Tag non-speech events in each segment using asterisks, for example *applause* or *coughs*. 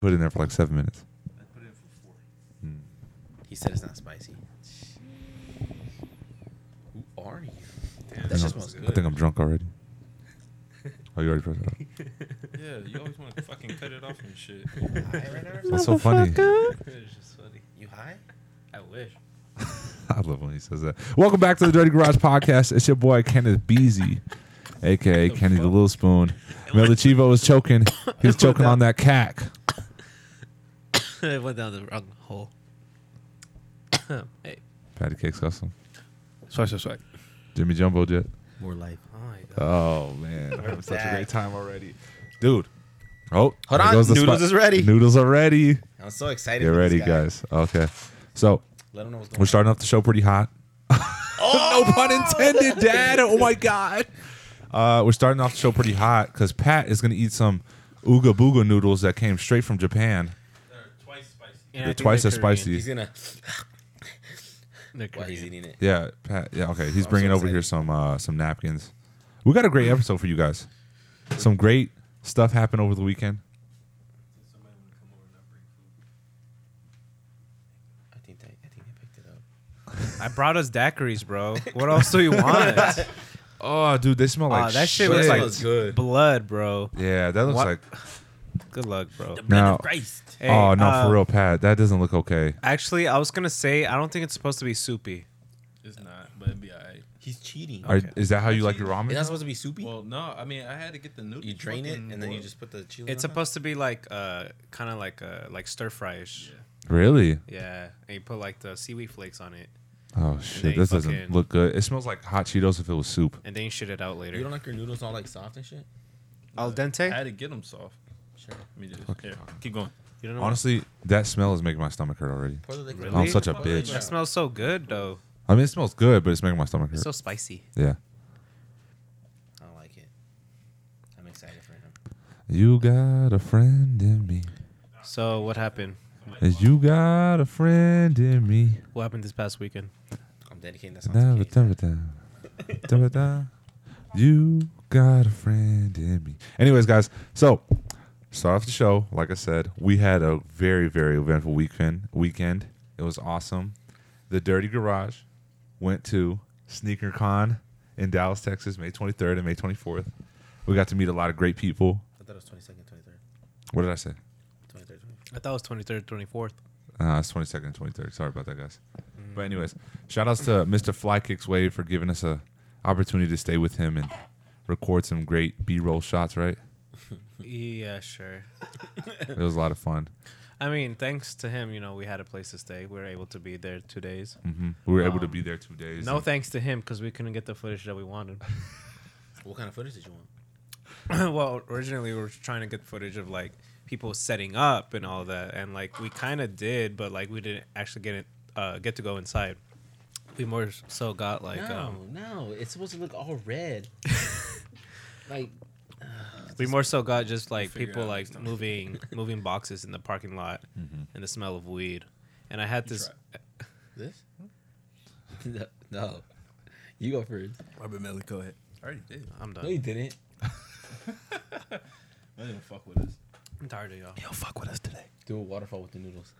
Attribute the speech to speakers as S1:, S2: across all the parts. S1: Put it in there for like seven minutes.
S2: I put it in for four.
S1: Mm.
S2: He said it's not spicy. Who are you?
S3: Damn,
S2: That
S1: I
S2: shit
S1: think
S2: smells
S1: I'm-
S2: good.
S1: I think I'm drunk
S2: *laughs*
S1: already. Oh, you already pressed it up.
S3: Yeah, you always want to fucking cut it off and shit.
S2: *laughs* high
S1: *laughs*
S2: right now?
S1: That's so funny. *laughs*
S3: it's just funny.
S2: You high?
S3: I
S2: *laughs*
S3: wish.
S1: I love when he says that. Welcome back to the Dirty Garage Podcast. It's your boy Kenneth Beasy, aka Kenny the Little Spoon. Mel the Chivo was
S2: *coughs*
S1: choking. He was choking on that cack.
S2: it went down the wrong hole. hey.
S1: Patty Cakes Custom.
S4: Swag, swag, swag.
S1: Jimmy Jumbo Jet.
S2: More life. Oh my God.
S1: Oh man, I'm having such a
S2: back.
S1: great time already, dude. Oh,
S2: Hold
S1: there
S2: on,
S1: goes the
S2: noodles
S1: spot-
S2: is ready.
S1: Noodles are ready.
S2: I'm so excited.
S1: Get
S2: for this
S1: ready,
S2: guy.
S1: guys. Okay, so
S2: Let him know what's going
S1: we're starting off the show pretty hot. *laughs*
S5: Oh!
S1: no pun intended, Dad. Oh my God. Uh, we're starting off the show pretty hot because Pat is gonna eat some ooga booga noodles that came straight from Japan.
S3: They're twice spicy.
S2: on.
S1: They're twice as
S2: He's,
S1: spicy.
S2: gonna. *laughs*
S4: They're
S2: While he's
S4: Korean.
S2: eating it.
S1: Yeah, Pat. Yeah,
S5: Oh,
S1: okay. He's
S2: I'm
S1: bringing
S2: so
S1: over
S2: excited.
S1: here some uh, some napkins. We got a great episode for you guys. Some great stuff happened over the weekend.
S3: Somebody wanna come over and not bring food.
S2: I think they, I think they picked it up.
S5: I brought us daiquiris, bro. What else do you want?
S1: Oh, dude, they smell like
S5: Aw, that shit
S2: It
S5: looks like
S2: smells good.
S5: blood, bro.
S1: Yeah, that looks
S5: What?
S1: like.
S5: Good luck, bro.
S1: Now,
S3: Christ.
S5: Hey,
S1: oh no,
S5: uh,
S1: for real, Pat, that doesn't look okay.
S5: Actually, I was gonna say I don't think it's supposed to be soupy.
S3: It's not, but it'd be alright.
S2: He's cheating.
S1: Are, is that how you like your ramen?
S2: It's not supposed to be soupy.
S3: Well, no, I mean, I had to get the noodles.
S2: you drain it
S3: fucking
S2: and then you
S3: boiled.
S2: just put the chili.
S5: It's
S2: on
S5: supposed to be like uh, kind of like uh, like stir fryish.
S1: Really?
S5: Yeah. and you put like the seaweed flakes on it,
S1: Oh shit,
S5: they
S1: this doesn't
S5: fucking-
S1: look good. It smells like hot Cheetos if it was soup.
S5: and then you shit it out
S2: top. You
S5: later.
S2: don't like your noodles all like soft and shit.
S5: Al dente?
S3: I had to get them soft.
S2: Sure.
S3: Let me just.
S1: Fucking
S3: Here, keep going.
S5: You don't know.
S1: Honestly, that smell is making my stomach hurt already.
S2: Pour the liquid
S5: Really?
S2: on
S1: I'm
S2: top.
S1: such a
S3: Oh,
S1: bitch.
S3: yeah.
S5: that smells so good though.
S1: I mean, it smells good, but it's making my stomach
S5: It's
S1: hurt.
S5: so spicy.
S1: Yeah.
S2: I don't like it. I'm excited for him.
S1: You got a friend in me.
S5: So what happened?
S1: You got a friend in me.
S5: What happened this past weekend?
S2: I'm dedicating that song to Kate.
S1: Da-ba-da-ba-da. Da-ba-da. You got a friend in me. Anyways, guys, so start off the show. Like I said, we had a very, very eventful weekend. Weekend. It was awesome. The Dirty Garage went to Sneaker Con in Dallas, Texas, May 23rd and May 24th. We got to meet a lot of great people.
S2: I thought it was 22nd, 23rd,
S1: What did I say?
S2: 23rd, 24th.
S5: I thought it was twenty third, twenty fourth.
S1: Uh, it's 22nd and 23rd. Sorry about that, guys.
S3: Mm.
S1: But anyways, shout outs to Mr. Flykicks Wave for giving us a opportunity to stay with him and record some great B-roll shots, right?
S5: Yeah, sure.
S1: It was a lot of fun.
S5: I mean, thanks to him, you know, we had a place to stay. We were able to be there two days.
S3: Mm-hmm.
S1: hmm We were able to
S5: Um,
S1: be there two days.
S5: No
S1: and
S5: thanks to him because we couldn't get the footage that we wanted.
S2: What kind of footage did you want?
S5: *laughs* well, originally we were trying to get footage of like people setting up and all that, and like we kind of did, but like we didn't actually get it, uh, get to go inside. We more so got like
S2: no,
S5: um,
S2: no, it's supposed to look all
S1: *laughs*
S2: red. like
S5: we more so got just like
S3: figure it
S5: people
S3: out
S5: like *laughs* moving moving boxes in the parking lot and the smell of weed. And I had this.
S2: this? *laughs* no, no. you go first.
S3: Robert Melly, go ahead. I already did.
S5: I'm done.
S2: No, you didn't.
S3: I didn't fuck with us.
S5: I'm tired of y'all.
S3: Yo, fuck with us today.
S2: Do a waterfall with the noodles.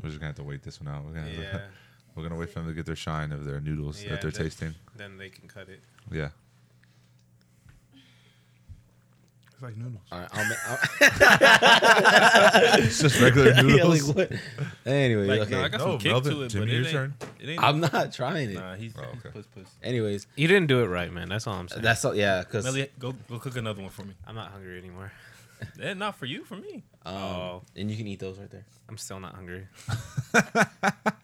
S1: We're just gonna have to wait this one out. We're gonna, have to-
S5: Yeah.
S1: *laughs* we're gonna wait for them to get their shine of their noodles
S5: Yeah,
S1: that they're
S5: that-
S1: tasting.
S5: Then they can cut it.
S1: Yeah.
S3: It's like noodles.
S2: All right, I'll make. *laughs* I'll,
S1: It's just
S3: *laughs*
S1: regular
S2: *laughs* yeah,
S1: noodles.
S2: like, what? Anyway,
S3: Like,
S2: okay.
S3: no, I got
S1: No,
S3: some kick
S1: Melvin,
S3: to it,
S1: Jimmy,
S3: but
S1: your
S3: it ain't,
S1: turn.
S3: It ain't
S2: I'm not trying it.
S3: Nah, he's,
S1: Oh,
S3: he's
S1: okay.
S3: puss puss.
S2: Anyways,
S5: You didn't do it right, man. That's all I'm saying.
S2: that's all. Yeah, because
S3: Melly, go go cook another one for me.
S5: I'm not hungry anymore.
S3: Eh, not for you, for me.
S2: um,
S5: Oh.
S2: and you can eat those right there.
S5: I'm still not hungry.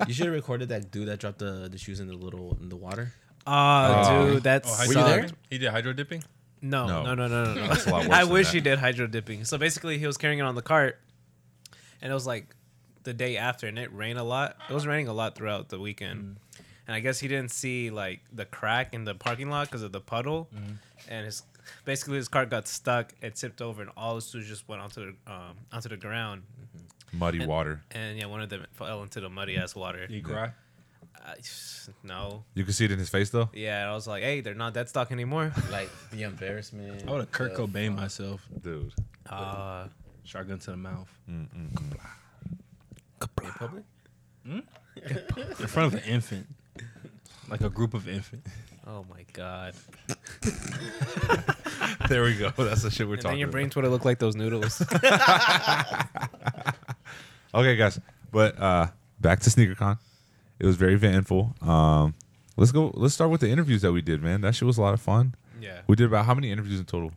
S2: You should have recorded that dude that dropped the, the shoes in the little in the water.
S5: Oh,
S1: Oh.
S5: dude, that's
S3: hydro
S2: you there?
S3: dipping? He did hydro dipping.
S5: No,
S1: No.
S5: no, no, no, no. no.
S1: That's a lot worse
S5: *laughs* I
S1: than
S5: wish
S1: that.
S5: he did hydro dipping. So basically, he was carrying it on the cart, and it was like the day after, and it rained a lot. It was raining a lot throughout the weekend,
S1: Mm.
S5: and I guess he didn't see like the crack in the parking lot because of the puddle,
S1: Mm-hmm.
S5: and his basically his cart got stuck. It tipped over, and all the shoes just went onto the um, onto the ground,
S1: Muddy water.
S5: and yeah, one of them fell into the muddy ass water.
S3: Did he cry?
S5: I, no,
S1: You can see it in his face though.
S5: yeah, and I was like, hey, they're not
S1: *laughs*
S5: that stock anymore.
S2: Like the embarrassment.
S3: I would have Oh, Kurt
S2: the-
S3: Cobain myself.
S1: Dude.
S5: Uh,
S3: Shotgun to the mouth.
S2: In public?
S3: In front of an infant. Like a group of infants.
S5: Oh my god!
S1: There we go. *laughs* That's the shit we're
S5: And
S1: talking
S5: then your
S1: about.
S5: brains would have looked like those *laughs* noodles.
S1: Okay, guys. But uh back to SneakerCon. It was very eventful. Um let's go let's start with the interviews that we did, man. That shit was a lot of fun.
S5: *laughs* yeah.
S1: We did about how many interviews in total?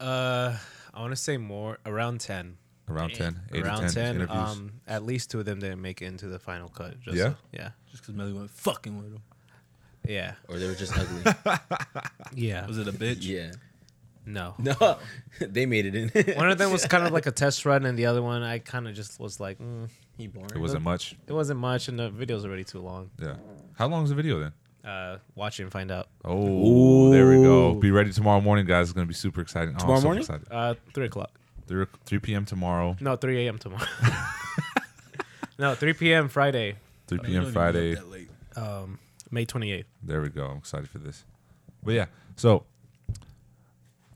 S5: Uh, I want to say more around ten.
S1: Around ten. Eight
S5: around
S1: to ten, interviews.
S5: Um, at least two of them didn't make it into the final cut. Just
S1: Yeah?
S5: so- yeah.
S3: Just because Melly went fucking with him.
S5: Yeah.
S2: Or they were just ugly.
S5: Yeah.
S3: Was it a bitch?
S2: yeah.
S5: no.
S2: No, *laughs* they made it in. *laughs*
S5: One of them was kind of like a test run, and the other one I kind of just was like, mm,
S2: he boring.
S1: it wasn't much.
S5: it wasn't much, and the video's already too long.
S1: Yeah. How long is the video then?
S5: Uh, watch it and find out.
S1: Oh, there we go. Be ready tomorrow morning, guys. It's gonna be super exciting. Oh, I'm
S2: Tomorrow
S1: so
S2: morning?
S1: excited.
S5: Uh, three o'clock.
S1: Three, three p.m. tomorrow.
S5: No, three a.m. tomorrow. *laughs* no, three p.m. Friday,
S1: Three
S3: Oh, You don't even
S1: p.m.
S3: get
S1: Friday.
S3: up that late.
S5: um, May twenty eighth.
S1: There we go. I'm excited for this. But yeah, so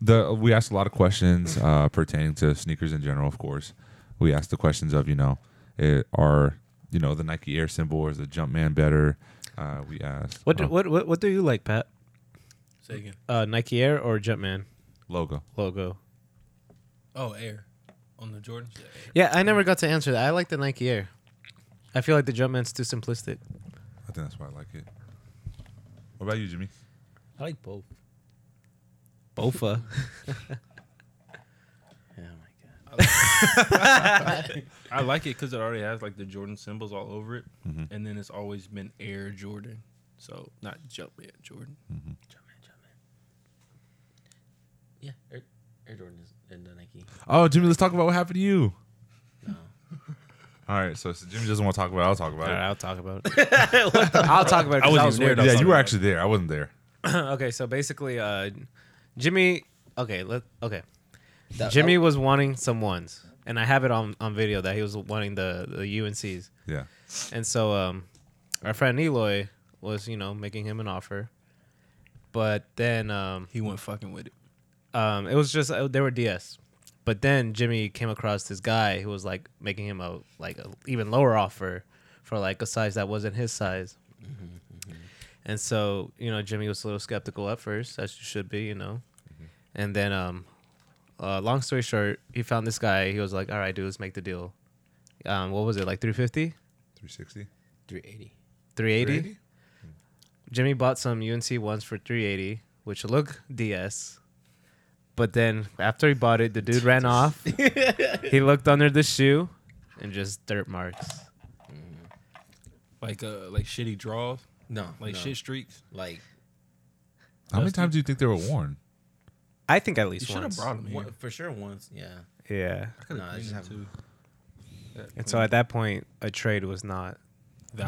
S1: the we asked a lot of questions uh, pertaining to sneakers in general. Of course, we asked the questions of you know, eh, are you know the Nike Air symbol or is the Jumpman better? Uh, we asked
S5: What, do,
S1: uh,
S5: what what what do you like, Pat?
S3: Say again.
S5: Uh, Nike Air or Jumpman
S1: logo.
S5: logo?
S3: Oh, air. On the Jordans? Yeah, air.
S5: Yeah, I never got to answer that. I like the Nike Air. I feel like the Jumpman's too simplistic.
S1: I think that's why I like it. What about you, Jimmy?
S2: I like both.
S5: Bofa.
S2: Oh my god.
S3: I like it because it already has like the Jordan symbols all over it. And then it's always been Air Jordan. So not Jump Man Jordan.
S2: Jumpman, Jumpman. Yeah, Air, Air Jordan is in the Nike.
S1: Oh, Jimmy, let's talk about what happened to you.
S2: No.
S1: *laughs* All right, so, so Jimmy doesn't want to talk about. it. I'll talk about
S5: *laughs* All right,
S1: it.
S5: I'll talk about it. *laughs* I'll talk about it. 'cause I was weird.
S1: Yeah, you were actually there. I wasn't there.
S5: *laughs* okay, so basically, uh, Jimmy. Okay, let okay.
S2: That-
S5: Jimmy was wanting some ones, and I have it on on video that he was wanting the the UNCs,
S1: Yeah.
S5: and so um, our friend Eloy was you know making him an offer, but then um,
S3: He went fucking with it.
S5: um, it was just uh, they were DS. But then Jimmy came across this guy who was like making him a like a even lower offer for like a size that wasn't his size. And so you know Jimmy was a little skeptical at first, as you should be, you know. And then, um, uh, long story short, he found this guy. He was like, "All right, dude, let's make the deal." Um, what was it like 350,
S1: 360.
S2: 380.
S5: 380? Jimmy bought some UNC ones for 380, which look DS. But then after he bought it, the
S1: *laughs*
S5: dude ran off. he looked under the shoe and just dirt marks.
S3: Like uh, like shitty draws,
S2: No,
S3: like
S2: no.
S3: shit streaks.
S2: Like
S1: How many times do you think they were worn?
S5: I think at
S3: You
S5: least
S3: should have
S5: once.
S3: brought him here.
S2: one, for sure once. Yeah.
S5: Yeah.
S3: I could
S2: No, I
S3: have
S2: just
S3: cleaned him
S2: haven't.
S3: too.
S5: And so at that point, a trade was not.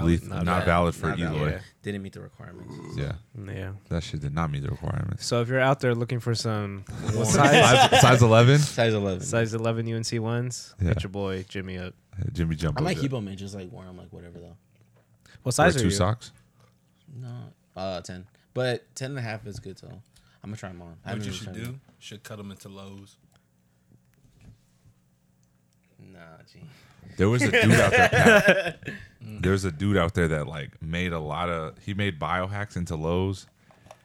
S1: Leaf-
S5: not
S1: not,
S5: bad.
S1: valid for
S2: Not valid.
S1: Eloy.
S5: Yeah.
S2: Didn't meet the requirements.
S1: Yeah.
S5: Yeah.
S1: that shit did not meet the requirements.
S5: So if you're out there looking for some what size
S1: size, size eleven,
S2: Size 11.
S5: size 11 UNC ones,
S1: Yeah.
S5: hit your boy Jimmy up.
S1: Jimmy Jumbo.
S2: I might
S1: did.
S2: keep them and just like wear them like whatever though.
S5: What
S1: Wear
S5: size are
S1: two
S5: you?
S1: socks.
S2: No. Uh, 10. But 10 and a half is good, so I'm going to try them on. I
S3: What
S2: haven't
S3: you
S2: really
S3: should
S2: tried 'em
S3: do? Should cut them into lows.
S2: on. Nah, gee.
S1: There was a dude out there.
S2: *laughs*
S1: Pat. There was a dude out there that like made a lot of. He made biohacks into lows.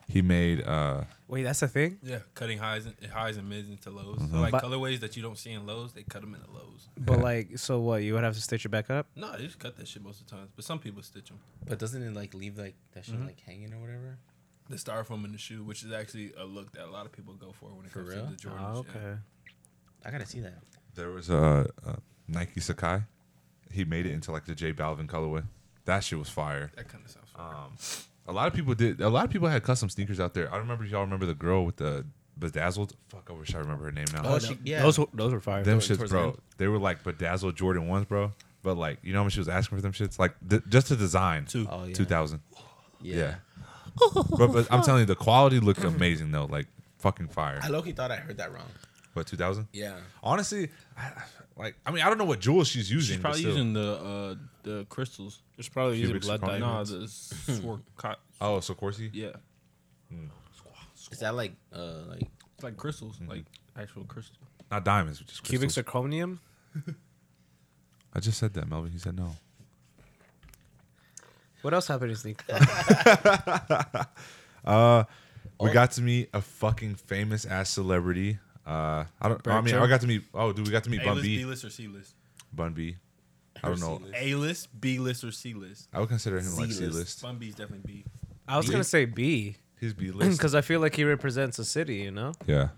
S1: He made. uh
S5: Wait, that's a thing?
S3: Yeah, cutting highs and highs and mids into lows. So like
S5: But-
S3: colorways that you don't see in lows, they cut them into lows.
S5: But like, so what? You would have to stitch it back up?
S3: No, they just cut that shit most of the times. But some people stitch them.
S2: But doesn't it like leave like that shit like hanging or whatever?
S3: The styrofoam in the shoe, which is actually a look that a lot of people go for when it
S2: For
S3: comes
S2: real?
S3: to the Jordans.
S1: Ah,
S5: Oh,
S3: yeah.
S5: okay.
S2: I got to see that.
S1: There was a, a Nike Sakai. He made it into like the J Balvin colorway. That shit was fire.
S3: That kind of sounds. fun.
S1: Um, a lot of people did. A lot of people had custom sneakers out there. I remember y'all remember the girl with the bedazzled. Fuck, I wish I remember her name now.
S2: Oh, she, yeah.
S5: Those, those were fire.
S1: Them
S2: Towards-
S1: shits,
S2: towards
S1: bro.
S2: the end.
S1: They were like bedazzled Jordan ones, bro. But like, you know how much she was asking for them shits? Like, th- just to design,
S3: Two.
S2: Oh, yeah.
S1: two thousand.
S2: yeah.
S1: Yeah. but, but I'm telling you, the quality looked amazing though. Like fucking fire.
S2: I low-key thought I heard that wrong.
S1: But two thousand?
S2: Yeah.
S1: Honestly, I, like, I mean, I don't know what jewels she's using.
S3: She's
S1: but
S3: probably
S1: still.
S3: using the uh, the crystals.
S5: It's probably using
S1: Cubic
S5: blood
S1: zirconia.
S3: No,
S5: diamonds.
S1: *laughs*
S3: the swor- co-
S1: Oh, so Corsi.
S3: yeah,
S2: Is that like uh like
S1: Mm-hmm.
S3: it's like crystals, like actual crystal.
S1: Not diamonds, just
S5: Cubic
S1: crystals.
S5: zirconium.
S1: I just said that, Melvin. He said no.
S5: What else happened in sneak?
S1: We got to meet a fucking famous ass celebrity. Uh, I don't. I mean,
S5: Bergcho?
S1: I got to meet. Oh, dude, we got to meet
S3: A
S1: Bun
S3: list, B
S1: B.
S3: list, or C list?
S1: Bun B. I don't know.
S3: A list, B list, or C list?
S1: I would consider him like C
S2: C-list.
S1: list.
S3: Bun B's definitely B.
S5: I was gonna say B
S1: He's *clears throat* B
S5: *laughs*
S1: list.
S5: because I feel like he represents a city. You know,
S1: Yeah.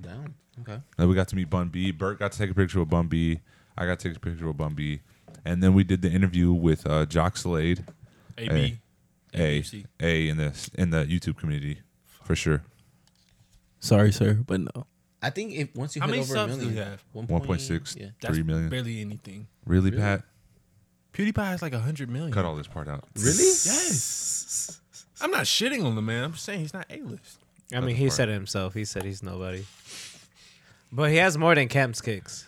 S2: Down. Okay.
S1: Then we got to meet Bun B. Bert got to take a picture with Bun B. I got to take a picture with Bun B. And then we did the interview with uh, Jock Slade,
S3: A B.
S1: Hey. A
S3: AUC.
S1: A in the in the YouTube community for sure.
S4: Sorry, sir, but no.
S2: I think if once you
S3: How
S2: hit
S3: many
S2: over a
S3: subs do
S2: million,
S3: you have?
S2: One
S1: One
S2: point-
S1: point six
S2: Yeah.
S3: That's
S1: three million.
S3: barely anything.
S1: Really, Pat?
S3: PewDiePie has like hundred million.
S1: Cut all this part out.
S2: Really?
S3: Yes. I'm not shitting on the man. I'm just saying he's not A list.
S5: I mean,
S1: That's
S5: he
S1: part.
S5: said it himself. He said he's nobody. But he has more than Camp's kicks.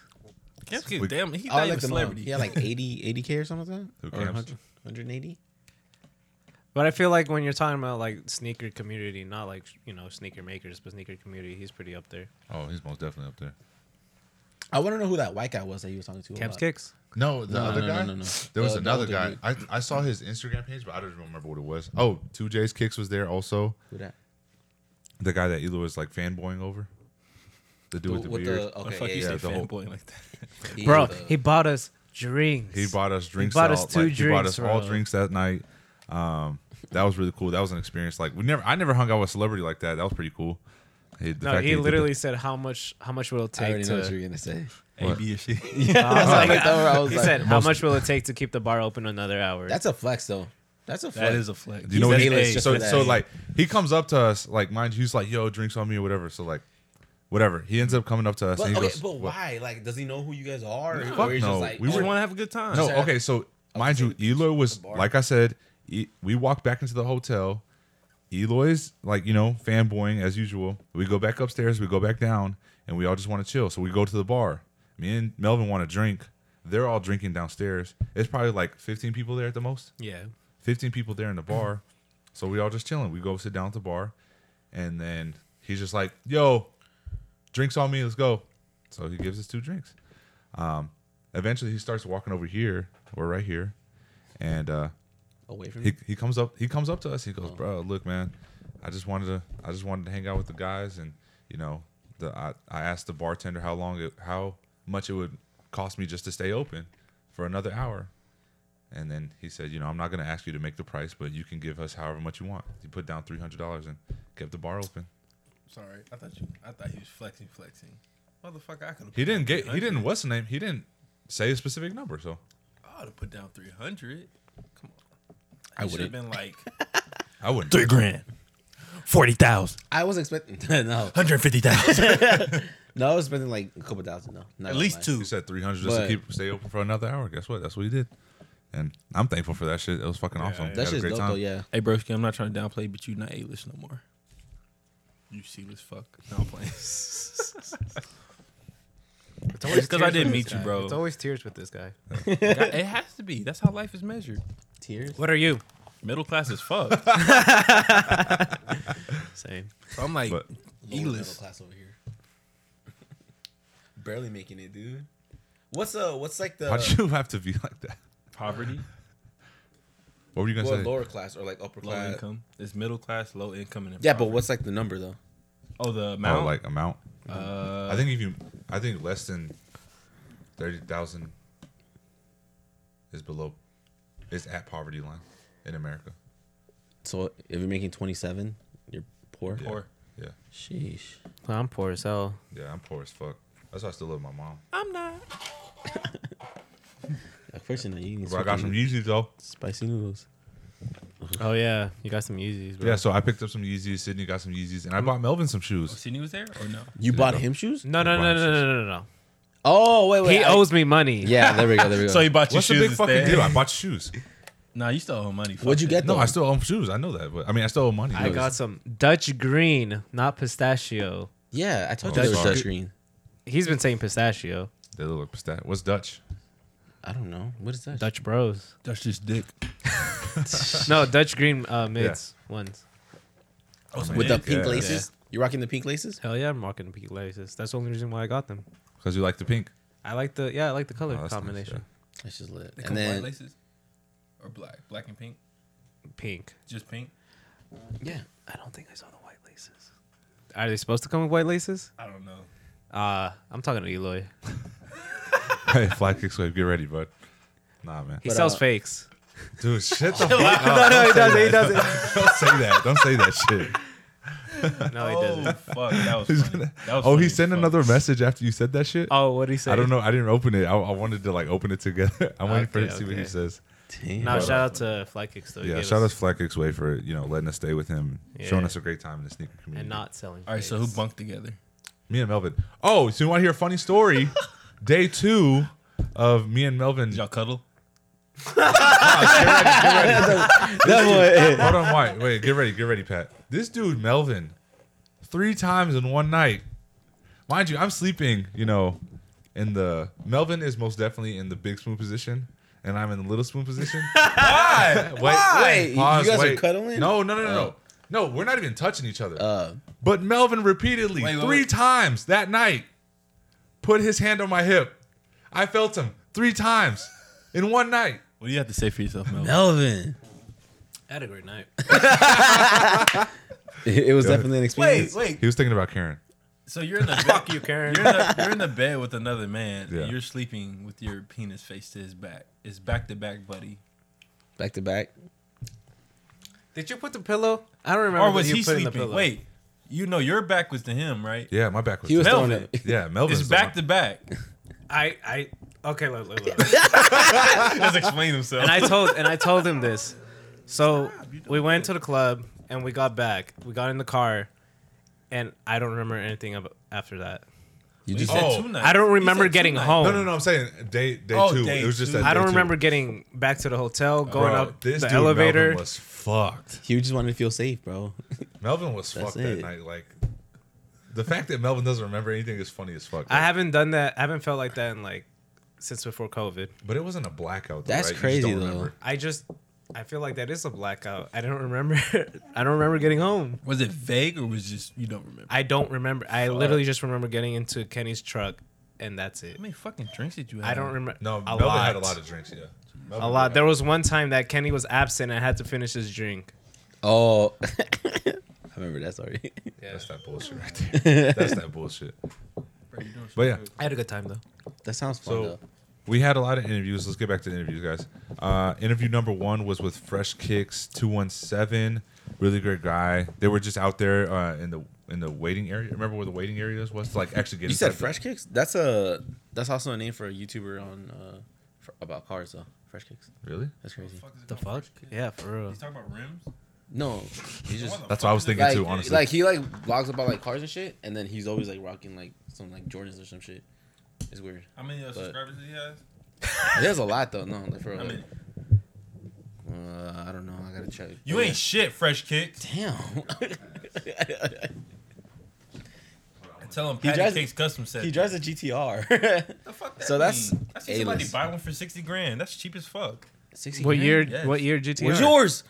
S3: Kemp's
S1: We-
S3: damn. He's
S2: Oh, I
S3: not
S2: looked
S3: even a
S2: him up.
S3: celebrity.
S2: He had
S3: *laughs*
S2: like 80, 80K or something like
S1: Who
S2: that? Or
S1: cares?
S2: 100, 180?
S5: But I feel like when you're talking about like sneaker community, not like you know sneaker makers, but sneaker community, he's pretty up there.
S1: Oh, he's most definitely up there.
S2: I want to know who that white guy was that you were talking to. a
S5: Camp's
S2: lot.
S5: kicks.
S1: No, the
S2: No,
S1: other
S2: no,
S1: guy.
S2: no, no, no.
S1: There was
S2: The- the
S1: another
S2: older
S1: guy.
S2: dude.
S1: I, I saw his Instagram page, but I don't even remember what it was. Oh, 2J's Kicks was there also.
S2: Who that?
S1: The guy that Elo was like fanboying over. The dude with the beard.
S3: Why the
S2: okay,
S3: fuck
S2: yeah,
S3: you
S1: yeah,
S3: say
S1: the whole-
S3: fanboy like that?
S2: yeah. He
S5: Bro,
S2: was, uh,
S5: he bought us drinks.
S1: He bought us drinks.
S5: bought us
S1: all-
S5: two
S1: like, He bought us
S5: drinks,
S1: all
S5: bro.
S1: drinks that night. Um, that was really cool. That was an experience. Like we never, I never hung out with a celebrity like that. That was pretty cool. He- the
S5: No,
S1: fact that
S5: he
S1: did
S5: literally said how much how much will it
S2: I already
S5: take
S2: know what
S5: *laughs* to
S2: you're gonna
S3: *laughs*
S2: say.
S1: *laughs* What?
S3: A B or C.
S5: I was like,
S2: I looked over, I was
S5: he
S2: like,
S5: said, "How much will it take to keep the bar open another hour?"
S2: That's a flex, though. That's a flex.
S3: That is a flex.
S1: that- you know what?
S2: He's
S1: He,
S2: A-list just
S1: so
S2: for that.
S1: so like he comes up to us like mind you, he's like yo drinks on me or whatever. So like whatever he ends up coming up to us.
S2: But
S1: and
S2: okay,
S1: he goes,
S2: but
S1: "What?"
S2: why? Like, does he know who you guys are?
S1: No.
S2: or
S1: Fuck
S2: he's
S1: no.
S2: just like,
S1: We
S2: oh,
S3: We just want to have a good time.
S1: No,
S2: Just
S1: okay. So mind you, Eloy was
S2: bar.
S1: like I said. E- we walk back into the hotel. Eloy's like you know fanboying as usual. We go back upstairs. We go back down, and we all just want to chill. So we go to the bar. Me and Melvin want to drink. They're all drinking downstairs. It's probably like 15 people there at the most.
S5: yeah.
S1: 15 people there in the bar. So we all just chilling. We go sit down at the bar, and then he's just like, "Yo, drinks on me. Let's go." So he gives us two drinks. Um, eventually, he starts walking over here. We're right here, and uh,
S2: away from me.
S1: he, he comes up he comes up to us. He goes, "Bro, look, man, I just wanted to I just wanted to hang out with the guys, and you know, the I, I asked the bartender how long it, how much it would cost me just to stay open for another hour." And then he said, "You know, I'm not going to ask you to make the price, but you can give us however much you want." He put down three hundred dollars and kept the bar open.
S3: Sorry, I thought you. I thought he was flexing, flexing. Motherfucker, I could have.
S1: He didn't get he didn't what's the name he didn't say a specific number. So
S3: I would have put down three hundred. Come on.
S2: I
S3: He should
S2: wouldn't.
S3: have been like
S1: I wouldn't.
S3: grand, forty thousand,
S2: I was expecting *laughs* no,
S3: hundred fifty thousand,
S2: no, I was expecting like a couple thousand. No, not
S3: at
S2: gonna
S3: least
S2: lie.
S3: two.
S1: He said three hundred just to
S2: But-
S1: keep stay open for another hour. Guess what? That's what he did. And I'm thankful for that shit. It was fucking awesome.
S3: yeah.
S1: Had
S2: That
S1: a
S2: shit's
S1: great
S2: dope
S1: time.
S2: though. Yeah,
S3: Hey, broski, I'm not trying to downplay, but you not A list no more. You C list fuck. No, I'm playing.
S5: It's
S3: always 'cause I
S5: tears
S3: didn't
S5: with
S3: meet
S5: this
S3: you,
S5: guy.
S3: bro.
S5: It's always tears with this guy.
S3: it has to be. That's how life is measured.
S2: tears.
S5: What are you?
S3: Middle class is fuck.
S5: Same.
S3: So I'm like
S1: But-
S2: Lower
S3: E
S2: middle
S3: list.
S2: class over here. *laughs* Barely making it, dude. What's uh? What's like the
S1: Why'd you *laughs* have to be like that?
S3: Poverty,
S1: What were you gonna
S2: well,
S1: say?
S2: lower class or like upper
S3: low
S2: class?
S3: income. It's middle class, low income, and
S2: Yeah, but what's like the number though?
S3: oh the amount?
S1: Oh, like amount.
S3: uh,
S1: I think if you, I think less than thirty thousand is below, is at poverty line in America.
S2: So if you're making twenty seven, you're poor.
S1: Yeah.
S3: Poor.
S1: Yeah,
S2: Sheesh.
S5: I'm poor as hell.
S1: yeah. I'm poor as fuck. That's why I still love my mom.
S3: I'm not.
S2: Like, first thing you need
S1: But I got some
S2: fucking
S1: Yeezys though.
S2: spicy noodles.
S5: Oh yeah, you got some Yeezys, bro.
S1: Yeah, so I picked up some Yeezys. Sydney got some Yeezys,
S3: Mm-hmm.
S1: and I bought Melvin some
S2: Oh,
S1: shoes.
S3: Oh, Sydney was there or no?
S1: There
S2: You
S1: you
S2: bought
S1: go.
S2: him shoes?
S5: No, no, no, no, no, no, no,
S2: Oh wait,
S5: no.
S2: wait.
S5: He
S2: I-
S5: owes me money.
S2: Yeah, there we go. There we
S1: *laughs*
S2: go.
S3: So you bought your
S1: What's the
S3: shoes
S1: big fucking
S3: instead?
S1: deal? I bought shoes.
S3: *laughs* Nah, you still owe money. Fuck
S2: What'd you
S3: that.
S2: get
S1: No,
S2: though?
S1: I still own shoes. I know that. But, I mean, I still owe money.
S5: I got some Dutch green, not pistachio.
S2: yeah, I told
S1: Oh,
S2: you there was
S1: sorry.
S2: Dutch green.
S5: He's been saying pistachio.
S1: They look like stat. What's Dutch?
S2: I don't know. What is that?
S5: Dutch *laughs* Bros.
S3: That's just dick.
S5: no, Dutch green uh, mids ones.
S3: Oh,
S2: With the pink
S1: Yeah.
S2: laces? You rocking the pink laces?
S5: Hell yeah, I'm rocking pink laces. That's the only reason why I got them.
S1: because you like the pink. *laughs*
S5: I like the yeah, I like the color
S1: Oh, that's nice,
S5: combination.
S2: That's just lit.
S3: They come
S2: And
S3: white
S2: then
S3: laces or black, black and pink,
S5: Pink.
S3: just pink.
S2: yeah,
S5: I don't think I saw the white laces. Are they supposed to come with white laces?
S3: I don't know.
S5: Uh, I'm talking to Eloy.
S1: hey, fly kicks wave, get ready, bud. Nah, man,
S5: He
S2: But,
S5: sells
S2: uh,
S5: fakes. Oh,
S1: dude, shut the fuck
S5: *laughs* no,
S1: up.
S5: no, he doesn't. *laughs* He doesn't.
S1: Don't say that. Don't say that shit.
S5: *laughs* No, he
S3: oh
S5: doesn't.
S3: fuck, that was funny. That
S1: Oh,
S3: was funny
S1: he
S3: as
S1: sent
S3: fuck.
S1: another message after you said that shit.
S5: Oh, what did he say?
S1: I don't know. I didn't open it. I, I wanted to like open it together. *laughs* I'm waiting for him
S5: Okay,
S1: to see what he
S5: okay.
S1: says.
S2: Damn.
S5: No, shout out to Fly Kicks though. He
S1: yeah,
S5: gave
S1: shout out
S5: us-
S1: to Flat Kicks Way for you know letting us stay with him, showing
S5: Yeah.
S1: us a great time in the sneaker community.
S5: and not selling.
S3: All right, so who
S5: fakes.
S3: bunked together?
S1: me and Melvin. Oh, so you want to hear a funny
S5: *laughs*
S1: story? Day two of me and Melvin.
S3: Did y'all cuddle?
S1: That Hold on, wait, wait, get ready, get ready, Pat. This dude Melvin, three times in one night. Mind you, I'm sleeping. You know, in the Melvin is most definitely in the big spoon position. And I'm in the little spoon position. Why? Wait,
S2: Wait, you guys are cuddling?
S1: No, no, no, no, no. No, we're not even touching each other.
S2: Uh,
S1: But Melvin repeatedly,
S3: Wait, wait,
S1: three
S3: wait.
S1: times that night, put his hand on my hip. I felt him three times in one night.
S3: What do you have to say for yourself, Mel?
S2: Melvin.
S5: I had a great *laughs* night.
S2: It, it was
S1: Yeah.
S2: definitely an experience.
S3: Wait, wait.
S1: He was thinking about Karen.
S3: So you're in the bed,
S5: you, Karen.
S3: you're in the, you're in the bed with another man.
S1: Yeah.
S3: And you're sleeping with your penis face to his back. It's back to back, buddy.
S2: Back to back.
S5: *laughs* Did you put the pillow? I don't remember.
S3: Or was
S5: what you
S3: he
S5: put in the
S3: sleeping?
S5: pillow.
S3: Wait, you know your back was to him, right?
S1: Yeah, my back was.
S2: He was throwing
S3: Melvin.
S2: it.
S1: yeah, Melvin's
S3: It's back to back.
S5: I, I, okay, look, look, look.
S3: Let's explain himself.
S5: and I told and I told him this. So we went to the club and we got back. We got in the car, and I don't remember anything of, after that.
S2: You
S3: He
S2: just
S1: Oh,
S3: said two nights.
S5: I don't
S3: He said
S5: remember
S3: two
S5: getting
S3: nights.
S1: *laughs*
S5: home.
S1: No, no, no. I'm saying day day
S3: Oh,
S1: two.
S3: day
S1: it was just
S3: two.
S1: that.
S5: I don't
S1: day two.
S5: remember getting back to the hotel, going
S1: Bro,
S5: up
S1: this
S5: the
S1: dude,
S5: elevator.
S1: Melvin was fucked.
S2: he just wanted to feel safe, bro.
S1: Melvin was
S2: That's
S1: fucked that
S2: it.
S1: night. Like the fact that Melvin doesn't remember anything is funny as fuck.
S5: I haven't done that. I haven't felt like that in like since before COVID.
S1: but it wasn't a blackout. Though, right?
S2: That's
S1: You just
S2: crazy,
S1: don't
S2: though.
S1: remember.
S5: I just I feel like that is a blackout. I don't remember. *laughs* I don't remember getting home.
S3: Was it vague or was just you don't remember?
S5: I don't remember. I literally just remember getting into Kenny's truck, and that's it.
S3: How many fucking drinks did you have?
S5: I don't remember.
S1: No,
S5: a
S1: Melvin
S5: lot.
S1: had a lot of drinks. Yeah,
S5: A
S1: Melvin
S5: lot.
S1: did.
S5: There was one time that Kenny was absent. and I had to finish his drink.
S2: Oh, *laughs* I remember that story.
S1: That's that bullshit right there. *laughs* That's that bullshit.
S3: Bro, you're doing
S1: But yeah,
S3: something good.
S5: I had a good time though.
S2: *laughs* that sounds fun.
S1: So
S2: though.
S1: we had a lot of interviews. Let's get back to the interviews, guys. Uh, interview number one was with Fresh Kicks two one seven. Really great guy. They were just out there uh, in the in the waiting area. Remember where the waiting area is? Was to, like actually get.
S2: You
S1: inside
S2: said
S1: the-
S2: Fresh Kicks? That's a that's also a name for a YouTuber on uh for, about cars though. Fresh Kicks.
S1: Really?
S2: That's crazy.
S3: What
S5: The
S3: is it called?
S5: fuck? Yeah, for real.
S3: He's talking about rims.
S2: No, he just
S1: That's what I was thinking
S2: like,
S1: too. Honestly,
S2: like he like vlogs about like cars and shit, and then he's always like rocking like some like Jordans or some shit. It's weird.
S3: How many uh,
S2: But-
S3: subscribers does he have?
S2: There's a lot though. No, like, for
S3: How
S2: real.
S3: many?
S2: Uh, I don't know. I gotta check.
S3: You
S2: But
S3: ain't shit, fresh kick.
S2: yeah. *laughs* damn.
S3: Tell him
S2: He
S3: Patty
S2: drives-
S3: Cakes custom set.
S2: he drives a *laughs* GTR.
S3: the fuck that
S2: So that's
S3: mean? I see somebody
S2: A-list.
S3: buy one for sixty grand. That's cheap as fuck.
S2: Sixty.
S5: What
S2: grand?
S5: year?
S3: yes.
S5: What year GTR?
S2: Where's yours?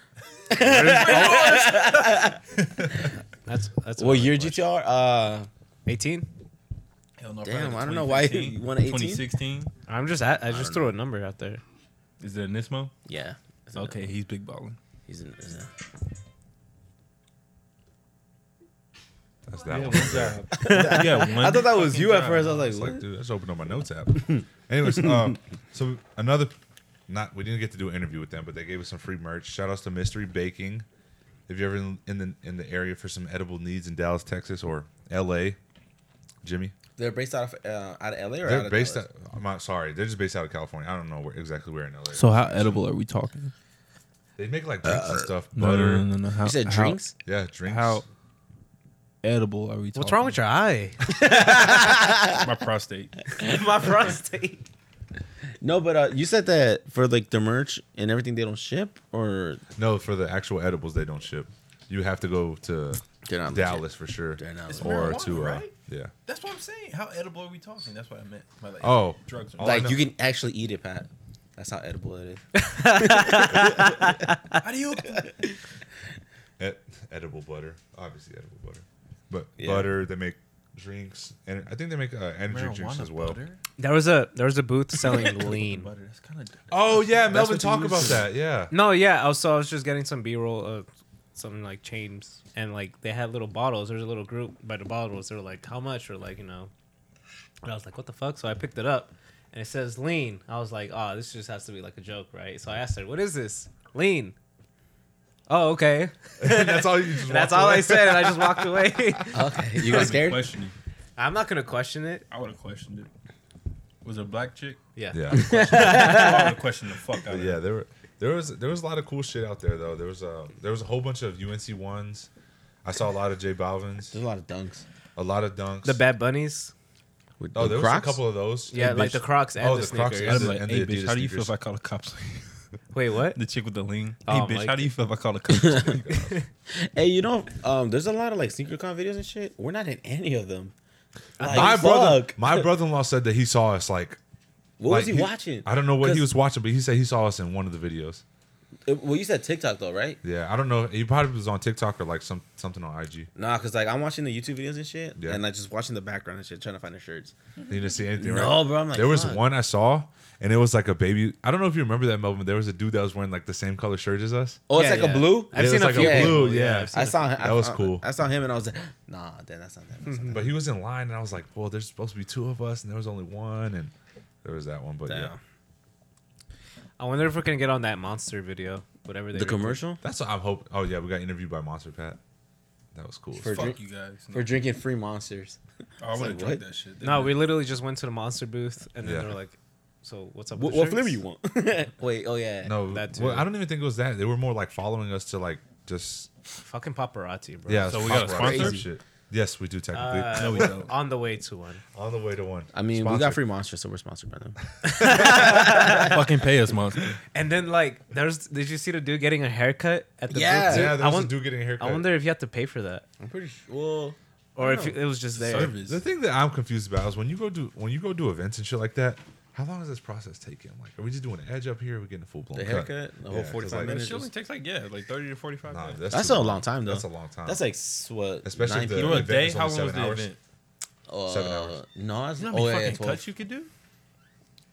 S5: *laughs* That's that's.
S2: What
S5: another
S2: year
S5: question.
S2: GTR? Uh,
S5: Eighteen.
S3: Hell no.
S2: Damn,
S3: probably
S2: I don't know why
S3: 2015,
S2: you want a 18?
S3: 2016.
S5: I'm just. At, I
S2: don't
S5: just threw a number out there.
S3: Is it a Nismo?
S2: yeah. It's in the-
S3: Okay, he's big balling.
S2: He's in. he's in-
S1: that's that one.
S3: yeah,
S2: *laughs*
S3: one
S2: I thought that was
S3: fucking
S2: you at
S3: job.
S2: first. I was
S1: It's
S2: like,
S1: like,
S2: what?
S1: dude, I just opened up my notes
S2: *laughs*
S1: app. Anyways, um, so another, not we didn't get to do an interview with them, but they gave us some free merch. Shout outs to Mystery Baking. If you're ever in, in the in the area for some edible needs in Dallas, Texas, or L.A., Jimmy,
S2: They're based out of uh, out of LA or out
S1: they're
S2: of
S1: based.
S2: Dallas?
S1: Out, I'm not, sorry, they're just based out of California. I don't know where, exactly where in L.A.
S4: So how edible are we talking?
S1: they make like drinks and stuff,
S4: No,
S1: butter,
S4: No, no, no, no. How,
S2: You said
S4: how
S2: drinks?
S1: yeah, drinks.
S4: How- edible are we talking?
S5: What's wrong with your eye?
S3: my prostate.
S5: My prostate.
S2: No, but uh, you said that for like the merch and everything, they don't ship or
S1: No, for the actual edibles, they don't ship. You have to go to
S2: They're not legit.
S1: Dallas for sure,
S2: They're not It's legit.
S1: or
S3: marijuana,
S1: to uh,
S3: right?
S1: yeah.
S3: That's what I'm saying. How edible are we talking? That's what I meant. By like,
S1: Oh.
S3: drugs. Are
S1: All I
S2: like
S1: know-
S2: you can actually eat it, Pat.
S1: *laughs*
S2: That's how edible it is.
S3: How do you?
S1: Ed- e, edible butter, obviously edible butter, but
S2: Yeah.
S1: butter. They make drinks, and I think they make uh, energy drinks as well.
S5: There was a there was a booth
S2: *laughs*
S5: selling lean.
S3: Butter. That's kind of.
S1: Oh yeah,
S3: That's
S1: Melvin,
S3: what you
S1: talk
S3: use
S1: about
S3: to-
S1: that.
S2: *laughs*
S1: Yeah, *laughs*
S5: No, yeah. Also, I was just getting some B roll of some like chains, and like they had little bottles. There was a little group by the bottles. They were like, "How much?" Or like, you know. And I was like, "What the fuck?" So I picked it up, and it says lean. I was like, "Oh, this just has to be like a joke, right?" So I asked her, "What is this lean?" Oh,
S2: *laughs*
S5: okay.
S1: that's all you. Just
S5: That's
S1: walked
S5: all I
S1: away.
S5: said, and I just walked away. *laughs*
S2: Okay, *laughs* you got scared?
S3: Question.
S5: I'm not gonna question it.
S3: I would have questioned it. Was it a black chick?
S5: Yeah.
S1: Yeah.
S3: I would have questioned the fuck out
S1: But
S3: of
S1: Oh, yeah,
S3: yeah.
S1: there were there was there was a lot of cool shit out there though. There was a there was a whole bunch of UNC ones. I saw a lot of J Balvin's,
S2: There's a lot of dunks.
S1: a lot of dunks.
S5: The Bad Bunnies.
S4: With
S1: oh,
S4: the
S1: there
S4: Crocs?
S1: was
S2: *laughs*
S1: a couple of those.
S5: Yeah,
S4: Hey,
S5: like
S4: bitch.
S5: the Crocs and
S1: Oh,
S5: the,
S1: the Crocs
S5: sneakers.
S1: and
S3: I'd be like,
S1: And the
S3: hey, bitch, how do you feel
S1: Adidas
S3: if I call the cops? *laughs*
S5: Wait, what?
S3: the chick with the lean.
S5: Oh,
S3: hey,
S5: I'm
S3: bitch,
S5: like
S3: how do you feel if I call
S2: *laughs*
S3: the cops?
S2: Hey, you know, um, there's a lot of like sneaker con videos and shit. We're not in any of them. Like,
S1: my brother,
S2: fuck.
S1: my brother-in-law said that he saw us like.
S2: What
S1: like,
S2: was he, watching?
S1: I don't know what he
S2: 'Cause-
S1: was watching, but he said he saw us in one of the videos.
S2: Uh, Well, you said TikTok though, right?
S1: Yeah, I don't know. He probably was on TikTok or like some something on IG.
S2: Nah, cause like I'm watching the YouTube videos and shit,
S1: Yeah.
S2: and I just watching the background and shit, trying to find the shirts.
S1: You didn't see anything,
S2: No,
S1: right?
S2: bro, I'm like,
S1: there was
S2: fuck.
S1: one I saw, and it was like a baby. I don't know if you remember that moment. There was a dude that was wearing like the same color shirt as us.
S2: Oh,
S5: Yeah,
S2: it's like
S5: yeah.
S2: a blue.
S5: I've
S1: Yeah, it
S5: seen
S1: was
S5: a
S1: like
S5: few.
S2: a blue,
S1: yeah.
S5: I've seen
S2: I
S5: a
S2: saw him. I
S1: That was
S2: saw-
S1: cool. Mm-hmm.
S2: I saw him and I was like, nah, then that's not that. That's not that.
S1: But he was in line, and I was like, "Well, there's supposed to be two of us, and there was only one, and there was that one." But yeah,
S2: Damn.
S5: I wonder if we're gonna get on that monster video, whatever they
S2: The
S5: record.
S2: commercial
S1: that's what I'm hoping. Oh yeah, we got interviewed by Monster Pat. That was cool.
S2: For-
S3: fuck you guys.
S2: for drinking free monsters.
S3: Oh, I would
S2: like,
S3: have drunk
S2: what?
S3: that shit.
S5: No, we literally just went to the monster booth, and then
S1: Yeah.
S5: they were like, "So what's up?"
S2: What,
S5: With
S2: what
S5: the
S2: flavor
S5: shirts?"
S2: you want? *laughs* Wait, oh yeah.
S1: no,
S5: That
S1: well,
S5: too.
S1: I don't even think it was that. They were more like following us to like just
S5: Fucking paparazzi, bro.
S1: yeah.
S3: So
S1: it's
S3: we got a
S1: paparazzi
S3: sponsor?
S1: Shit. Yes, we do technically.
S5: Uh,
S3: No, we don't.
S5: *laughs* on the way to one.
S1: On the way to one.
S2: I mean, we
S1: Sponsor.
S2: got free monsters, so we're sponsored by them.
S3: fucking pay us, monster.
S5: And then like, there's did you see the dude getting a haircut at the
S2: Yeah.
S5: booth? too?
S1: Yeah, there
S5: I,
S1: was
S5: won-
S1: a dude getting a haircut.
S5: I wonder if you had to pay for that,
S2: I'm pretty sure. Well,
S5: or if it was just there.
S3: Service.
S1: The thing that I'm confused about is when you go do when you go do events and shit like that. How long is this process taking? I'm like, are we just doing an edge up here? Are we getting a full blown
S2: the haircut, the whole
S1: Yeah, 'cause,
S2: 45
S1: like,
S3: That
S2: minutes.
S3: shit only takes like yeah, like thirty to forty-five
S1: Nah,
S3: minutes.
S1: that's
S2: That's
S1: too
S2: a long time, though.
S1: That's a long time.
S2: That's like s- what?
S1: Especially
S2: 9
S1: the-
S3: You
S2: people?
S3: know, a
S1: event
S3: day.
S1: is
S3: How
S1: only
S3: long was
S1: seven
S3: the
S1: hours.
S3: event?
S2: Uh,
S1: seven hours.
S2: No, it's,
S3: You know how
S2: oh
S3: many
S2: yeah, yeah,
S3: fucking
S2: 12.
S3: cuts you could do?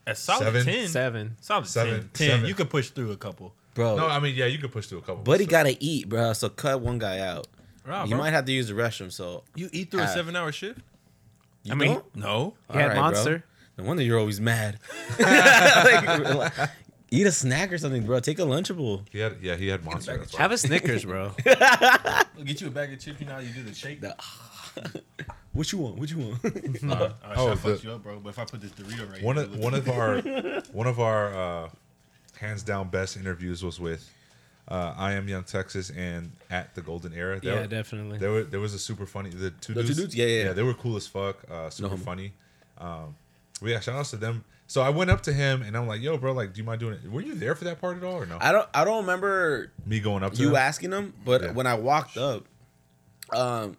S3: A solid
S1: Seven.
S3: ten.
S5: Seven.
S3: Solid
S1: Seven.
S3: ten. Ten.
S1: Seven.
S3: You could push through a couple.
S2: bro.
S1: no, I mean, yeah, you could push through a couple.
S2: Oh. but he
S1: so-
S2: gotta eat, bro. So cut one guy out.
S3: Right,
S2: you might have to use the restroom. So
S3: you eat
S1: Uh,
S3: through a
S2: Half.
S3: seven-hour shift?
S2: you
S5: I mean-
S2: don't?
S3: No.
S5: He had
S2: Alright, bro.
S5: monster.
S2: no wonder you're always
S3: *laughs*
S2: mad. Like, like, eat a snack or something, bro. Take a lunchable.
S1: He had, yeah, he had monster.
S3: back
S1: that's
S3: to
S1: why.
S5: Have a Snickers,
S1: *laughs*
S5: bro.
S3: We'll get you a bag of chips. You know how you do the shake.
S2: The- What you want? What you want? *laughs*
S3: All right, all right,
S1: Oh,
S3: shit, I fucked
S1: the-
S3: you up, bro. But if I put this Dorito right
S1: one
S3: here,
S1: of one of our one of our uh, hands down best interviews was with uh, I am Young Texas and at the Golden Era. They
S5: yeah,
S1: were-
S5: definitely.
S1: There were there was a super funny the two,
S2: The two
S1: dudes,
S2: dudes? Yeah, yeah, yeah.
S1: they were cool as fuck. Uh, super
S2: homo.
S1: funny. Um, but yeah, shout outs to them. So I went up to him and I'm like, "Yo, bro, like, do you mind doing it? Were you there for that part at all or no?"
S2: I don't. I don't remember
S1: Me going up to
S2: you
S1: him?
S2: asking him, but
S1: Yeah.
S2: when I walked up, um,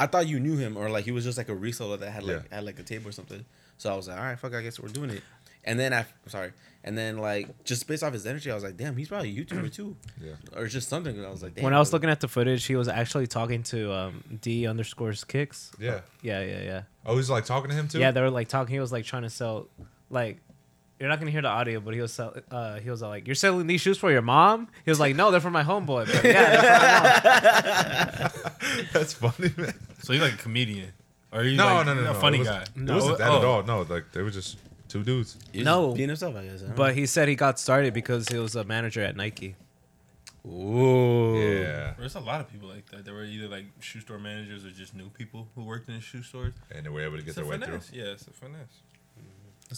S2: I thought you knew him or like he was just like a reseller that had like
S1: Yeah.
S2: had like a table or something. So I was like, all right, fuck, I guess we're doing it. And then I, sorry, and then like just based off his energy, I was like, damn, he's probably a YouTuber too,
S1: Yeah.
S2: or just something. And I was like, damn,
S5: when I was
S2: bro.
S5: looking at the footage, he was actually talking to um, D underscores kicks.
S1: Yeah.
S5: Yeah, yeah, yeah.
S1: Oh, he's like talking to him too.
S5: Yeah, they were like talking. He was like trying to sell, like, you're not gonna hear the audio, but he was sell, uh, he was like, "You're selling these shoes for your mom?" He was like, "No, they're for my homeboy." But yeah, they're for my mom.
S1: *laughs* that's funny. Man.
S3: so you're like a comedian, or you
S1: No,
S3: like,
S1: no, no,
S3: a
S1: no,
S3: funny
S1: it
S3: guy? Oh.
S1: wasn't- It wasn't that at all. No, like they were just two dudes.
S2: He was
S5: No.
S2: just being himself, I guess. I don't
S5: *laughs* but he said he got started because he was a manager at Nike.
S2: know. ooh,
S1: Yeah,
S3: There's a lot of people like that. They were either like shoe store managers or just new people who worked in the shoe stores.
S1: and they were able to get
S3: It's
S1: their
S3: a
S1: way through.
S3: finesse. Yeah, it's a finesse.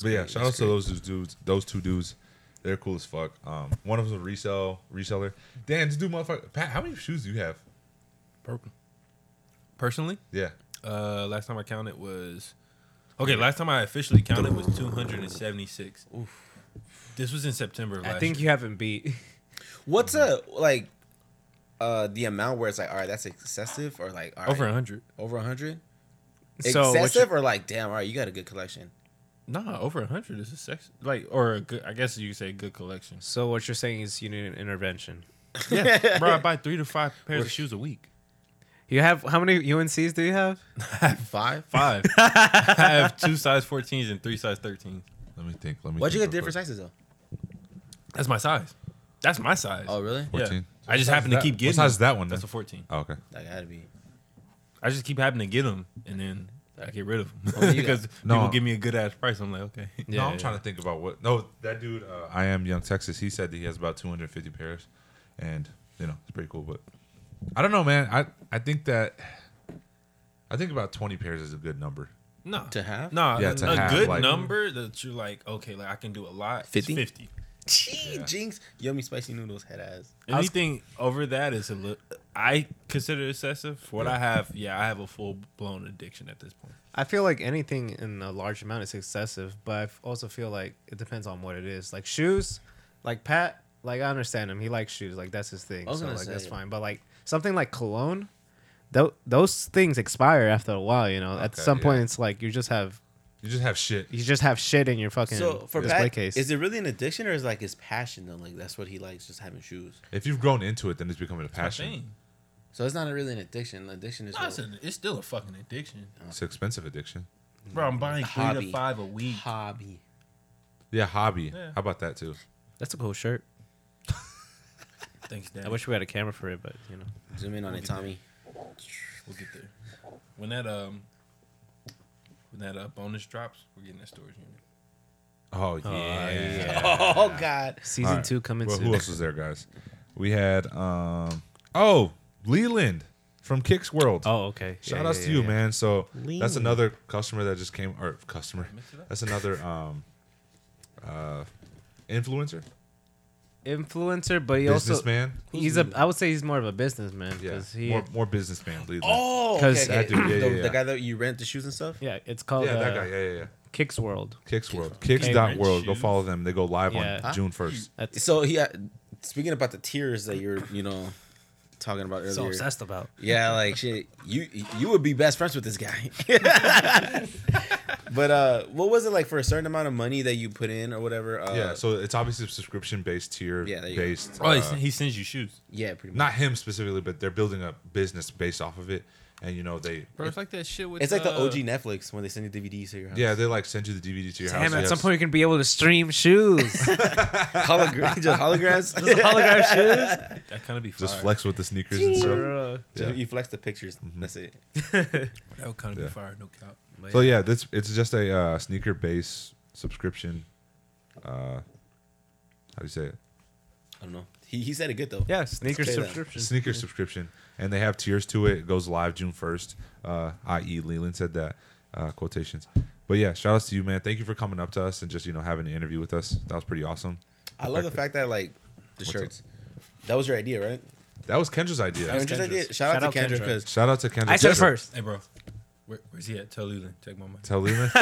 S1: But yeah, shout out to those two dudes. Those two dudes, they're cool as fuck. Um, one of them's a resell reseller. Dan, this dude, motherfucker, Pat, how many shoes do you have?
S3: Personally,
S1: Yeah,
S3: uh, last time I counted was okay. Last time I officially counted was 276. This was in September. Of last
S5: I think
S3: year.
S5: you haven't beat. *laughs*
S2: What's a like, uh, the amount where it's like, all right, that's excessive, or like, all right,
S3: over 100.
S2: over a hundred,
S5: So what
S2: excessive, or like, damn, all right, you got a good collection.
S3: Nah, over 100 *laughs* is a sex like or a good. I guess you could say a good collection.
S5: So what you're saying is you need an intervention.
S3: Yeah, bro, I buy three to five pairs of shoes a week.
S5: You have how many UNCs do you have?
S2: Five.
S3: *laughs* Five. *laughs* I have two size 14s and three size 13s.
S1: Let me think. Let me.
S2: Why'd you get
S1: think real
S2: different
S1: quick.
S2: sizes though?
S3: That's my size. That's my size.
S2: Oh, really?
S3: Yeah.
S1: 14?
S3: I just happen to
S1: that-
S3: keep
S1: what
S3: getting.
S1: size is
S3: them.
S1: that one,
S3: That's
S1: then?
S3: a 14.
S1: Oh, okay.
S2: That gotta be.
S3: I just keep having to get them, and then I get rid of
S2: Oh,
S3: them *laughs*
S2: you got-
S3: because
S1: No.
S3: people give me a good ass price. I'm like, okay.
S1: no, I'm trying to think about what. No, that dude. Uh, I am Young Texas. He said that he has about 250 pairs, and you know it's pretty cool. But I don't know, man. I I think that I think about 20 pairs is a good number.
S3: No.
S2: To have?
S3: No,
S1: Yeah,
S3: a,
S1: to
S3: a
S1: have,
S3: good
S1: like-
S3: number that you're like, okay, like I can do a lot. is
S2: 50?
S3: 50.
S2: Gee, Jinx, yummy spicy noodles, head ass.
S3: Anything over that is a little. I consider excessive. For what I have, yeah, I have a full blown addiction at this point.
S5: I feel like anything in a large amount is excessive, but I f- also feel like it depends on what it is. Like shoes, like Pat, like I understand him. He likes shoes, like that's his thing.
S2: I was
S5: So
S2: gonna
S5: like that's
S2: say.
S5: fine. But like something like cologne, tho- those things expire after a while. You know, at
S1: Okay,
S5: some point
S1: yeah.
S5: it's like you just have
S1: You just have shit.
S5: you just have shit in your fucking
S2: So for
S5: display
S2: Pat,
S5: case.
S2: is it really an addiction or is like his passion though? Like that's what he likes, just having shoes.
S1: If you've grown into it, then it's becoming a
S3: Thing.
S1: passion.
S2: So it's not really an addiction. Addiction is
S3: No,
S2: what-
S3: it's, an- it's still a fucking addiction.
S1: It's an expensive addiction.
S3: Bro, I'm buying three
S2: Hobby.
S3: to five a week.
S2: hobby.
S1: Yeah, hobby.
S3: Yeah.
S1: How about that too?
S5: that's a cool shirt.
S3: Thanks, Dad.
S5: I wish we had a camera for it, but you know.
S2: Zoom in on it, Tommy.
S3: we'll get there. When that um, when that uh, bonus drops, we're getting that storage unit.
S1: Oh yeah.
S2: Oh God.
S5: Season
S1: Alright.
S5: two coming
S1: Well,
S5: soon.
S1: who else was there, guys? We had um oh Leland from Kicks World.
S5: Oh, okay.
S1: Shout
S5: Yeah,
S1: outs
S5: yeah,
S1: to
S5: yeah,
S1: you,
S5: yeah.
S1: man. So that's
S5: Leland.
S1: another customer that just came or customer.
S3: mixed it up.
S1: That's another um uh influencer,
S5: Influencer, but he also
S1: businessman.
S5: he's a. I would say he's more of a businessman
S1: Yeah,
S5: because he.
S1: more, more businessman. Leland.
S2: Oh, okay,
S5: 'Cause
S2: okay.
S1: that dude, yeah,
S2: the,
S1: yeah, yeah.
S2: the guy that you rent the shoes and stuff.
S5: yeah, it's called
S1: yeah, that
S5: uh,
S1: guy. Yeah, yeah, yeah.
S5: Kicks World.
S1: Kicks World. Kicks
S5: Okay.
S1: dot world. Go
S3: Shoes.
S1: follow them. They go live
S5: Yeah.
S1: on
S5: Huh?
S1: June first.
S5: That's
S2: So he uh, speaking about the tears that you're you know talking about earlier.
S5: so obsessed about.
S2: Yeah, like shit. You you would be best friends with this guy. *laughs* but uh, what was it like for a certain amount of money that you put in or whatever? Uh,
S1: yeah, so it's obviously subscription based tier
S2: Yeah, there you go.
S1: based.
S3: Oh,
S1: uh,
S3: he, he sends you shoes.
S2: yeah, pretty much.
S1: not him specifically, but they're building a business based off of it. And you know they,
S3: Bro, it's like that shit with.
S2: it's like the OG Netflix when they send you DVDs to your house.
S1: yeah, they like send you the DVD to your house.
S5: Damn, at
S1: Yes.
S5: some point you're gonna be able to
S1: *laughs*
S5: stream shoes. *laughs*
S2: Hologra- *laughs* just holograms.
S5: Hologram shoes.
S3: That kind of be fire.
S1: just flex with the sneakers and stuff.
S5: Bruh.
S2: Just-
S1: Yeah.
S2: *laughs* You flex the pictures. That's it.
S3: That would kind of
S1: Yeah.
S3: be fire. No cap.
S1: So yeah, this it's just a uh, sneaker based subscription. Uh, how do you say it?
S2: I don't know. He, he said it good though.
S5: Yeah, sneaker
S2: Say that.
S5: subscription.
S1: Sneaker subscription, and they have tiers to it. It goes live June first. Uh, I.e. Leland said that uh, quotations. But yeah, shout outs to you, man. Thank you for coming up to us and just you know having an interview with us. That was pretty awesome.
S2: I love the fact that like the shirts. That was your idea, right?
S1: That was Kendra's idea.
S2: Kendra's idea. Shout, out,
S5: Shout
S2: to
S5: out
S2: Kendra
S5: Kendra.
S2: because
S1: Shout out to Kendra.
S5: I said it
S1: Kendra.
S5: first.
S3: Hey, bro, Where, where's he at? Tell Leland, take my money.
S1: Tell
S5: *laughs*
S1: Leland.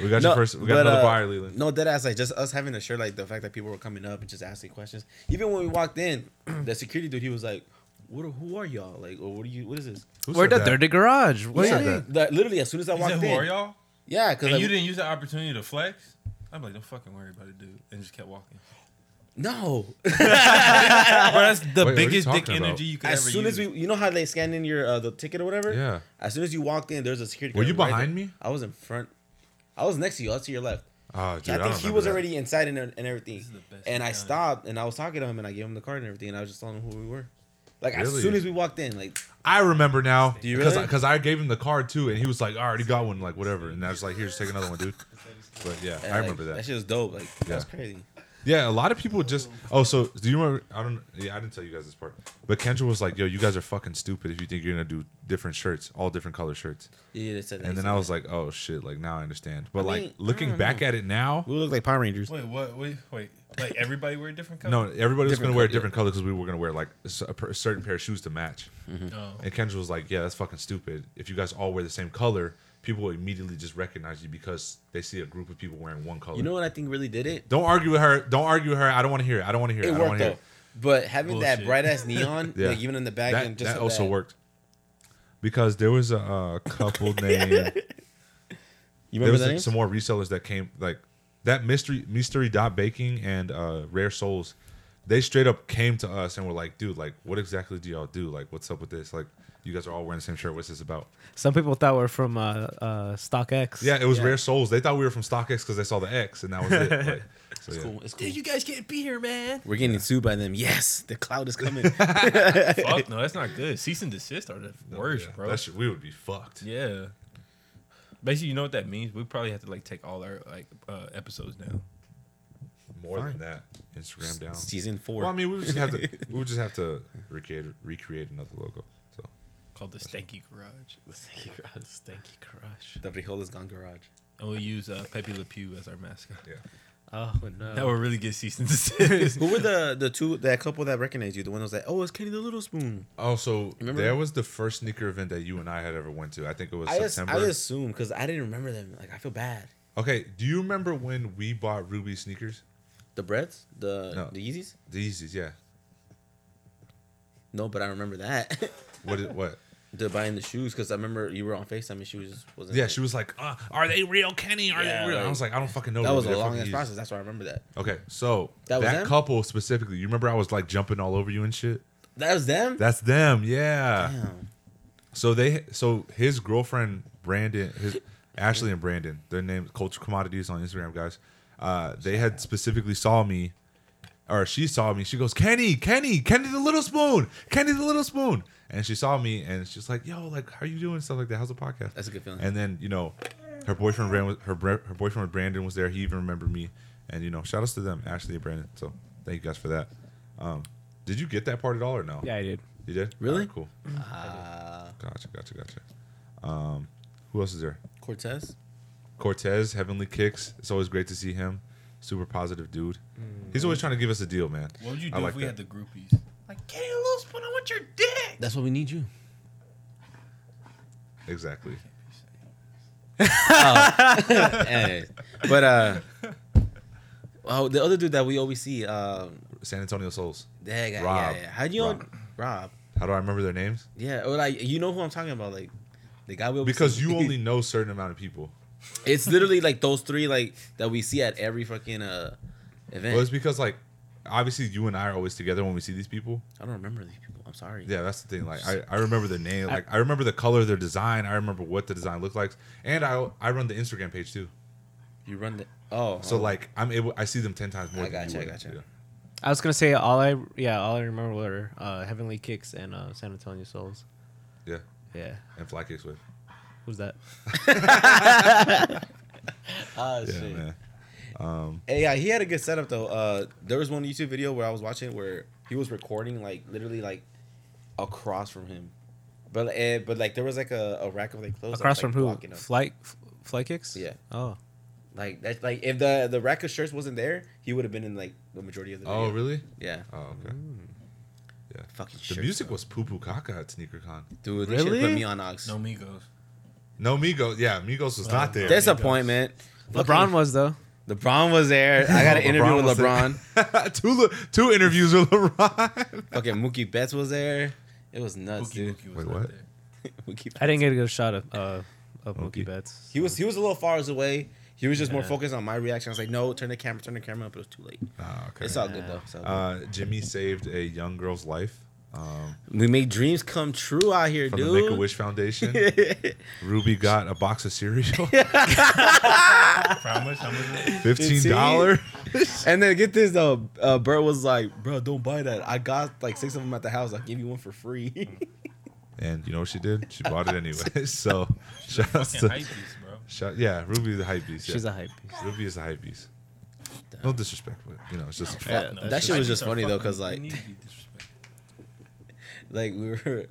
S1: we got you first. We got
S2: but,
S1: another
S2: uh,
S1: buyer, Leland.
S2: No, dead ass. Like just us having a shirt, like the fact that people were coming up and just asking questions. Even when we walked in,
S1: *clears throat*
S2: the security dude, he was like, "What? are- Who are y'all? Like, or what are you? What is this?"
S1: Who
S5: We're
S1: said
S5: the
S1: that?
S5: dirty garage. What do
S1: said
S5: you
S1: that?
S5: mean?
S2: Like, literally, as soon as I
S3: He said,
S2: walked
S3: "Who are
S2: in,
S3: y'all?"
S2: yeah, because
S3: And
S2: like,
S3: you didn't use the opportunity to flex. I'm like, don't fucking worry about it, dude, and just kept walking.
S2: no.
S3: *laughs* bro, that's the
S1: Wait, what are you
S3: biggest dick
S1: talking about?
S3: energy you
S2: *laughs*
S3: could
S2: as
S3: ever
S2: soon
S3: use.
S2: as we, you know how they scan in your uh, the ticket or whatever.
S1: Yeah.
S2: As soon as you walked in, there's a security.
S1: Were
S2: guard
S1: you
S2: right
S1: behind
S2: there.
S1: me?
S2: I was in front. I was next to you. I was to your left.
S1: Oh, dude,
S2: I
S1: don't
S2: think he
S1: remember
S2: was
S1: that.
S2: already inside and, and everything.
S3: This is the best
S2: And I
S3: time.
S2: stopped and I was talking to him and I gave him the card and everything and I was just telling him who we were. Like as
S1: Really?
S2: soon as we walked in, like
S1: I remember now.
S2: Do you
S1: Because
S2: really?
S1: because I gave him the card too, and he was like, "I already got one, like whatever." And I was like, "Here, just take another one, dude." But yeah,
S2: and,
S1: I
S2: like,
S1: remember
S2: That
S1: that.
S2: shit was dope. Like that's
S1: Yeah.
S2: crazy.
S1: Yeah, a lot of people just. Oh, so do you remember? I don't. Yeah, I didn't tell you guys this part. But Kendra was like, "Yo, you guys are fucking stupid if you think you're gonna do different shirts, all different color shirts."
S2: Yeah, they said that.
S1: And then I was like, "Oh shit!" Like now I understand. But
S2: I
S1: like
S2: mean, I
S1: looking
S2: don't
S1: back at it now,
S2: we look like Power Rangers.
S3: wait, what? Wait, wait. Like everybody wear different
S1: no,
S3: colors.
S1: everybody was
S2: Different
S1: gonna wear a
S2: color, yeah.
S1: different color because we were gonna wear like a cer- a certain pair of shoes to match.
S3: No.
S1: And Kendra was like, "Yeah, that's fucking stupid. If you guys all wear the same color, people will immediately just recognize you because they see a group of people wearing one color."
S2: You know what I think really did it?
S1: don't argue with her. Don't argue with her. I don't want to hear it. I don't want to hear it.
S2: It
S1: I don't want
S2: worked
S1: to hear
S2: though.
S1: it.
S2: But having that
S3: Bullshit.
S2: bright
S1: *laughs*
S2: ass neon,
S1: Yeah.
S2: like even in the back
S1: That,
S2: and just
S1: that
S2: so
S1: also
S2: bad.
S1: worked because there was a
S2: *laughs*
S1: uh, couple named.
S2: You
S1: There
S2: remember
S1: was
S2: that name?
S1: some more resellers that came like that mystery mystery dot baking and uh, rare souls. they straight up came to us and were like, dude, like, what exactly do y'all do? Like, what's up with this? Like, you guys are all wearing the same shirt. What's this about?
S5: Some people thought we're from uh, uh, StockX.
S1: Yeah, it was Rare Souls. They thought we were from StockX because they saw the X, and that was *laughs* it. Like, so, yeah.
S2: Cool. It's cool.
S3: you guys can't be here, man.
S2: We're getting sued by them. Yes, the cloud
S1: *laughs*
S2: is coming.
S3: *laughs* Fuck no, that's not good. Cease and desist are the worst,
S1: Yeah,
S3: bro.
S1: that shit- we would be fucked.
S3: yeah. Basically, you know what that means. We probably have to like take all our like uh, episodes down.
S1: More than that, Instagram down.
S2: Season four.
S1: Well, I mean, we would just have
S2: *laughs*
S1: to. We would just have to recreate recreate another logo. So
S3: Called the Stanky Garage.
S5: Stanky Crush.
S2: the Brihola's gone garage.
S1: *laughs*
S3: And we'll use uh, Pepe Le Pew as our mascot.
S1: yeah,
S5: Oh no.
S3: That would really get cease
S2: *laughs*
S3: and desist.
S2: Who were the the two that couple that recognized you? The one that was like, oh, it's Kenny the Little Spoon.
S1: Also,
S2: Remember-
S1: Oh, there was the first sneaker event that you and I had ever went to. I think it was
S2: I just,
S1: September.
S2: I assume because I didn't remember them. Like I feel bad.
S1: okay, do you remember when we bought Ruby sneakers?
S2: The breads, the
S1: No.
S2: the Yeezys.
S1: The Yeezys, yeah.
S2: No, but I remember that. *laughs*
S1: What? Did, what?
S2: the buying the shoes because I remember you were on Facetime and she was just wasn't.
S1: Yeah, she was like, uh, "Are they real, Kenny? Are
S2: Yeah,
S1: they real?"
S2: like-
S1: I was like, "I don't fucking know."
S2: That
S1: Ruby.
S2: was a
S1: They're
S2: long
S1: fucking
S2: ass
S1: Yeezys."
S2: process. That's why I remember that.
S1: Okay, so that,
S2: That was them?
S1: couple specifically, you remember I was like jumping all over you and shit.
S2: That was them.
S1: That's them, yeah.
S2: Damn.
S1: So they, so his girlfriend Brandon, his Ashley and Brandon, their name Culture Commodities on Instagram, guys. Uh, they had specifically saw me, or she saw me. She goes, Kenny, Kenny, Kenny the Little Spoon, Kenny the Little Spoon, and she saw me and she's like, Yo, like, how you doing? Stuff like that. How's the podcast?
S2: That's a good feeling.
S1: And then you know, her boyfriend ran with her. br- Her boyfriend Brandon was there. He even remembered me. And you know, shout outs to them, Ashley and Brandon. So thank you guys for that. Um, did you get that part at all or no?
S5: yeah, I did.
S1: You did.
S2: Really?
S1: Alright, cool.
S2: Uh,
S1: Gotcha. Gotcha. Gotcha. Um, who else is there?
S2: Cortez.
S1: Cortez, Heavenly Kicks. It's always great to see him. Super positive dude. He's always trying to give us a deal, man.
S3: Mm. What would you
S1: I
S3: do
S1: like
S3: if we
S1: that.
S3: had the groupies? Like, Kenny the Little Spoon, I want your dick.
S2: That's what we need you. *laughs*
S1: Exactly.
S2: Oh. *laughs* Hey. But uh, oh, the other dude that we always see, um,
S1: San Antonio Souls.
S2: that guy.
S1: Rob.
S2: Yeah, yeah. How do you Rob.
S1: Rob.
S2: Rob?
S1: How do I remember their names?
S2: Yeah, or like you know who I'm talking about, like the guy we always
S1: Because
S2: see.
S1: you only know certain amount of people.
S2: *laughs* it's literally like those three like that we see at every fucking uh event.
S1: Well, it's because like obviously you and I are always together when we see these people.
S2: I don't remember these people. I'm sorry.
S1: Yeah, that's the thing. Like, I, I remember the name. Like, I remember the color of their design. I remember what the design looked like. And I I run the Instagram page too.
S2: You run the oh
S1: So
S2: oh. *laughs*
S1: like, I'm able. I see them ten times more.
S2: I
S1: than
S2: gotcha,
S1: you
S2: I
S1: would.
S2: gotcha.
S1: Yeah.
S5: I was gonna say all I yeah all I remember were uh, Heavenly Kicks and uh, San Antonio Souls.
S1: Yeah.
S5: Yeah,
S1: And fly kicks with.
S2: *laughs*
S5: who's that?
S2: Ah,
S1: Yeah,
S2: shit.
S1: man. Um,
S2: Hey, yeah, he had a good setup though. Uh, there was one YouTube video where I was watching where he was recording like literally like across from him, but eh, but like there was like a, a rack of like clothes that
S5: Across
S2: was,
S5: from
S2: like,
S5: who?
S2: blocking him.
S5: Flight f- Flight Kicks.
S2: Yeah.
S5: Oh,
S2: Like that's like if the the rack of shirts wasn't there, he would have been in like the majority of the.
S1: Oh
S2: video.
S1: really?
S2: Yeah.
S1: Oh okay. Yeah.
S2: Fucking
S1: The
S2: shirts,
S1: music
S2: bro.
S1: was poo poo caca at SneakerCon.
S2: Dude, they should put
S5: Really?
S2: me on Ox.
S3: No Migos.
S1: No Migos. Yeah, Migos was
S2: Uh,
S1: not there.
S2: Disappointment.
S5: LeBron was though.
S2: Fucking- LeBron was there.
S1: *laughs*
S2: I got an interview with LeBron.
S1: two le- two interviews with LeBron. *laughs*
S2: Fucking Mookie Betts was there. It was nuts,
S3: Ookie
S2: dude.
S3: Mookie was
S1: Wait,
S3: not
S1: what?
S3: there.
S2: *laughs* Mookie Betts.
S5: I didn't get a good shot of uh, of Mookie
S1: Okay.
S5: Betts.
S2: He was he was a little far away. He was just more
S5: Yeah.
S2: focused on my reaction. I was like, no, turn the camera, turn the camera up. It was too late.
S1: Ah, okay.
S2: It's all good though. It's all
S1: uh,
S2: good.
S1: Jimmy saved a young girl's life um,
S2: we make dreams come true out here,
S1: from
S2: dude.
S1: the Make a Wish Foundation.
S2: *laughs*
S1: Ruby got a box of cereal. *laughs*
S3: For how much? How much? was it?
S1: Fifteen dollars.
S2: and then get this though, uh, Bert was like, "Bro, don't buy that. I got like six of them at the house. I'll give you one for free." *laughs*
S1: And you know what she did? She bought it anyway. *laughs* So shout out to
S3: Fucking hypebeast, bro.
S1: shout, yeah, Ruby the hype beast. Yeah.
S5: She's a hype beast.
S1: Ruby is the hype beast. No disrespect, but you know it's just *laughs*
S3: Fuck
S2: Yeah,
S3: no.
S2: that shit was
S3: Hypebeasts
S2: just
S3: are
S2: funny, though,
S3: fucking-
S2: 'cause,
S3: they
S2: like-
S3: need to be disrespected.
S2: like we were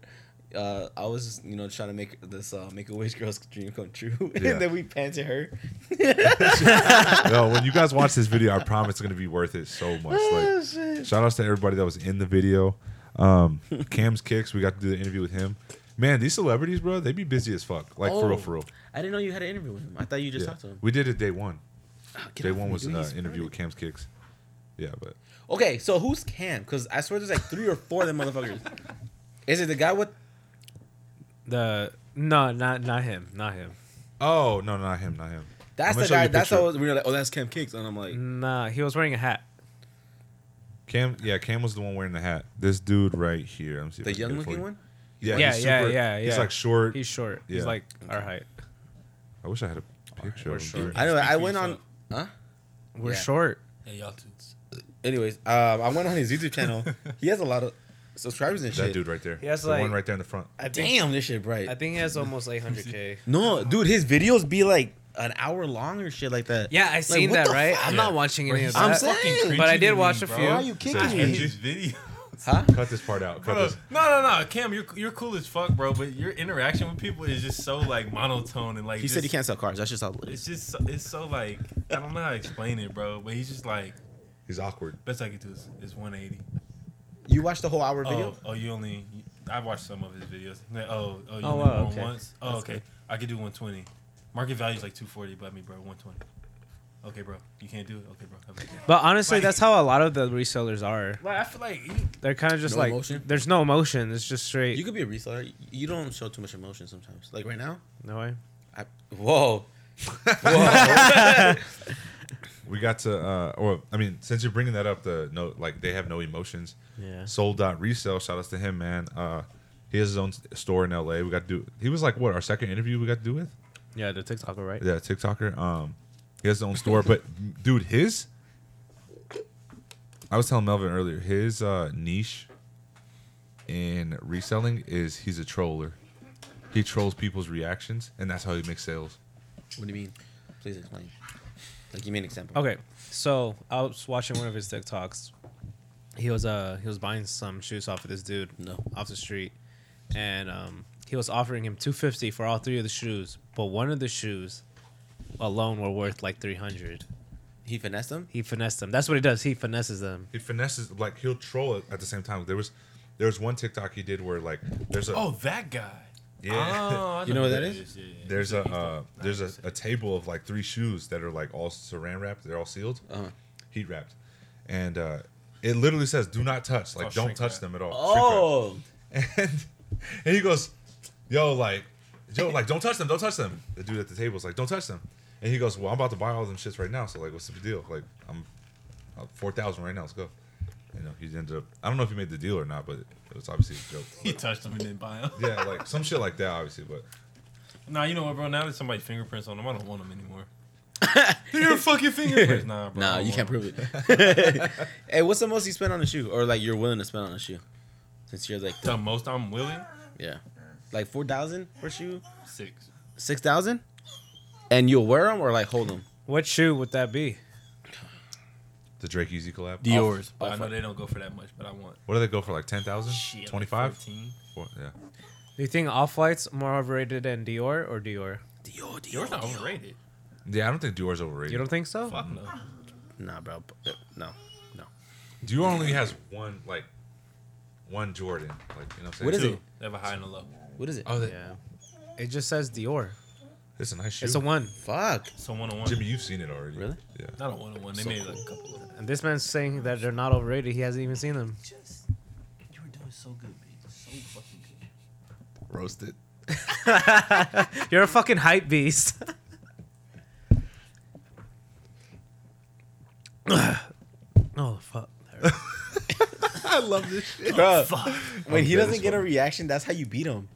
S2: uh I was just, you know trying to make this uh make a wish girl's dream come true. *laughs*
S1: Yeah.
S2: and then we panted her.
S1: no. When you guys watch this video, I promise it's gonna be worth it so much.
S2: *laughs*
S1: Like, shout outs to everybody that was in the video. Um, Cam's kicks. We got to do the interview with him. Man, these celebrities, bro, they be busy as fuck. Like for
S2: Oh.
S1: real, for real.
S2: I didn't know you had an interview with him. I thought you just
S1: Yeah.
S2: talked to him.
S1: We did it day one.
S2: Ah, get
S1: Day
S2: off
S1: one
S2: me,
S1: was
S2: dude.
S1: an uh,
S2: He's
S1: interview with
S2: burning.
S1: Cam's kicks. Yeah, but
S2: Okay, so who's Cam? Because I swear there's like three or four of them *laughs* motherfuckers. Is it the guy with
S5: The no, not not him, not him.
S1: oh no, not him, not him.
S2: that's
S1: I'm gonna
S2: the
S1: show you
S2: guy
S1: a
S2: that's
S1: picture.
S2: Mm. how we were like, oh that's Cam Kicks, and I'm like
S5: Nah, he was wearing a hat.
S1: Cam, yeah, Cam was the one wearing the hat. This dude right here. I'm
S2: The young looking one?
S1: Yeah,
S5: Yeah,
S1: he's
S5: yeah,
S1: super-
S5: yeah,
S1: He's
S5: yeah.
S1: like short.
S5: He's short.
S1: Yeah.
S5: He's like our height.
S1: I wish I had a picture.
S5: Oh, we're
S1: of him,
S5: short.
S1: dude.
S2: I know.
S3: Speak
S2: I
S3: for
S2: went on.
S3: yourself.
S2: Huh?
S5: We're
S2: Yeah.
S5: short.
S3: Hey, y'all dudes.
S2: Anyways, um, I went on his YouTube channel. he has a lot of subscribers and
S1: That
S2: shit.
S1: dude right there.
S5: He has,
S1: the
S5: like-
S1: one right there in the front.
S5: I think,
S2: Damn, this shit bright.
S5: I think he has almost 800k.
S2: no, dude, his videos be like an hour long or shit like that.
S5: Yeah, I seen
S2: what
S5: that.
S2: the
S5: Right?
S2: fuck?
S5: I'm
S3: Yeah.
S5: not watching
S3: Where
S5: any
S3: he's
S5: of that.
S2: I'm saying-
S3: fucking
S5: But I
S3: cringy
S5: did
S3: to
S5: watch
S3: me,
S5: a
S3: bro.
S5: few.
S2: Why are you
S1: Says
S2: *laughs* kicking
S3: Cringe
S2: me?
S1: Andrew.
S3: his video.
S2: Huh?
S1: Cut this part out. Cut
S3: Bro,
S1: this.
S3: no, no, no, Cam, you're you're cool as fuck, bro. But your interaction with people is just so like monotone and like.
S2: He said he
S3: just-
S2: can't sell cars. That's just how it is.
S3: It's just so, it's so like I don't know how to explain it, bro. But he's just like
S1: He's awkward.
S3: best I could do is, is 180.
S2: You watched the whole hour video?
S3: Oh, oh, you only I watched some of his videos. Like, oh, oh, you
S5: Oh,
S3: only
S5: wow,
S3: won
S5: okay.
S3: once. Oh,
S5: That's
S3: okay.
S5: good.
S3: I could do 120. Market value is like 240, but me, bro, 120. Okay, bro, you can't do it. Okay, bro. Have a good day.
S5: *laughs* But honestly,
S3: Like-
S5: that's how a lot of the resellers are.
S3: Like I feel like you-
S5: They're kind of just
S2: No
S5: like,
S2: emotion?
S5: there's no emotion. It's just straight.
S2: You could be a reseller. You don't show too much emotion sometimes. Like right now,
S5: no way.
S2: I *laughs* whoa, whoa.
S1: We got to, uh, or I mean, since you're bringing that up, the no, like they have no emotions.
S5: Yeah.
S1: Soul dot resale. Shout outs to him, man. Uh, he has his own s- store in L.A. We got to do. He was like what our second interview we got to do with.
S5: Yeah, the TikToker, right?
S1: Yeah, TikToker. Um, he has his own store, but dude, his. I was telling Melvin earlier, his uh, niche in reselling is he's a troller. He trolls people's reactions, and that's how he makes sales.
S2: what do you mean? Please explain. Like give me an example.
S5: Okay, so I was watching one of his TikToks. He was uh he was buying some shoes off of this dude
S2: No.
S5: off the street, and um he was offering him two fifty for all three of the shoes, but one of the shoes alone were worth like three hundred.
S2: He finessed him.
S5: He finessed them. That's what he does. He finesses them.
S1: He finesses like he'll troll it at the same time. There was there was one TikTok he did where like there's a
S3: oh that guy.
S1: yeah.
S3: Oh, I
S2: You
S3: know
S2: know
S3: who
S2: what that is?
S3: Yeah, yeah.
S1: There's a
S3: He's the-
S1: uh,
S3: nah,
S1: there's a,
S3: he's
S1: a table of like three shoes that are like all saran wrapped. They're all sealed,
S2: Uh-huh.
S1: heat wrapped, and uh, it literally says "Do not touch." Like
S3: Oh,
S1: don't
S3: shrink
S1: touch
S3: wrap.
S1: them at all.
S2: Oh,
S1: Shrink wrap. *laughs* and, and he goes, "Yo, like, yo, like, don't touch them, don't touch them." The dude at the table is like, "Don't touch them," and he goes, "Well, I'm about to buy all them shits right now, so like, what's the big deal? Like, I'm uh, four thousand right now. Let's go." You know, he ended up. I don't know if he made the deal or not, but it was obviously a joke.
S3: *laughs* He touched him and didn't buy him.
S1: yeah, like some shit like that, obviously, but.
S3: Nah, you know what, bro? Now that somebody fingerprints on them, I don't want them anymore. Your fucking fingerprints, nah, bro.
S2: nah,
S3: I don't
S2: you
S3: want
S2: can't
S3: 'em.
S2: prove it. hey, what's the most you spent on a shoe, or like you're willing to spend on a shoe? Since you're like,
S3: The most I'm willing,
S2: yeah, like four thousand for a shoe,
S3: six.
S2: six thousand, and you'll wear them or like hold them.
S5: What shoe would that be?
S1: The Drake Easy collab.
S3: Dior's.
S2: Oh,
S3: But I know
S2: fuck.
S3: they don't go for that much, but I want.
S1: What do they go for? Like 10,000?
S3: shit, like
S1: 25?
S3: 14.
S1: Four- yeah.
S5: Do you think Off White's more overrated than Dior or Dior?
S2: Dior, Dior,
S3: Dior's not overrated.
S1: Yeah, I don't think Dior's overrated.
S5: You don't think so?
S3: Fuck no.
S2: Nah, bro, Uh, no, no.
S1: Dior only has one, like, one Jordan. Like, you know what I'm saying?
S2: What is
S3: Two.
S2: it?
S3: They have a high and a low.
S2: What is it?
S1: Oh, that,
S5: Yeah. It just says Dior.
S1: it's a nice shoe.
S5: It's a one.
S2: Fuck.
S3: So one on one.
S1: Jimmy, you've seen it already.
S2: Really?
S1: Yeah.
S3: Not a one on one. They
S2: So
S3: made
S2: cool.
S3: like a couple of them.
S5: And this man's saying that they're not overrated. He hasn't even seen them.
S3: Just, you were doing so good, babe. So fucking good.
S1: Roasted.
S5: *laughs* You're a fucking hype beast. *laughs* oh fuck.
S1: I love this shit.
S2: Bro, when
S1: I'm
S2: he
S1: dead
S2: doesn't
S1: as
S2: get a
S1: fuck.
S2: reaction, that's how you beat him.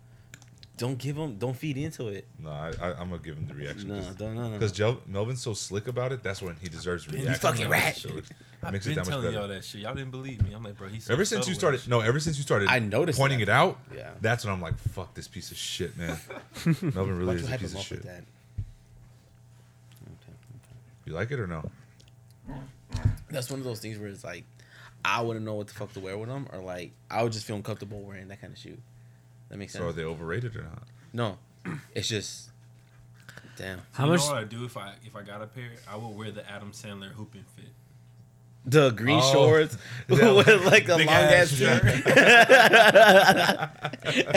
S2: Don't give him. Don't feed into it.
S1: No, I, I, I'm going to give him the reaction.
S2: No, don't. No, no.
S1: Because Melvin's so slick about it, that's when he deserves a reaction.
S2: fucking
S1: Like,
S2: rat.
S1: so it
S3: I've
S1: makes it
S3: been
S1: that much
S3: telling y'all
S1: better.
S3: that shit. Y'all didn't believe me. I'm like, bro, he's so
S1: Ever since you
S3: subtle with
S1: started, no, ever since you started
S2: I noticed
S1: pointing
S2: that.
S1: it out,
S2: Yeah.
S1: that's when I'm like, fuck this piece of shit, man.
S2: *laughs*
S1: Melvin really
S2: Why'd
S1: is
S2: you
S1: a
S2: hype
S1: piece
S2: him
S1: of
S2: up
S1: shit.
S2: with that?
S1: You like it or no?
S2: That's one of those things where it's like, I wouldn't know what the fuck to wear with them, or like, I would just feel uncomfortable wearing that kind of shoe. That makes sense.
S1: So are they overrated or not?
S2: no, it's just, damn.
S5: How
S3: you
S5: much?
S3: Know
S5: *laughs*
S3: what I do if I if I got a pair? I would wear the Adam Sandler hooping fit.
S2: The green
S1: Oh.
S2: shorts *laughs*
S1: Yeah,
S2: with like a
S1: big
S2: long
S1: ass
S2: ass *laughs* shirt.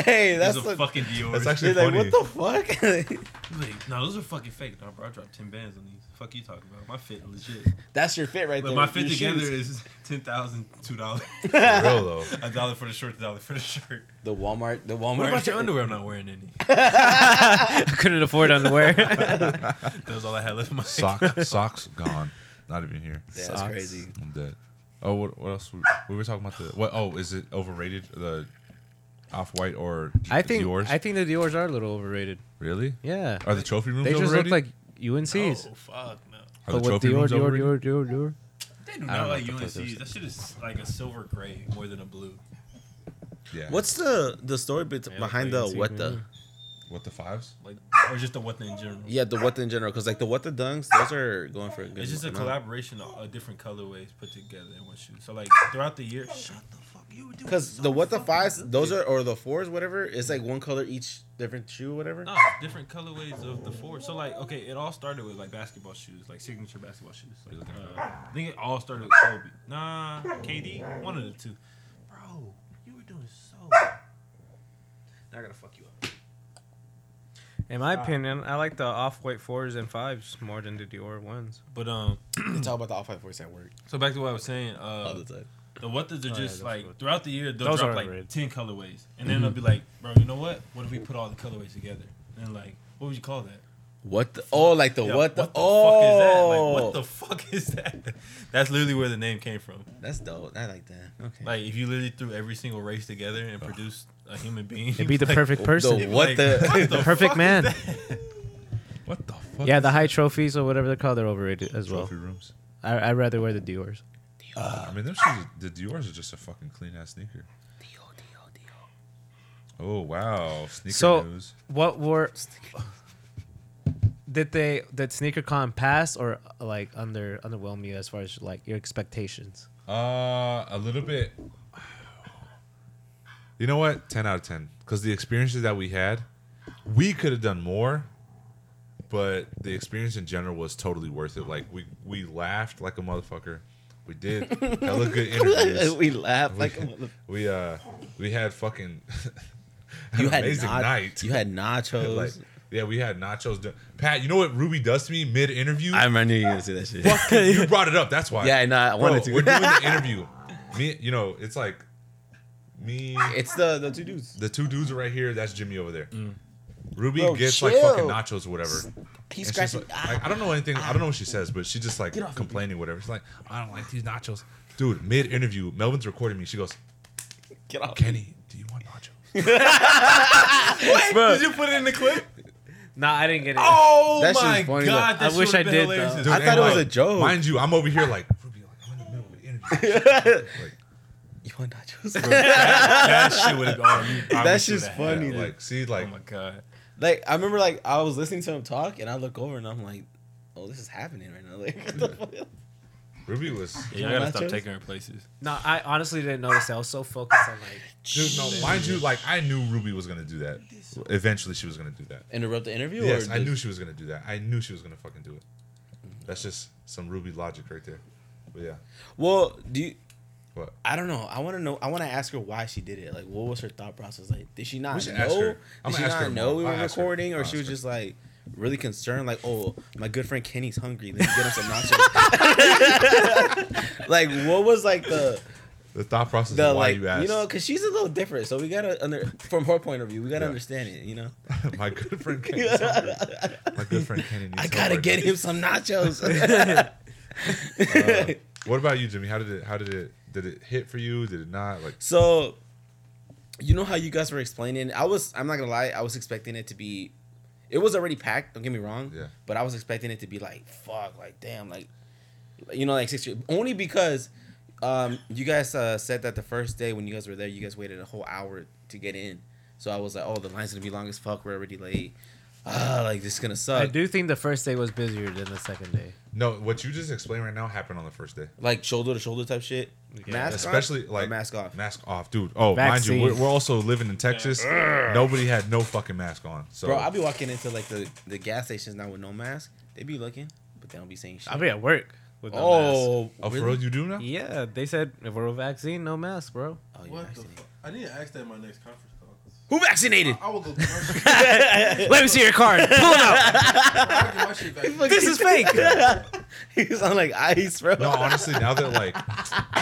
S2: hey, that's
S3: That's a
S2: the.
S3: fucking Dior.
S1: That's actually
S2: you're
S1: funny.
S2: like, what the fuck? *laughs*
S3: Wait, no, those are fucking fake. No, bro, I dropped ten bands on these. Fuck you talking about? My fit
S1: *laughs*
S3: legit.
S2: that's your fit right
S3: But
S2: there.
S3: my
S2: with
S3: fit
S2: your
S3: together
S2: shoes.
S3: is ten thousand two dollars. *laughs*
S1: For real though.
S3: A dollar for the shorts, a dollar for the shirt.
S2: The Walmart. The Walmart.
S3: What about your underwear? I'm not wearing any.
S5: I couldn't afford underwear.
S3: That was all I had left in my
S1: Sock, socks gone. Not even here.
S2: Yeah, that's
S5: Socks.
S2: crazy.
S1: I'm dead. Oh, what, what else? We, we were talking about the what? Oh, is it overrated? The off white or
S5: I think
S1: yours?
S5: I think the Dior's are a little overrated.
S1: really?
S5: Yeah,
S1: Are the trophy rooms
S5: they just
S1: overrated?
S5: look like UNC's.
S3: *laughs* Oh fuck no.
S1: Are
S5: but
S1: the
S5: with
S1: trophy
S5: Dior,
S1: rooms
S5: Dior,
S1: overrated?
S5: Dior, Dior, Dior,
S3: They do
S5: I don't
S3: not
S5: know
S3: like
S5: what the fuck those
S3: UNCs. That shit is like a silver gray more than a blue.
S1: Yeah.
S2: What's the the story bet-
S5: Yeah,
S2: behind the
S5: like,
S2: what the?
S1: what the fives?
S3: Like or just the what in general.
S2: Yeah, the what in general, because like the what the dunks, those are going for a good.
S3: It's just a
S2: amount.
S3: collaboration of of different colorways put together in one shoe. So like throughout the year, shut the fuck you were doing
S2: Because
S3: so
S2: the what the
S3: fucking
S2: fives,
S3: good.
S2: those are or the fours, whatever. It's like one color each different shoe, whatever.
S3: No, different colorways of the four. So like, okay, it all started with like basketball shoes, like signature basketball shoes. Like, uh, I think it all started with Kobe. Nah, KD, one of the two. Bro, you were doing so. Now I gotta fuck you up.
S5: In my opinion, I like the off-white fours and fives more than the Dior ones.
S3: But um,
S2: They talk about the off white fours at work
S3: so back to what I was saying. Uh,
S2: all the time.
S3: The what does are
S5: Oh, yeah,
S3: just
S5: those
S3: like
S5: are good.
S3: throughout the year they'll
S5: Those
S3: drop
S5: are
S3: like
S5: overrated.
S3: ten colorways, and then they'll
S2: Mm-hmm.
S3: be like, bro, you know what? What if we put all the colorways together? And like, what would you call that?
S2: What the? Oh, like the
S3: Yeah,
S2: what the?
S3: what the fuck is that?
S2: oh,
S3: Like, what the fuck is that? *laughs* That's literally where the name came from.
S2: That's dope. I like that. Okay.
S3: Like, if you literally threw every single race together and produced a human being,
S5: It'd be
S3: *laughs*
S5: the
S3: like,
S1: oh,
S5: perfect person.
S2: the what the-
S5: The *laughs*
S3: fuck
S5: perfect
S3: is
S5: man.
S3: that? *laughs*
S1: What the fuck?
S5: yeah, the high trophies or whatever they're called, they're overrated as well.
S1: trophy rooms.
S5: I, I'd rather wear the Dior's.
S1: I mean, those shoes, the Dior's are just a fucking clean ass sneaker. Oh wow, sneaker
S5: So-
S1: news.
S5: What were *laughs* did they did SneakerCon pass or like under underwhelm you as far as like your expectations?
S1: Uh, a little bit. You know what? Ten out of ten. Because the experiences that we had, we could have done more, but the experience in general was totally worth it. Like we we laughed like a motherfucker. We did
S2: *laughs*
S1: hella good interviews.
S2: *laughs* we laugh *laughs* like
S1: We uh we had fucking *laughs* an
S2: you had
S1: amazing
S2: nach-
S1: night.
S2: You had nachos.
S1: like yeah, we had nachos. do- Pat, you know what Ruby does to me mid interview?
S2: I remember you were gonna say that shit.
S1: you brought it up. That's why.
S2: *laughs* yeah, no, I wanted
S1: Bro, We're
S2: to.
S1: doing
S2: *laughs*
S1: the interview. Me, you know, it's like me.
S2: it's the the two dudes.
S1: The two dudes are right here. That's Jimmy over there.
S2: Mm.
S1: Ruby
S2: Bro,
S1: gets like
S2: chill.
S1: fucking nachos or whatever.
S2: He's
S1: And she's
S2: scratching. Ah.
S1: like, like, I don't know anything. I don't know what she says, but she just like
S2: Get off of me.
S1: complaining, whatever. She's like, I don't like these nachos, dude. Mid interview, Melvin's recording me. She goes,
S2: Get off.
S1: Kenny, do you want nachos?
S2: *laughs* Bro.
S3: Did you put it in the clip?
S5: No, I didn't get it.
S3: Oh
S2: That shit's
S3: my
S2: funny,
S3: god!
S2: though.
S3: That
S5: I wish
S3: shit
S5: I
S3: would've been
S5: did,
S3: hilarious
S5: though.
S3: as
S1: Dude,
S2: I
S1: and,
S2: thought it was
S1: like,
S2: a joke.
S1: Mind you, I'm over here like Ruby, like I'm in the middle of an interview.
S2: *laughs* You want nachos?
S3: *laughs* that shit would have gone.
S2: That shit's funny.
S1: Yeah, like, see,
S3: Oh
S1: like,
S3: my god!
S2: Like I remember, like I was listening to him talk, and I look over, and I'm like, "Oh, this is happening right now." *laughs* Like, what the fuck?
S1: Ruby was.
S3: Yeah, I gotta stop
S2: Nachos?
S3: taking her places.
S5: No, I honestly didn't notice. that. I was so focused on like
S1: Dude, no, mind you, like I knew Ruby was gonna do that. Eventually, she was gonna do that.
S2: interrupt the interview.
S1: Yes,
S2: or
S1: I
S2: just-
S1: knew she was gonna do that. I knew she was gonna fucking do it. That's just some Ruby logic right there. But yeah,
S2: Well, do you?
S1: what?
S2: I don't know. I want to know. I want to ask her why she did it. Like, what was her thought process? Like, did she not
S1: We should ask
S2: know?
S1: her.
S2: Did
S1: I'ma
S2: she
S1: ask her
S2: not know
S1: more.
S2: we
S1: I'll
S2: were
S1: ask her.
S2: recording, or
S1: I'll
S2: she was
S1: ask her.
S2: just like really concerned? Like, oh, my good friend Kenny's hungry. Let me get him some
S1: *laughs*
S2: nachos. *laughs* like, what was like the
S1: The thought process
S2: the
S1: of why
S2: like
S1: you
S2: you,
S1: asked. *laughs*
S2: know? Because she's a little different, so we gotta under from her point of view, we gotta
S1: Yeah.
S2: understand it. You know,
S1: *laughs*
S2: *laughs*
S1: my good friend Kenny. is hungry. My good friend Kenny. Needs
S2: I
S1: help
S2: gotta
S1: right
S2: get
S1: now.
S2: him some nachos.
S1: *laughs*
S2: *laughs*
S1: Uh, what about you, Jimmy? How did it? How did it? Did it hit for you? Did it not? Like,
S2: So, you know how you guys were explaining? I was, I'm not gonna lie, I was expecting it to be, it was already packed, don't get me wrong.
S1: Yeah.
S2: But I was expecting it to be like, fuck, like, damn, like, you know, like six years. Only because um, you guys uh, said that the first day when you guys were there, you guys waited a whole hour to get in. So I was like, oh, the line's gonna be long as fuck, we're already late. Ah, like, this is gonna
S5: I
S2: suck.
S5: do think the first day was busier than the second day.
S1: no, what you just explained right now happened on the first day.
S2: Like, shoulder to shoulder type shit. Mask
S1: Especially
S2: on or
S1: like
S2: mask off.
S1: mask off, dude. Oh,
S5: Vaccine.
S1: mind you, we're, we're also living in Texas. Nobody had no fucking mask on. So
S2: Bro, I'll be walking into like the, the gas stations now with no mask. They be looking, but they don't be saying shit.
S5: I'll be at work with no mask.
S2: oh,
S1: oh, for
S2: really?
S1: real, you do now?
S5: Yeah, they said if we're vaccine, no mask, bro.
S2: Oh, you're
S3: What the
S2: vaccinated.
S3: fuck? I need to ask that in my next conference call.
S2: Who vaccinated?
S3: I will go commercial.
S5: Let me see your card. Pull it out.
S3: I'll get my shit back.
S5: This is fake.
S2: *laughs* He's on like ice, bro.
S1: No, honestly, now that like,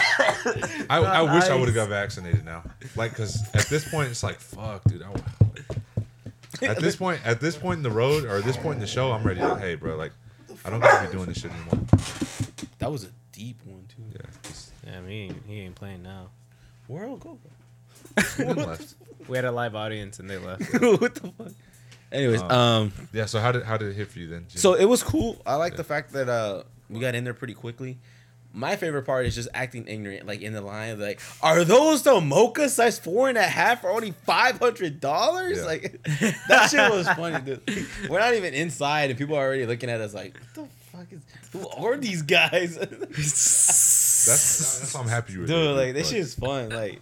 S1: I, I wish I would have got vaccinated now. Like, cause at this point it's like, fuck, dude. I, at this point, at this point in the road or at this point in the show, I'm ready. to, hey, bro, like, I don't gotta be doing this shit anymore.
S2: that was a deep one too.
S1: Yeah. just-
S5: Yeah, I mean, he ain't playing now.
S2: World go.
S1: and left.
S5: We had a live audience and they left.
S2: *laughs* what the fuck? Anyways,
S1: Um,
S2: um,
S1: Yeah. So how did how did it hit for you then? Jimmy?
S2: so it was cool. I like the fact that uh we got in there pretty quickly. My favorite part is just acting ignorant, like in the line, like, are those the mocha size four and a half for only five hundred dollars?
S1: Yeah.
S2: Like that
S1: *laughs*
S2: shit was funny, dude. We're not even inside and people are already looking at us like, what the fuck is who are these guys? *laughs*
S1: that's that's why I'm happy you were there,
S2: dude like this
S1: but-
S2: shit is fun like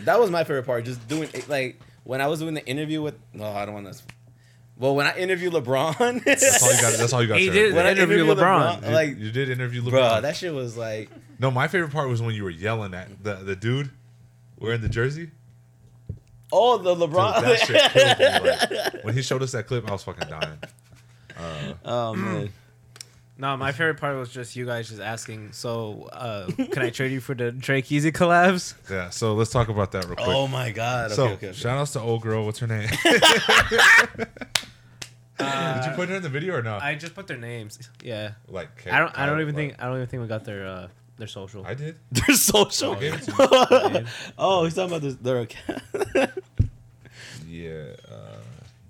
S2: that was my favorite part just doing it like when i was doing the interview with no i don't want this well when i interviewed lebron *laughs*
S1: That's all you got. That's all you got.
S5: He
S1: to
S5: did
S1: remember.
S2: when I
S5: Interview
S2: interviewed
S5: LeBron.
S1: You-
S2: like
S1: you did interview LeBron.
S2: bro that shit was like
S1: no, my favorite part was when you were yelling at the, the dude wearing the jersey.
S2: oh the
S1: Dude,
S2: lebron
S1: that
S2: *laughs*
S1: shit killed me. Like, when he showed us that clip, I was fucking dying. Uh,
S2: oh man
S5: no, my favorite part was just you guys just asking. So, uh, can I trade you for the Drake Easy *laughs* collabs?
S1: yeah, so let's talk about that real quick.
S2: oh my god okay,
S1: so,
S2: okay, okay.
S1: shout outs to old girl. What's her name? *laughs*
S5: Uh,
S1: Did you put her in the video or no?
S5: *laughs* I just put their names. Yeah,
S1: like,
S5: I don't. I don't
S1: Kyle,
S5: even
S1: like-
S5: think. I don't even think we got their uh, their social.
S1: I did.
S2: they're social
S1: I gave
S2: *laughs*
S1: it to you.
S2: oh he's talking about this their *laughs* account
S1: Yeah. Uh,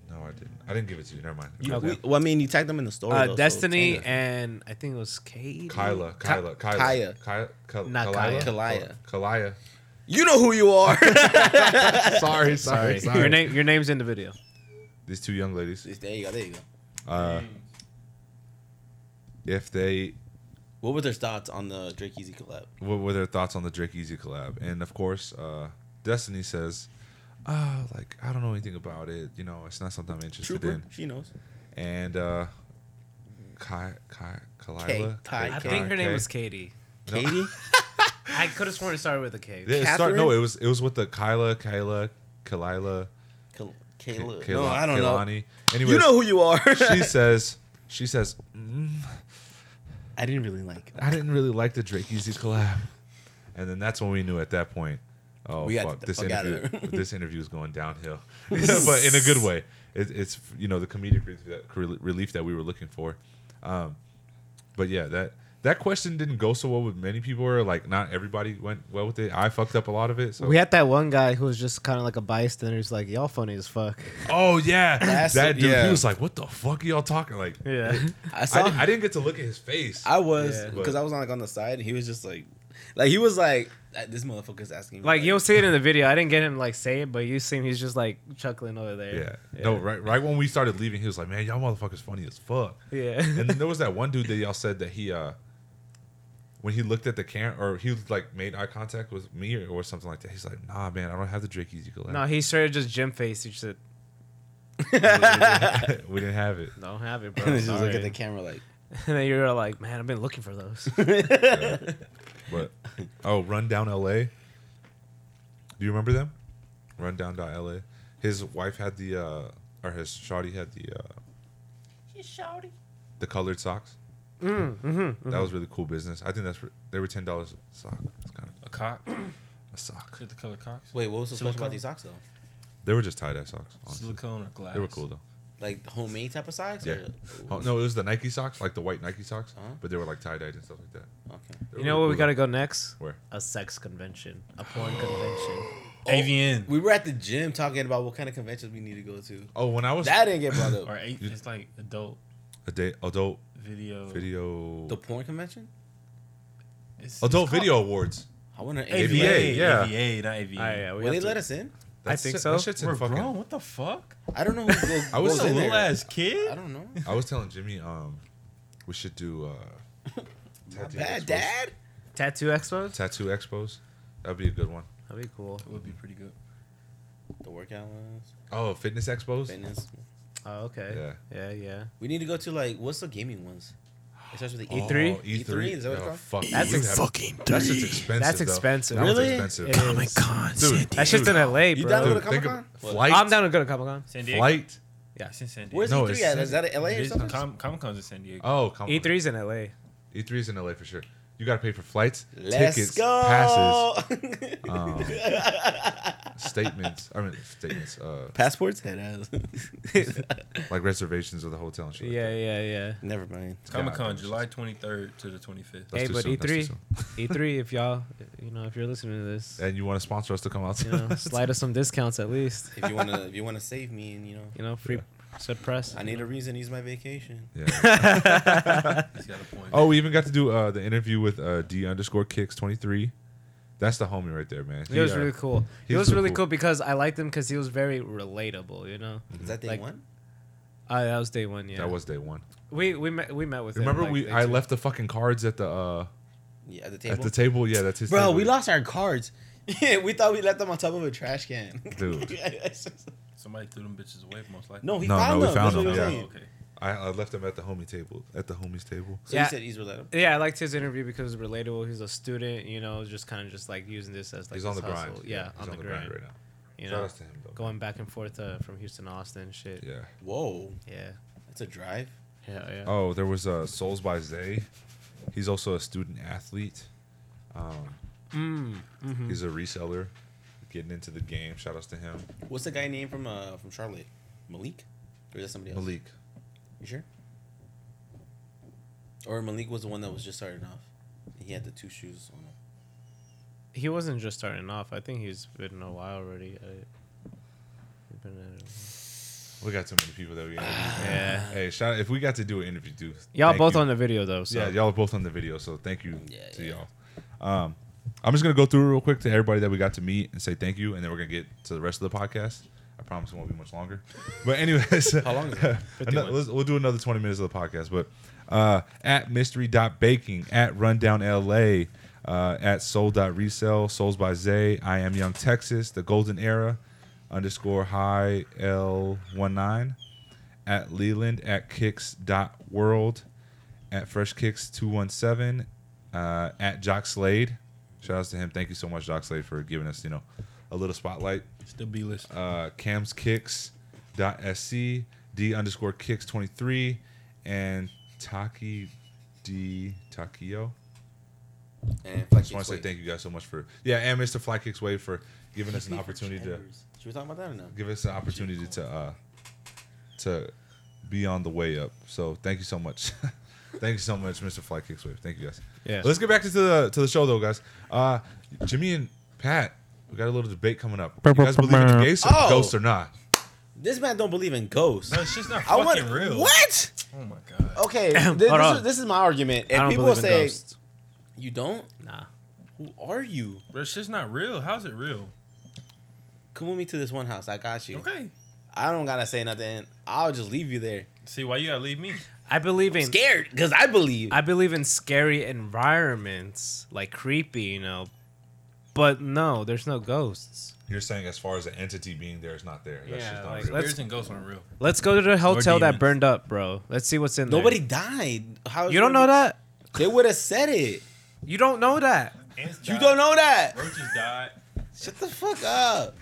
S1: no, I didn't. I didn't give it to you. Never mind.
S5: You-
S2: We- well i mean you tagged them in the story
S5: uh,
S2: though, so
S5: Destiny
S1: it's-
S5: and I think it was Katie.
S1: Kyla, Kyla, Kyla,
S2: Kaya.
S1: Kaya, Ka-
S5: Not
S1: Kalila?
S2: Kaya.
S1: Kalaya.
S2: you know who you *laughs* are
S1: sorry, sorry, sorry.
S5: Your name. Your name's in the video.
S1: These two young ladies.
S2: there you go there you go
S1: Uh, if they,
S2: what were their thoughts on the drake easy collab
S1: what were their thoughts on the Drake Easy collab? And of course, uh, Destiny says, "Ah, like I don't know anything about it. You know, it's not something I'm interested
S2: trooper
S1: in."
S2: she knows
S1: And uh, Kai, Kai, Kalila.
S2: Kai-
S5: I
S2: Katie.
S5: think her name
S1: Kay?
S5: was Katie.
S1: No. *laughs*
S2: katie
S5: I could have sworn it started with a K.
S1: Yeah, it start, no,
S2: Catherine?
S1: it was it was with the Kyla, Kayla, Kalila,
S2: Kal-
S1: K-
S2: Kayla.
S1: Kayla-
S2: no, I don't know.
S1: Kaylani. Anyways,
S2: you know who you are. *laughs*
S1: she says she says mm,
S2: I didn't really like.
S1: I didn't really like the Drake Easy collab, and then that's when we knew at that point. Oh
S2: We gotta
S1: fuck!
S2: get the
S1: This
S2: fuck outta
S1: interview,
S2: there.
S1: *laughs* this interview is going
S2: *laughs*
S1: downhill, *laughs* but in a good way. It, it's you know the comedic relief that, relief that we were looking for, um, but yeah that that question didn't go so well with many people. Or like not everybody went well with it. I fucked up a lot of it. So
S5: We had that one guy who was just kind of like a bystander. He's like, "Y'all funny as fuck."
S1: oh yeah,
S2: That's-
S1: that dude.
S2: yeah.
S1: He was like, "What the fuck are y'all talking like?"
S5: Yeah. *laughs*
S2: I
S1: I,
S2: saw.
S1: di- I
S2: I,
S1: didn't get to look at his face.
S2: was
S5: Yeah.
S2: because I was on like on the side, and he was just like, like he was like, "Ah, this motherfucker's asking. me,
S5: Like you'll see it in the video. I didn't get him like say it, but you see him. He's just like chuckling over there.
S1: Yeah. No, right right when we started leaving, he was like, Man, y'all motherfuckers funny as fuck.
S5: Yeah.
S1: And then there was that one dude that y'all said that he uh when he looked at the camera or he like made eye contact with me or, or something like that. He's like, Nah man, I don't have the Drake Easy collab.
S5: no, he started just gym face. He just said,
S1: *laughs*
S2: *laughs*
S1: we didn't have it.
S5: "Don't have it, bro."
S2: and he's just look at the
S5: Sorry."
S2: camera like,
S5: *laughs* and then you're like, "Man, I've been looking for those."
S1: *laughs* But oh, Run Down LA. Do you remember them? Run Down LA. His wife had the uh or his shawty had the uh the colored socks. That was really cool business. I think that's re- they were ten dollars a sock. It's kind of
S3: A *clears throat* cock.
S1: a sock.
S3: Get the color cocks.
S2: wait, what was so special
S3: Silicone?
S2: about these socks though?
S1: They were just tie dye socks. Honestly.
S3: Silicone or glass.
S1: They were cool though.
S2: Like homemade type of socks?
S1: Yeah.
S2: Or?
S1: Oh, no, it was the Nike socks, like the white Nike socks,
S2: Uh-huh.
S1: but they were like tie dyed and stuff like that.
S2: Okay.
S1: They were
S5: you know where
S1: really
S5: we
S1: cool,
S5: gotta go next?
S1: though. Where?
S5: A sex convention, a porn convention.
S3: Oh. AVN
S2: Oh, We were at the gym talking about what kind of conventions we need to go to.
S1: Oh, when I was
S2: That didn't get brought up.
S3: or eight. It's like adult
S1: a day adult
S3: video.
S1: video
S2: Oh. The porn convention?
S3: It's,
S1: adult
S3: it's called-
S1: video awards.
S2: I want to
S1: AVA,
S2: AVA.
S1: yeah.
S3: AVA, not AVA.
S5: All right, yeah, we
S2: Will they
S5: have to-
S2: let us in?
S5: I
S1: That's
S5: think
S1: shit-
S5: so.
S1: That shit's in
S3: We're
S1: fucking-
S3: grown. What the fuck?
S2: I don't know who
S1: *laughs*
S2: goes,
S1: I was
S2: goes
S1: a
S2: in
S3: Little
S2: there.
S3: ass
S2: I
S3: kid.
S2: don't know.
S1: I was telling Jimmy, um, we should do uh,
S2: *laughs*
S1: tattoo
S2: Bad
S1: expos.
S2: dad.
S5: tattoo expos.
S1: Tattoo expos. That'd be a good one.
S5: That'd be cool.
S3: That would be pretty good.
S2: The workout ones,
S1: Oh, fitness expos.
S2: fitness.
S5: Oh, okay. Yeah. Yeah, yeah.
S2: We need to go to like what's the gaming ones? It starts with the
S1: Oh,
S2: E
S5: E3?
S1: E3.
S2: Is that what it's
S1: Oh,
S2: called?
S1: fuck.
S5: That's
S1: we
S5: ex-
S1: have-
S4: Fucking
S1: That's just expensive.
S5: That's
S1: though.
S5: expensive.
S1: That one's
S2: Really?
S1: expensive.
S5: It is.
S4: God,
S1: Dude,
S5: That shit's in LA,
S2: You
S5: bro.
S2: down with
S1: Dude,
S2: a
S1: think
S2: Comic-Con?
S1: of
S2: What?
S1: flight.
S5: I'm down to go to Comic Con.
S3: San Diego.
S1: Flight.
S5: Yeah.
S3: It's in San Diego.
S2: Where's
S1: No,
S2: E3
S1: it's-
S2: at? Is that in LA or something?
S3: Com- Comic Con's in San Diego.
S1: Oh, come
S5: E3's E in LA.
S1: On. E3 E is in LA for sure. You got to pay for flights,
S2: Let's *laughs*
S1: tickets,
S2: go.
S1: passes. Um, statements. I mean statements. Uh,
S2: Passports? Head ass.
S1: like reservations of the hotel and shit. like
S5: Yeah,
S1: that.
S5: yeah, yeah.
S2: *laughs* Never mind.
S3: Comic
S1: God,
S3: Con,
S1: that's
S3: July 23rd to the 25th.
S1: That's
S5: Hey,
S1: too
S5: but E
S1: soon, that's too
S5: E3.
S1: soon.
S5: E3, if y'all, you know, if you're listening to this,
S1: And you want to sponsor us to come out? To
S5: you
S1: *laughs*
S5: know, slide us some discounts
S2: *laughs*
S5: at least.
S2: If you wanna, if you wanna save me, and you know,
S5: You know, free suppress.
S2: I
S5: *laughs*
S2: need *laughs* a reason to use my vacation.
S1: yeah.
S3: He's got a point.
S1: Oh, we even got to do uh, the interview with uh, D underscore kicks twenty three. That's the homie right there, man.
S5: It was
S1: uh,
S5: really cool.
S1: he
S5: It
S1: was
S5: was
S1: super
S5: really
S1: cool.
S5: cool because I liked him because he was very relatable. You know,
S2: Is that day
S5: Like-
S2: one?
S5: uh, that was day one. Yeah,
S1: Mm-hmm. That was day one.
S5: we we met we met with. him,
S1: Remember,
S5: like,
S1: we
S5: day
S1: I
S5: two.
S1: left the fucking cards at the uh,
S2: Yeah, at the
S1: at
S2: table.
S1: the table. Yeah, that's his.
S2: *laughs* Bro,
S1: table.
S2: we lost our cards. *laughs* we thought we left them on top of a trash can. *laughs*
S1: Dude.
S3: Somebody threw them bitches away, most likely.
S2: no, he
S1: No, no,
S2: found
S1: we
S2: them.
S1: found
S2: That's
S1: them,
S2: what I'm
S1: yeah.
S2: saying.
S3: okay.
S1: I, I left him at the homie table. At the homie's table.
S2: So
S5: Yeah.
S2: he said he's relatable.
S5: Yeah, I liked his interview because it was relatable. He's a student, you know, just kind of just like using this as like
S1: He's on the
S5: his
S1: grind.
S5: hustle. Yeah,
S1: he's
S5: on, the, grind.
S1: right now.
S5: You
S1: Shout
S5: know,
S1: outs to him though.
S5: going back and forth uh, from Houston to Austin, shit.
S1: Yeah.
S2: Whoa,
S5: Yeah,
S2: that's a drive.
S5: yeah, yeah.
S1: Oh, there was uh, Souls by Zay. He's also a student athlete. Um,
S5: Mm. Mm-hmm.
S1: He's a reseller, getting into the game. Shout outs to him.
S2: What's the guy named from uh from Charlotte? Malik, or is that somebody else?
S1: Malik.
S2: You sure? Or Malik was the one that was just starting off. He had the two shoes on him.
S5: He wasn't just starting off. I think he's been a while already. at it. He's been at it.
S2: *sighs*
S1: We got too many people that we interviewed.
S5: Yeah.
S1: hey, shout if we got to do an interview, do
S5: Ah. Y'all
S1: thank
S5: both
S1: you.
S5: on the video though. So.
S1: yeah, y'all are both on the video, so thank you
S2: Yeah,
S1: to
S2: yeah.
S1: y'all. Um, I'm just gonna go through real quick to everybody that we got to meet and say thank you, and then we're gonna get to the rest of the podcast. I promise it won't be much *laughs* longer. But anyways, how *laughs* long is we'll do another 20 minutes of the podcast. But uh, at mystery.baking, at rundown LA, uh, at soul.resell, souls by Zay, I am young Texas, the golden era, underscore high L19, at Leland, at kicks.world, at Fresh Kicks two one seven, uh, at Jock Slade. Shout outs to him. Thank you so much, Jock Slade, for giving us you know a little spotlight.
S4: Still B list.
S1: Uh, Cam's Kicks dot sc d underscore kicks twenty three and Taki D Takio.
S2: And
S1: Just want to say thank you guys so much for yeah, and Mr. Fly Kicks Wave for giving us an opportunity to
S2: Should we talk about that or no?
S1: give us an opportunity to uh to be on the way up. So thank you so much. *laughs* thank you so much, Mr. Fly Kicks Wave. Thank you guys.
S5: Yeah.
S1: Let's get back to the to the show though, guys. Uh Jimmy and Pat, we got a little debate coming up. You guys believe in ghosts or,
S2: Oh.
S1: ghosts or not?
S2: This man don't believe in ghosts.
S3: No, it's just not
S2: I
S3: fucking
S2: want
S3: real.
S2: what?
S3: Oh my god.
S5: *clears throat*
S2: Okay, thi- this,
S5: Hold
S2: is,
S5: on.
S2: this is my argument.
S5: I
S2: If
S5: don't
S2: people
S5: believe in
S2: say
S5: ghosts.
S2: you don't,
S5: Nah.
S2: who are you?
S3: Bro, it's just not real. How's it real?
S2: Come with me to this one house. I got you.
S3: Okay.
S2: I don't gotta say nothing. I'll just leave you there.
S3: See why you gotta leave me?
S5: I believe in
S2: Scared, cause I believe.
S5: I believe in scary environments, like creepy, you know. But no, there's no ghosts.
S1: You're saying as far as the entity being there is not there. That's
S5: Yeah,
S1: just not
S5: like,
S1: real.
S5: let's-
S3: Spirits and ghosts aren't real.
S5: Let's go to the hotel that
S3: demons.
S5: burned up, bro. Let's see what's in
S2: Nobody
S5: there.
S2: died. How
S5: You don't know that?
S2: They would have said it.
S5: You don't know that.
S3: Ants
S2: You
S3: died.
S2: don't know that.
S3: Roaches died.
S2: Shut the fuck up,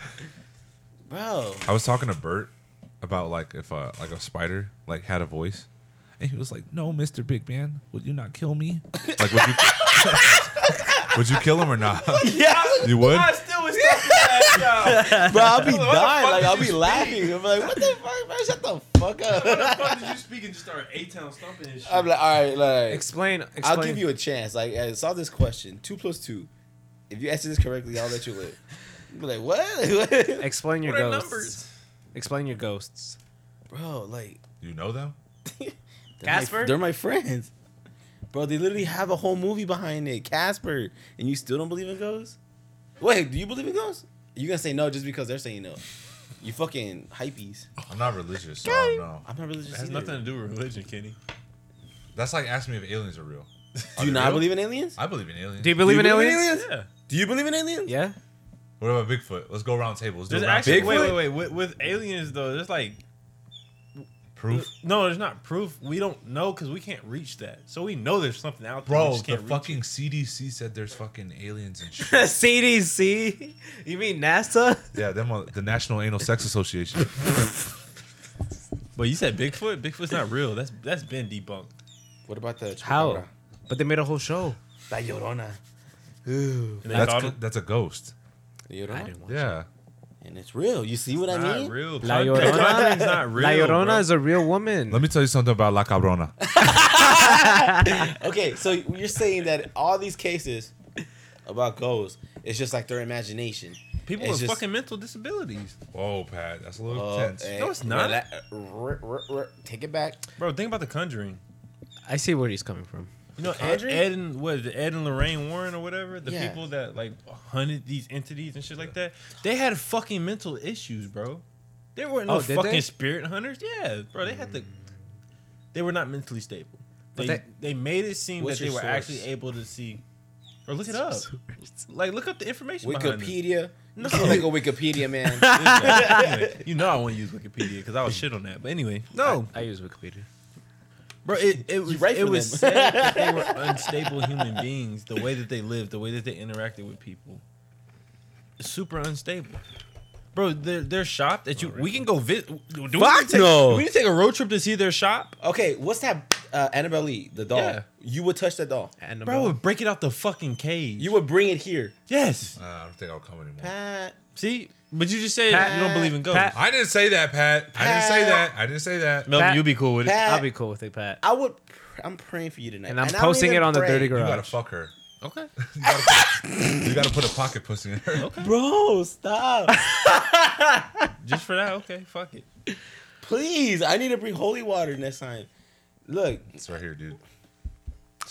S2: bro.
S1: I was talking to Bert about like if uh like a spider like had a voice. And he was like, "No, Mister Big Man, would you not kill me? Like,
S3: *laughs*
S1: would you, would you kill him or not?
S2: Yeah,
S1: You would?
S3: I still was talking
S2: *laughs*
S3: to that y'all.
S2: bro. I'll be dying.
S3: What the fuck
S2: Like
S3: did
S2: I'll
S3: you
S2: be
S3: speak?
S2: laughing. I'm like, what the fuck, man? Shut the fuck
S3: How
S2: up.
S3: the fuck did you speak and just start A town stomping and
S2: *laughs*
S3: shit?
S2: I'm like, all right, like.
S5: Explain. explain.
S2: I'll give you a chance. Like I saw this question: two plus two. If you answer this correctly, I'll let you
S3: *laughs*
S2: live. You'll Be like what, *laughs*
S5: Explain your
S3: what are
S5: ghosts.
S3: numbers?
S5: Explain your ghosts.
S2: bro? Like
S1: You know them?
S2: they're my-
S5: Casper?
S2: they're my friends, bro. They literally have a whole movie behind it, Casper, and you still don't believe in ghosts? Wait, do you believe in ghosts? You gonna say no just because they're saying no? You fucking hypees.
S1: I'm not religious, so I don't know.
S2: I'm not religious.
S3: It has
S2: either.
S3: nothing to do with religion, Kenny.
S1: That's like asking me if aliens are real.
S2: Do you not believe in aliens?
S1: I believe in aliens.
S5: Do you believe
S2: Do
S5: in
S2: you
S5: aliens?
S3: Yeah.
S2: Do you believe in aliens?
S5: Yeah.
S1: What about Bigfoot? Let's go round table. Let's do
S3: There's
S1: a round
S3: actually
S1: table.
S3: wait, wait, wait. With, with aliens though, there's like
S1: Proof,
S3: no, there's not proof. We don't know because we can't reach that. So we know there's something out there. we
S1: bro.
S3: just
S1: The
S3: can't reach
S1: fucking CDC said there's fucking aliens and shit.
S5: CDC. You mean NASA?
S1: yeah, them uh, the National Anal Sex Association.
S3: it. But you said Bigfoot. Bigfoot's not real. That's that's been debunked.
S2: What about the
S5: How? But they made a whole show.
S2: La Llorona? Ooh,
S3: And they
S1: That's
S3: caught
S1: g-
S3: him.
S1: that's a ghost.
S2: La Llorona?
S5: watch.
S1: Yeah,
S2: and it's real. You see what I mean?
S3: Not real.
S5: La
S3: Content-
S5: Llorona-
S3: content's not real.
S5: La Llorona
S3: bro.
S5: is a real woman.
S1: Let me tell you something about La Cabrona.
S2: Okay, so you're saying that all these cases about ghosts, it's just like their imagination.
S3: people
S2: It's
S3: with
S2: just-
S3: fucking mental disabilities.
S1: Whoa, Pat, that's a little
S2: Uh,
S1: tense.
S2: eh,
S3: No, it's not.
S2: rela- r- r- r- take it back.
S3: Bro, think about the Conjuring.
S5: I see where he's coming from.
S3: You know,
S2: The
S3: Ed,
S2: Conjuring?
S3: Ed and what is it, Ed and Lorraine Warren or whatever, the
S2: Yeah.
S3: people that like hunted these entities and shit like that, they had fucking mental issues, bro. They were no
S5: Oh, did
S3: fucking
S5: they?
S3: spirit hunters. Yeah, bro, they had to. They were not mentally stable. They
S5: But
S3: they, made it seem that
S2: What's
S3: they were
S2: your source?
S3: actually able to see. Or look it
S5: *laughs*
S3: up. Like look up the information. behind it.
S2: Wikipedia.
S3: No.
S2: No. like a Wikipedia man.
S5: *laughs*
S3: Anyway, you know I want to use Wikipedia because I was shit on that. But anyway, no,
S5: I use Wikipedia.
S3: bro, it, it was
S2: right
S3: it
S2: for
S3: was
S2: them.
S3: said that they were unstable human beings. The way that they lived, the way that they interacted with people, super unstable. Bro, their their shop that you we can go visit. Do we
S5: Fuck
S3: need to take,
S5: no.
S3: We need to take a road trip to see their shop,
S2: Okay, what's that? Uh, Annabelle Lee, the doll.
S3: Yeah.
S2: You would touch that doll.
S5: Annabelle.
S3: bro. Would break it out the fucking cage.
S2: You would bring it here. Uh,
S3: yes.
S1: Nah, I don't think I'll come anymore.
S2: Pat.
S3: See, but you just said
S5: Pat-
S3: you don't believe in ghosts.
S5: Pat-
S1: I didn't say that, Pat. I didn't say
S2: Pat.
S1: that. I didn't say that.
S3: Melvin,
S5: Pat-
S3: you'd be cool with
S2: Pat.
S5: I'll be cool with it, Pat.
S2: I would. pr- I'm praying for you tonight.
S5: And I'm
S2: I don't
S5: posting
S2: even
S5: it on the
S2: pray.
S5: Dirty
S1: You
S5: Garage.
S1: gotta fuck her.
S3: it. Okay.
S1: *laughs* You gotta, put, you gotta put a pocket pussy in her.
S3: Okay.
S2: Bro, stop.
S3: Just for that. Okay. Fuck it.
S2: Please, I need to bring holy water next time. Look,
S1: It's right here, dude.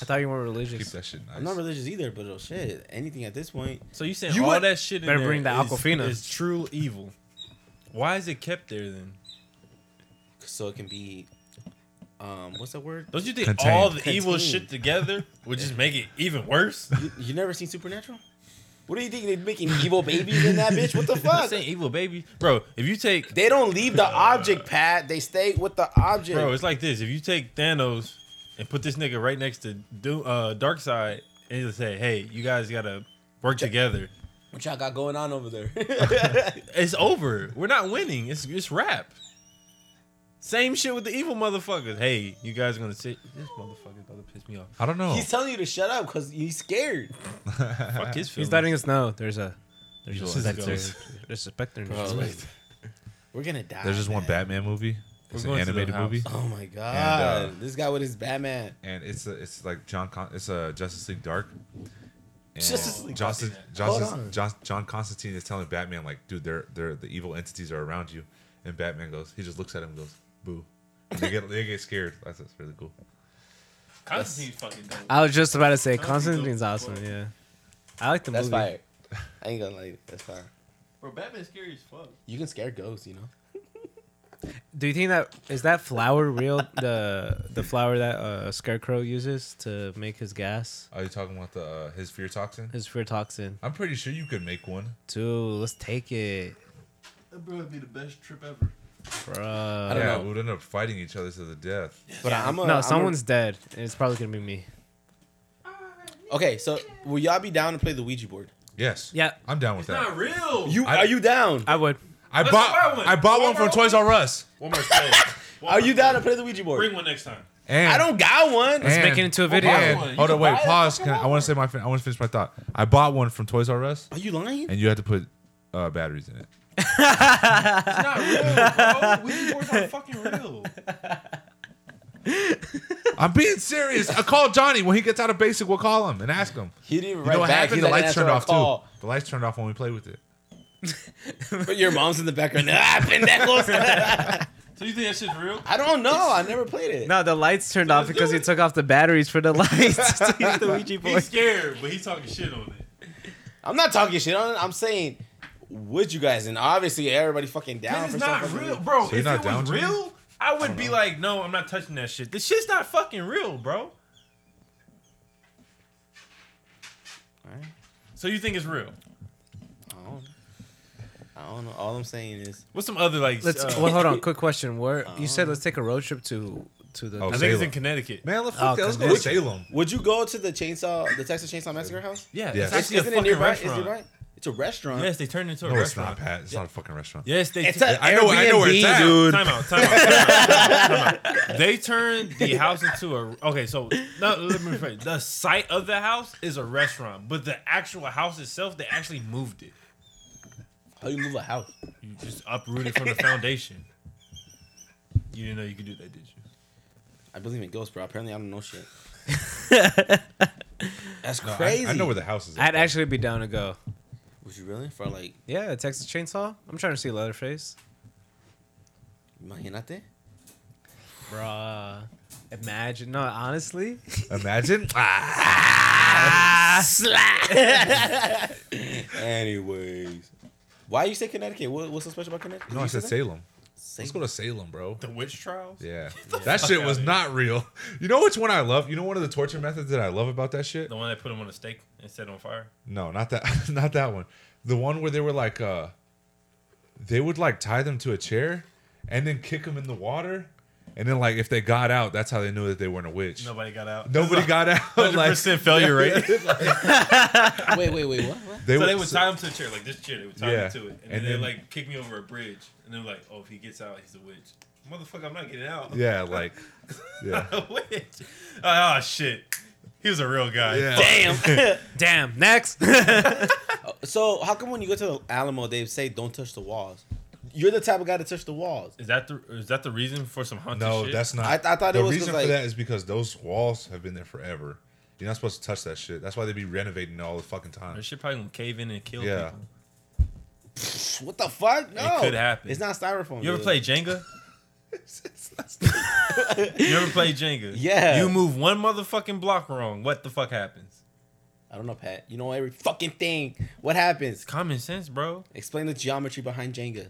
S5: I thought you were
S1: Keep
S5: religious.
S1: that shit nice.
S2: I'm not religious either, but oh shit, anything at this point.
S3: So you saying
S2: You
S3: all
S2: would-
S3: that shit in
S5: Better
S3: there
S5: bring the
S3: is-
S5: Aquafina.
S3: is true evil? Why is it kept there then?
S2: So it can be, um, what's that word?
S3: Don't you think
S1: Contained.
S3: all the evil
S2: Contained.
S3: shit together would just make it even worse?
S2: You, you never seen Supernatural? What do you think they're making evil babies in that bitch? *laughs* What the fuck?
S3: saying evil baby, bro. If you take,
S2: They don't leave the object, Pat. They stay with the object.
S3: bro, it's like this. If you take Thanos and put this nigga right next to Do, uh, Dark Side and just say, "Hey, you guys gotta work together,"
S2: what y'all got going on over there?
S3: it's over. We're not winning. It's it's rap. Same shit with the evil motherfuckers. Hey, you guys are gonna sit. This motherfucker's about to piss me off.
S1: I don't know.
S2: *laughs* he's telling you to shut up because he's scared.
S5: *laughs*
S3: Fuck his feelings.
S5: He's letting us know there's a there's a
S3: This is
S5: specter.
S3: ghost.
S5: There's a specter. in
S2: Bro,
S5: this place.
S2: We're gonna die.
S1: There's just one
S2: man.
S1: Batman movie. It's
S3: We're
S1: an
S3: going to the
S1: animated
S3: house.
S1: movie,
S2: Oh my god,
S1: And, uh,
S2: this guy with his Batman.
S1: and it's a, it's like John. Con- it's a Justice League Dark. And
S2: Justice League Dark.
S1: Justice,
S2: Hold
S1: Justice,
S2: on.
S1: John, John Constantine is telling Batman like, dude, they're they're the evil entities are around you, and Batman goes, he just looks at him, and goes, boo. And they get they get scared. That's, that's really cool.
S3: Constantine's fucking dope.
S5: I was just about to say Constantine's awesome. Yeah, I like the
S2: That's
S5: movie.
S2: fire. I ain't gonna lie, that's fire.
S3: Bro, Batman's scary as fuck.
S2: You can scare ghosts, you know.
S5: Do you think that is that flower real? the the flower that uh, Scarecrow uses to make his gas,
S1: Are you talking about the uh, his fear toxin?
S5: his fear toxin.
S1: I'm pretty sure you could make one.
S5: Dude, let's take it,
S3: That bro would be the best trip ever.
S5: bro.
S2: don't
S1: yeah,
S2: know.
S1: we would end up fighting each other to the death.
S2: But I'm a,
S5: No,
S2: I'm
S5: someone's dead, and it's probably gonna be me.
S2: A, okay, so will y'all be down to play the Ouija board?
S1: Yes.
S5: Yeah.
S1: I'm down with that.
S3: Not real.
S2: You
S1: I-
S2: are you down?
S5: I would.
S1: I
S3: Let's buy
S1: bought
S3: one.
S1: I bought one
S3: Walmart
S1: from
S3: open.
S1: Toys R Us,
S3: One more spell.
S2: Are you down to play the Ouija board?
S3: Bring one next time.
S1: and
S2: I don't got one.
S1: and-
S5: make it into a video.
S1: and-
S3: Buy one. You
S1: hold
S3: can
S1: on, wait,
S3: buy a
S1: pause.
S3: fucking
S1: Can I, I want to say my fin- I want to finish my thought. I bought one from Toys R Us,
S2: Are you lying?
S1: and you had to put uh, batteries in it.
S3: It's not real, bro. Ouija boards aren't fucking real.
S1: I'm being serious. I call Johnny when he gets out of basic. We'll call him and ask him.
S2: He didn't even
S1: You
S2: write
S1: know what
S2: back.
S1: happened?
S2: He's
S1: The
S2: like,
S1: lights
S2: "Answer
S1: turned
S2: our
S1: off
S2: call."
S1: too. The lights turned off when we played with it.
S2: But your mom's in
S1: *laughs*
S2: the background. Ah, pendejos.
S3: *laughs* So you think that shit's real?
S2: I don't know. I never played it.
S5: No, the lights turned off because he took off the batteries for
S2: *laughs*
S5: the *laughs* lights to use the Ouija board.
S3: He's scared, but he's talking shit on it.
S2: I'm not talking shit on it. I'm saying, would you guys? And obviously, everybody fucking down
S3: This
S2: for
S3: is not
S2: something.
S3: real, bro.
S1: So you're
S3: if
S1: not
S3: it
S1: down
S3: was
S1: to it?
S3: real, I would be like, no, I'm not touching that shit. This shit's not fucking real, bro.
S2: Alright.
S3: So you think it's real?
S2: I don't, I don't know. All I'm saying is,
S3: What's some other like?
S5: Let's.
S3: uh,
S5: well, hold on. Quick question. Where you said let's take a road trip to to the.
S1: Oh,
S3: I
S1: Salem.
S3: think it's in Connecticut.
S1: Man, let's,
S5: fuck that. Let's go to
S1: Salem.
S2: would you go to the chainsaw, the Texas Chainsaw Massacre house?
S3: Yeah,
S1: Yes.
S3: it's actually
S2: Isn't
S3: a
S2: it
S3: fucking
S2: nearby? Is it
S3: restaurant.
S2: right? It's a restaurant.
S3: Yes, they turned it into
S1: No,
S3: a
S1: it's
S3: restaurant.
S1: not, Pat. It's not a fucking restaurant.
S3: Yes, they.
S2: It's a
S1: I know. I know where it's at.
S5: Airbnb, dude.
S3: Time out. Time out. Time out, time out. They turned the house into a. Okay, so no, let me rephrase. The site of the house is a restaurant, but the actual house itself, they actually moved it.
S2: How you move a house?
S3: You just uprooted from the foundation. You didn't know you could do that, did you?
S2: I believe in ghosts, bro. Apparently, I don't know shit.
S3: That's
S1: No, I-
S2: Crazy.
S1: I, know where the house is. at,
S5: *laughs* I'd
S1: though.
S5: actually be down to go.
S2: Was you really for like
S5: Yeah, Texas Chainsaw. I'm trying to see Leatherface.
S2: *laughs* imaginate?
S5: Bruh. Imagine. No, honestly.
S1: Imagine. Ah,
S2: Anyways, why you say Connecticut? What, what's so special about Connecticut?
S1: no, I
S2: You
S1: said Salem.
S2: Salem.
S1: Let's go to Salem, bro.
S3: The witch trials?
S1: Yeah, that
S3: fuck
S1: shit
S3: outta
S1: was
S3: here.
S1: not real. You know which one I love? You know one of the torture methods that I love about that shit?
S3: The one that put him on a stake and set on fire?
S1: No, not that. *laughs* Not that one. The one where they were like, uh, they would like tie them to a chair and then kick them in the water, and then like if they got out, that's how they knew that they weren't a witch.
S3: Nobody got out.
S1: *laughs*
S3: *laughs*
S1: Nobody got out. *laughs*
S3: 100%
S1: Like *laughs*
S3: failure rate.
S2: Wait, wait, wait. What? *laughs* what?
S1: they
S3: so they
S1: would-
S3: would tie him to a chair, like this chair. They would tie
S1: Yeah.
S3: me to it, and,
S1: And
S3: then they
S1: then-
S3: like kick me over a bridge, and they're like, "Oh, if he gets out, he's a witch." Motherfucker, I'm not getting out.
S1: Yeah, like,
S3: *laughs*
S1: yeah,
S3: a witch. Oh shit, he was a real guy.
S1: yeah.
S5: Damn. *laughs* Damn. Next. *laughs*
S2: Oh, So how come when you go to the Alamo, they say don't touch the walls? You're the type of guy to touch the walls.
S3: Is that the is that the reason for some haunted
S1: No,
S3: shit?
S1: that's not.
S2: I- I thought it
S1: the
S2: was 'cause,
S1: reason
S2: like-
S1: for that is because those walls have been there forever. You're not supposed to touch that shit. That's why they be renovating all the fucking time.
S3: that shit probably gonna cave in and kill
S1: Yeah.
S3: people.
S2: What the fuck? No,
S3: could happen.
S2: It's not styrofoam.
S3: You ever
S2: dude.
S3: play Jenga?
S2: *laughs*
S3: you ever play Jenga?
S2: Yeah.
S3: You move one motherfucking block wrong. What the fuck happens?
S2: I don't know, Pat. You know every fucking thing. What happens?
S3: Common sense, bro.
S2: Explain the geometry behind Jenga.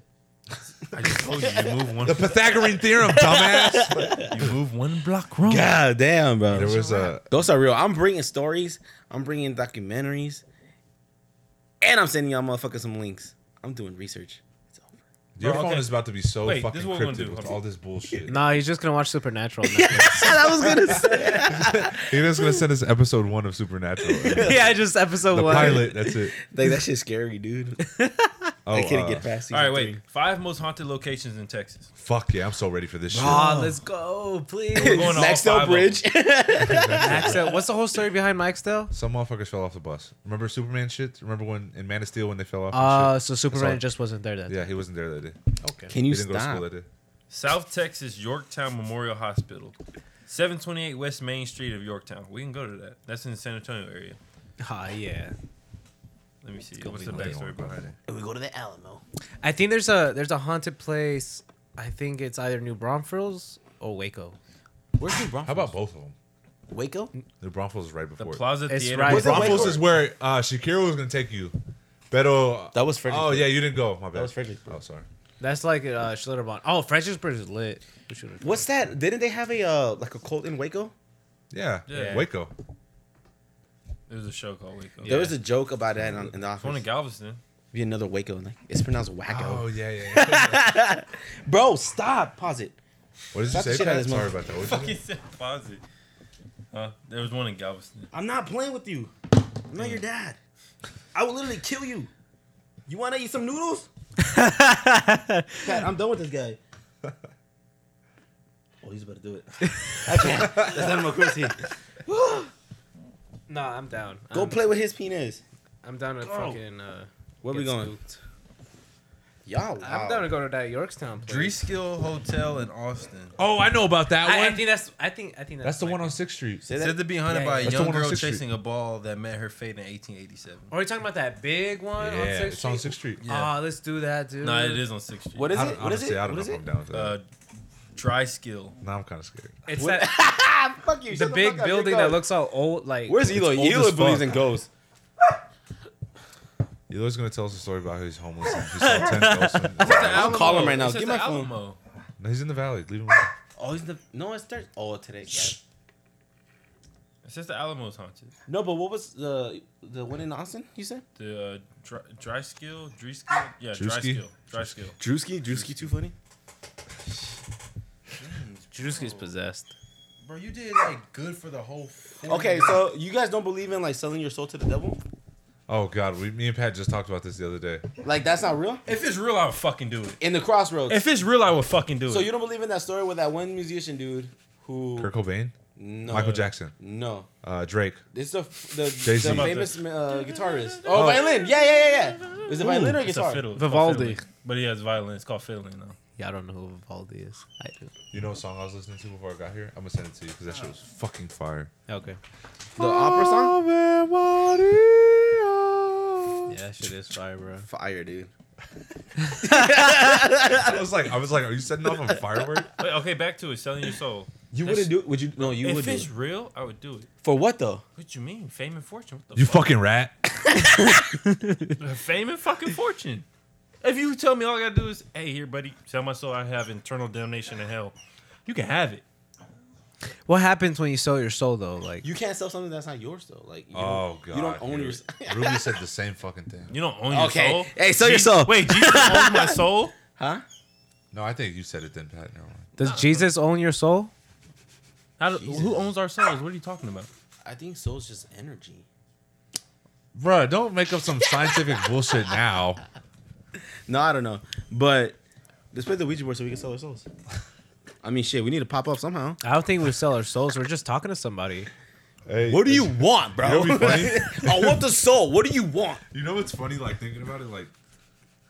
S3: I just told you, you move one,
S1: The *laughs* Pythagorean theorem, dumbass.
S3: you move one block wrong.
S2: God damn, bro.
S1: There was a
S2: Those are real. I'm bringing stories. I'm bringing documentaries, and I'm sending y'all motherfuckers some links. I'm doing research. It's over.
S1: Your
S3: Bro,
S1: phone
S3: okay.
S1: is about to be so
S3: Wait, this
S1: fucking
S3: is what we're gonna
S1: cryptic
S3: do.
S1: with
S3: Okay.
S1: all this bullshit.
S5: no, he's just gonna watch Supernatural. on Netflix.
S2: I was
S5: *laughs*
S2: gonna say.
S1: You're just gonna send us episode one of Supernatural, the
S5: yeah, just episode one.
S1: pilot. That's it.
S2: Like that shit's scary, *laughs* dude.
S1: Oh,
S2: I couldn't
S1: uh,
S2: get past.
S3: All
S2: season
S3: right, wait.
S2: three.
S3: Five most haunted locations in Texas.
S1: fuck yeah! I'm so ready for this shit.
S5: Oh, let's go,
S2: *laughs*
S3: We're
S5: please.
S3: going to all
S2: Maxwell
S3: five of them.
S2: Bridge.
S5: Maxell. What's the whole story behind Maxell?
S1: Some motherfuckers fell off the bus. Remember Superman shit? Remember when in Man of Steel when they fell off? and
S5: Uh,
S1: shit?
S5: so Superman
S1: all.
S5: just wasn't there that day.
S1: Yeah, he wasn't there that day.
S2: *laughs*
S5: Okay.
S2: Can
S1: He
S2: you
S1: didn't go to school that
S2: stop?
S1: day.
S3: South Texas Yorktown Memorial Hospital, 728 West Main Street of Yorktown. We can go to that. That's in the San Antonio area.
S5: Ah, yeah.
S3: Let me see. What's
S1: You
S3: the
S1: know they don't
S3: backstory
S1: go
S3: behind
S1: there.
S3: it?
S2: And we go to the Alamo.
S5: I think there's a there's a haunted place. I think it's either New Braunfels or Waco.
S2: Where's New Braunfels?
S1: How about both of them?
S2: Waco?
S1: The Braunfels is right
S3: The
S1: before. it.
S3: Plaza
S5: It's
S3: Theater.
S5: right-
S1: Well,
S2: Was it
S1: Braunfels
S2: Waco?
S1: is where uh, Shakira was gonna take you. Beto.
S2: That was Fredericksburg.
S1: Oh yeah, you didn't go. My bad.
S2: was Fredericksburg.
S1: Oh sorry.
S5: That's like uh, Schlitterbahn. Oh, Fredericksburg is lit. We should've- *laughs*
S2: What's that? Didn't they have a uh, like a cult in Waco?
S1: Yeah.
S3: Yeah.
S1: Waco.
S3: There's a show called Waco.
S2: There was a joke about that in, in the
S3: There's one in
S2: office.
S3: *laughs* Galveston.
S2: Be another Waco. Like, it's pronounced Wacko.
S1: Oh yeah, yeah. yeah.
S2: Bro, stop. Pause it.
S1: what did you
S2: Stop the
S1: say?
S2: shit
S1: Pat?
S2: out of his
S1: Sorry
S2: mouth.
S1: about that. What did you
S3: Fucking said Plaza. Huh? There was one in Galveston.
S2: I'm not playing with you. I'm not your dad. I will literally kill you. You want to eat some noodles? Pat, I'm done with this *laughs* guy. Oh, he's about to do *laughs* it. I can't. That's animal cruelty.
S5: No, I'm down.
S2: Go
S5: I'm,
S2: play with his penis.
S5: I'm down to
S1: Oh.
S5: fucking. Uh,
S2: Where
S5: get
S2: we going?
S5: spooked.
S2: Y'all,
S5: I'm down to go to that Yorktown place.
S3: Dreeskill Hotel in Austin.
S1: Oh, I know about that
S5: I, I think that's. I think. I think that's.
S1: That's the
S5: like
S1: one
S5: it.
S1: on Sixth Street.
S2: Say that-
S3: Said to be haunted
S5: Yeah,
S3: by a
S5: yeah.
S1: That's the
S3: young
S1: one on
S3: girl
S1: Sixth Street.
S3: chasing a ball that met her fate in 1887.
S5: Are we talking about that big one
S1: yeah,
S5: on Sixth
S1: it's on Sixth Street.
S3: Yeah.
S5: Oh, let's do that, dude.
S3: No, it is on 6th Street.
S2: What is
S1: I
S2: it?
S1: don't-
S2: What is
S1: honestly,
S2: it?
S1: I don't
S2: What is
S1: know if
S2: it?
S1: I'm down with that.
S3: Uh, dry skill.
S1: now I'm kind of scared.
S5: It's
S2: What-
S5: that
S2: *laughs* Ah, Fuck you.
S5: the
S2: shut
S5: big
S2: fuck up,
S5: building
S2: you're
S5: that
S2: gone.
S5: looks all old. Like
S2: Where's
S1: It's
S2: Elo?
S1: old
S2: Elo
S1: as
S2: believes
S1: fuck.
S2: in ghosts.
S1: Eloy's gonna tell us a story about how he's homeless. And
S2: *laughs*
S1: he's saw ten ghosts. in-
S2: I'll call him right now.
S3: It says
S2: Give my
S3: the
S2: phone.
S3: Alamo.
S1: no, he's in the valley. Leave him. alone.
S2: Oh, he's the no. It's Thursday. Oh, today. Yeah.
S3: It says the Alamo's haunted.
S2: No, but what was the the one in Austin? You said
S3: The uh, dry, dry skill, dry skill, yeah, dry
S1: Drewski?
S3: skill, dry skill.
S2: Drewski. Drewski too funny.
S5: Drewski's possessed.
S3: Bro, you did like good for the whole.
S2: Okay, so you guys don't believe in like selling your soul to the devil?
S1: Oh God, we, me and Pat just talked about this the other day.
S2: Like that's not real?
S3: If it's real, I would fucking do it.
S2: In the crossroads.
S3: If it's real, I would fucking do it.
S2: so you don't believe in that story with that one musician dude who
S1: Kurt Cobain.
S2: No.
S1: Michael Jackson,
S2: No.
S1: uh, Drake.
S2: It's the the,
S1: Jay-Z.
S2: the famous uh, guitarist. Oh, violin. Yeah, yeah, yeah, yeah. Is it violin or
S3: It's a
S2: guitar?
S3: fiddle. It's
S5: Vivaldi.
S3: called fiddling. But he has violin. It's called fiddling now.
S5: Yeah, I don't know who Vivaldi is. I do.
S1: You know what song I was listening to before I got here? I'm gonna send it to you because that shit was fucking
S2: *laughs*
S1: fire.
S5: Okay.
S2: The opera song.
S1: Ave Maria.
S5: Yeah, that shit is fire, bro.
S2: Fire, dude.
S1: I was like, I was like, are you setting off a
S2: *laughs*
S1: firework?
S3: Wait, okay, back to it. Selling your soul.
S2: You
S3: That's-
S2: wouldn't do it? Would you? No, you
S3: if
S2: would. Do
S3: it's
S2: it.
S3: real, I would do it.
S2: For what though?
S3: What you mean? Fame and fortune. What the
S1: You
S3: fuck?
S1: fucking rat.
S3: *laughs* Fame and fucking fortune. If you tell me all I gotta do is, hey, here, buddy, tell my soul I have internal damnation to hell. You can have it.
S5: What happens when you sell your soul though? Like,
S2: You can't sell something that's not yours though. Like you don't-
S1: Oh god.
S2: you don't own your. *laughs*
S1: Ruby said the same fucking thing.
S3: You don't own your
S2: Okay.
S3: soul.
S2: Hey, sell your
S3: Jesus-
S2: soul.
S3: Wait, Jesus owns my soul?
S2: huh?
S1: No, I think you said it then, Pat. Never mind.
S5: does Jesus own your soul?
S3: How do, who owns our souls? What are you talking about?
S2: I think soul's just energy.
S1: Bruh, don't make up some scientific bullshit now.
S2: No, I don't know. But let's play the Ouija board so we can sell our *laughs* souls. I mean, shit, we need to pop up somehow.
S5: I don't think we sell our souls. We're just talking to somebody.
S1: Hey,
S2: What do you want, bro?
S1: You know what'd be
S2: *laughs* I want the soul. What do you want?
S1: You know what's funny? Like thinking about it, like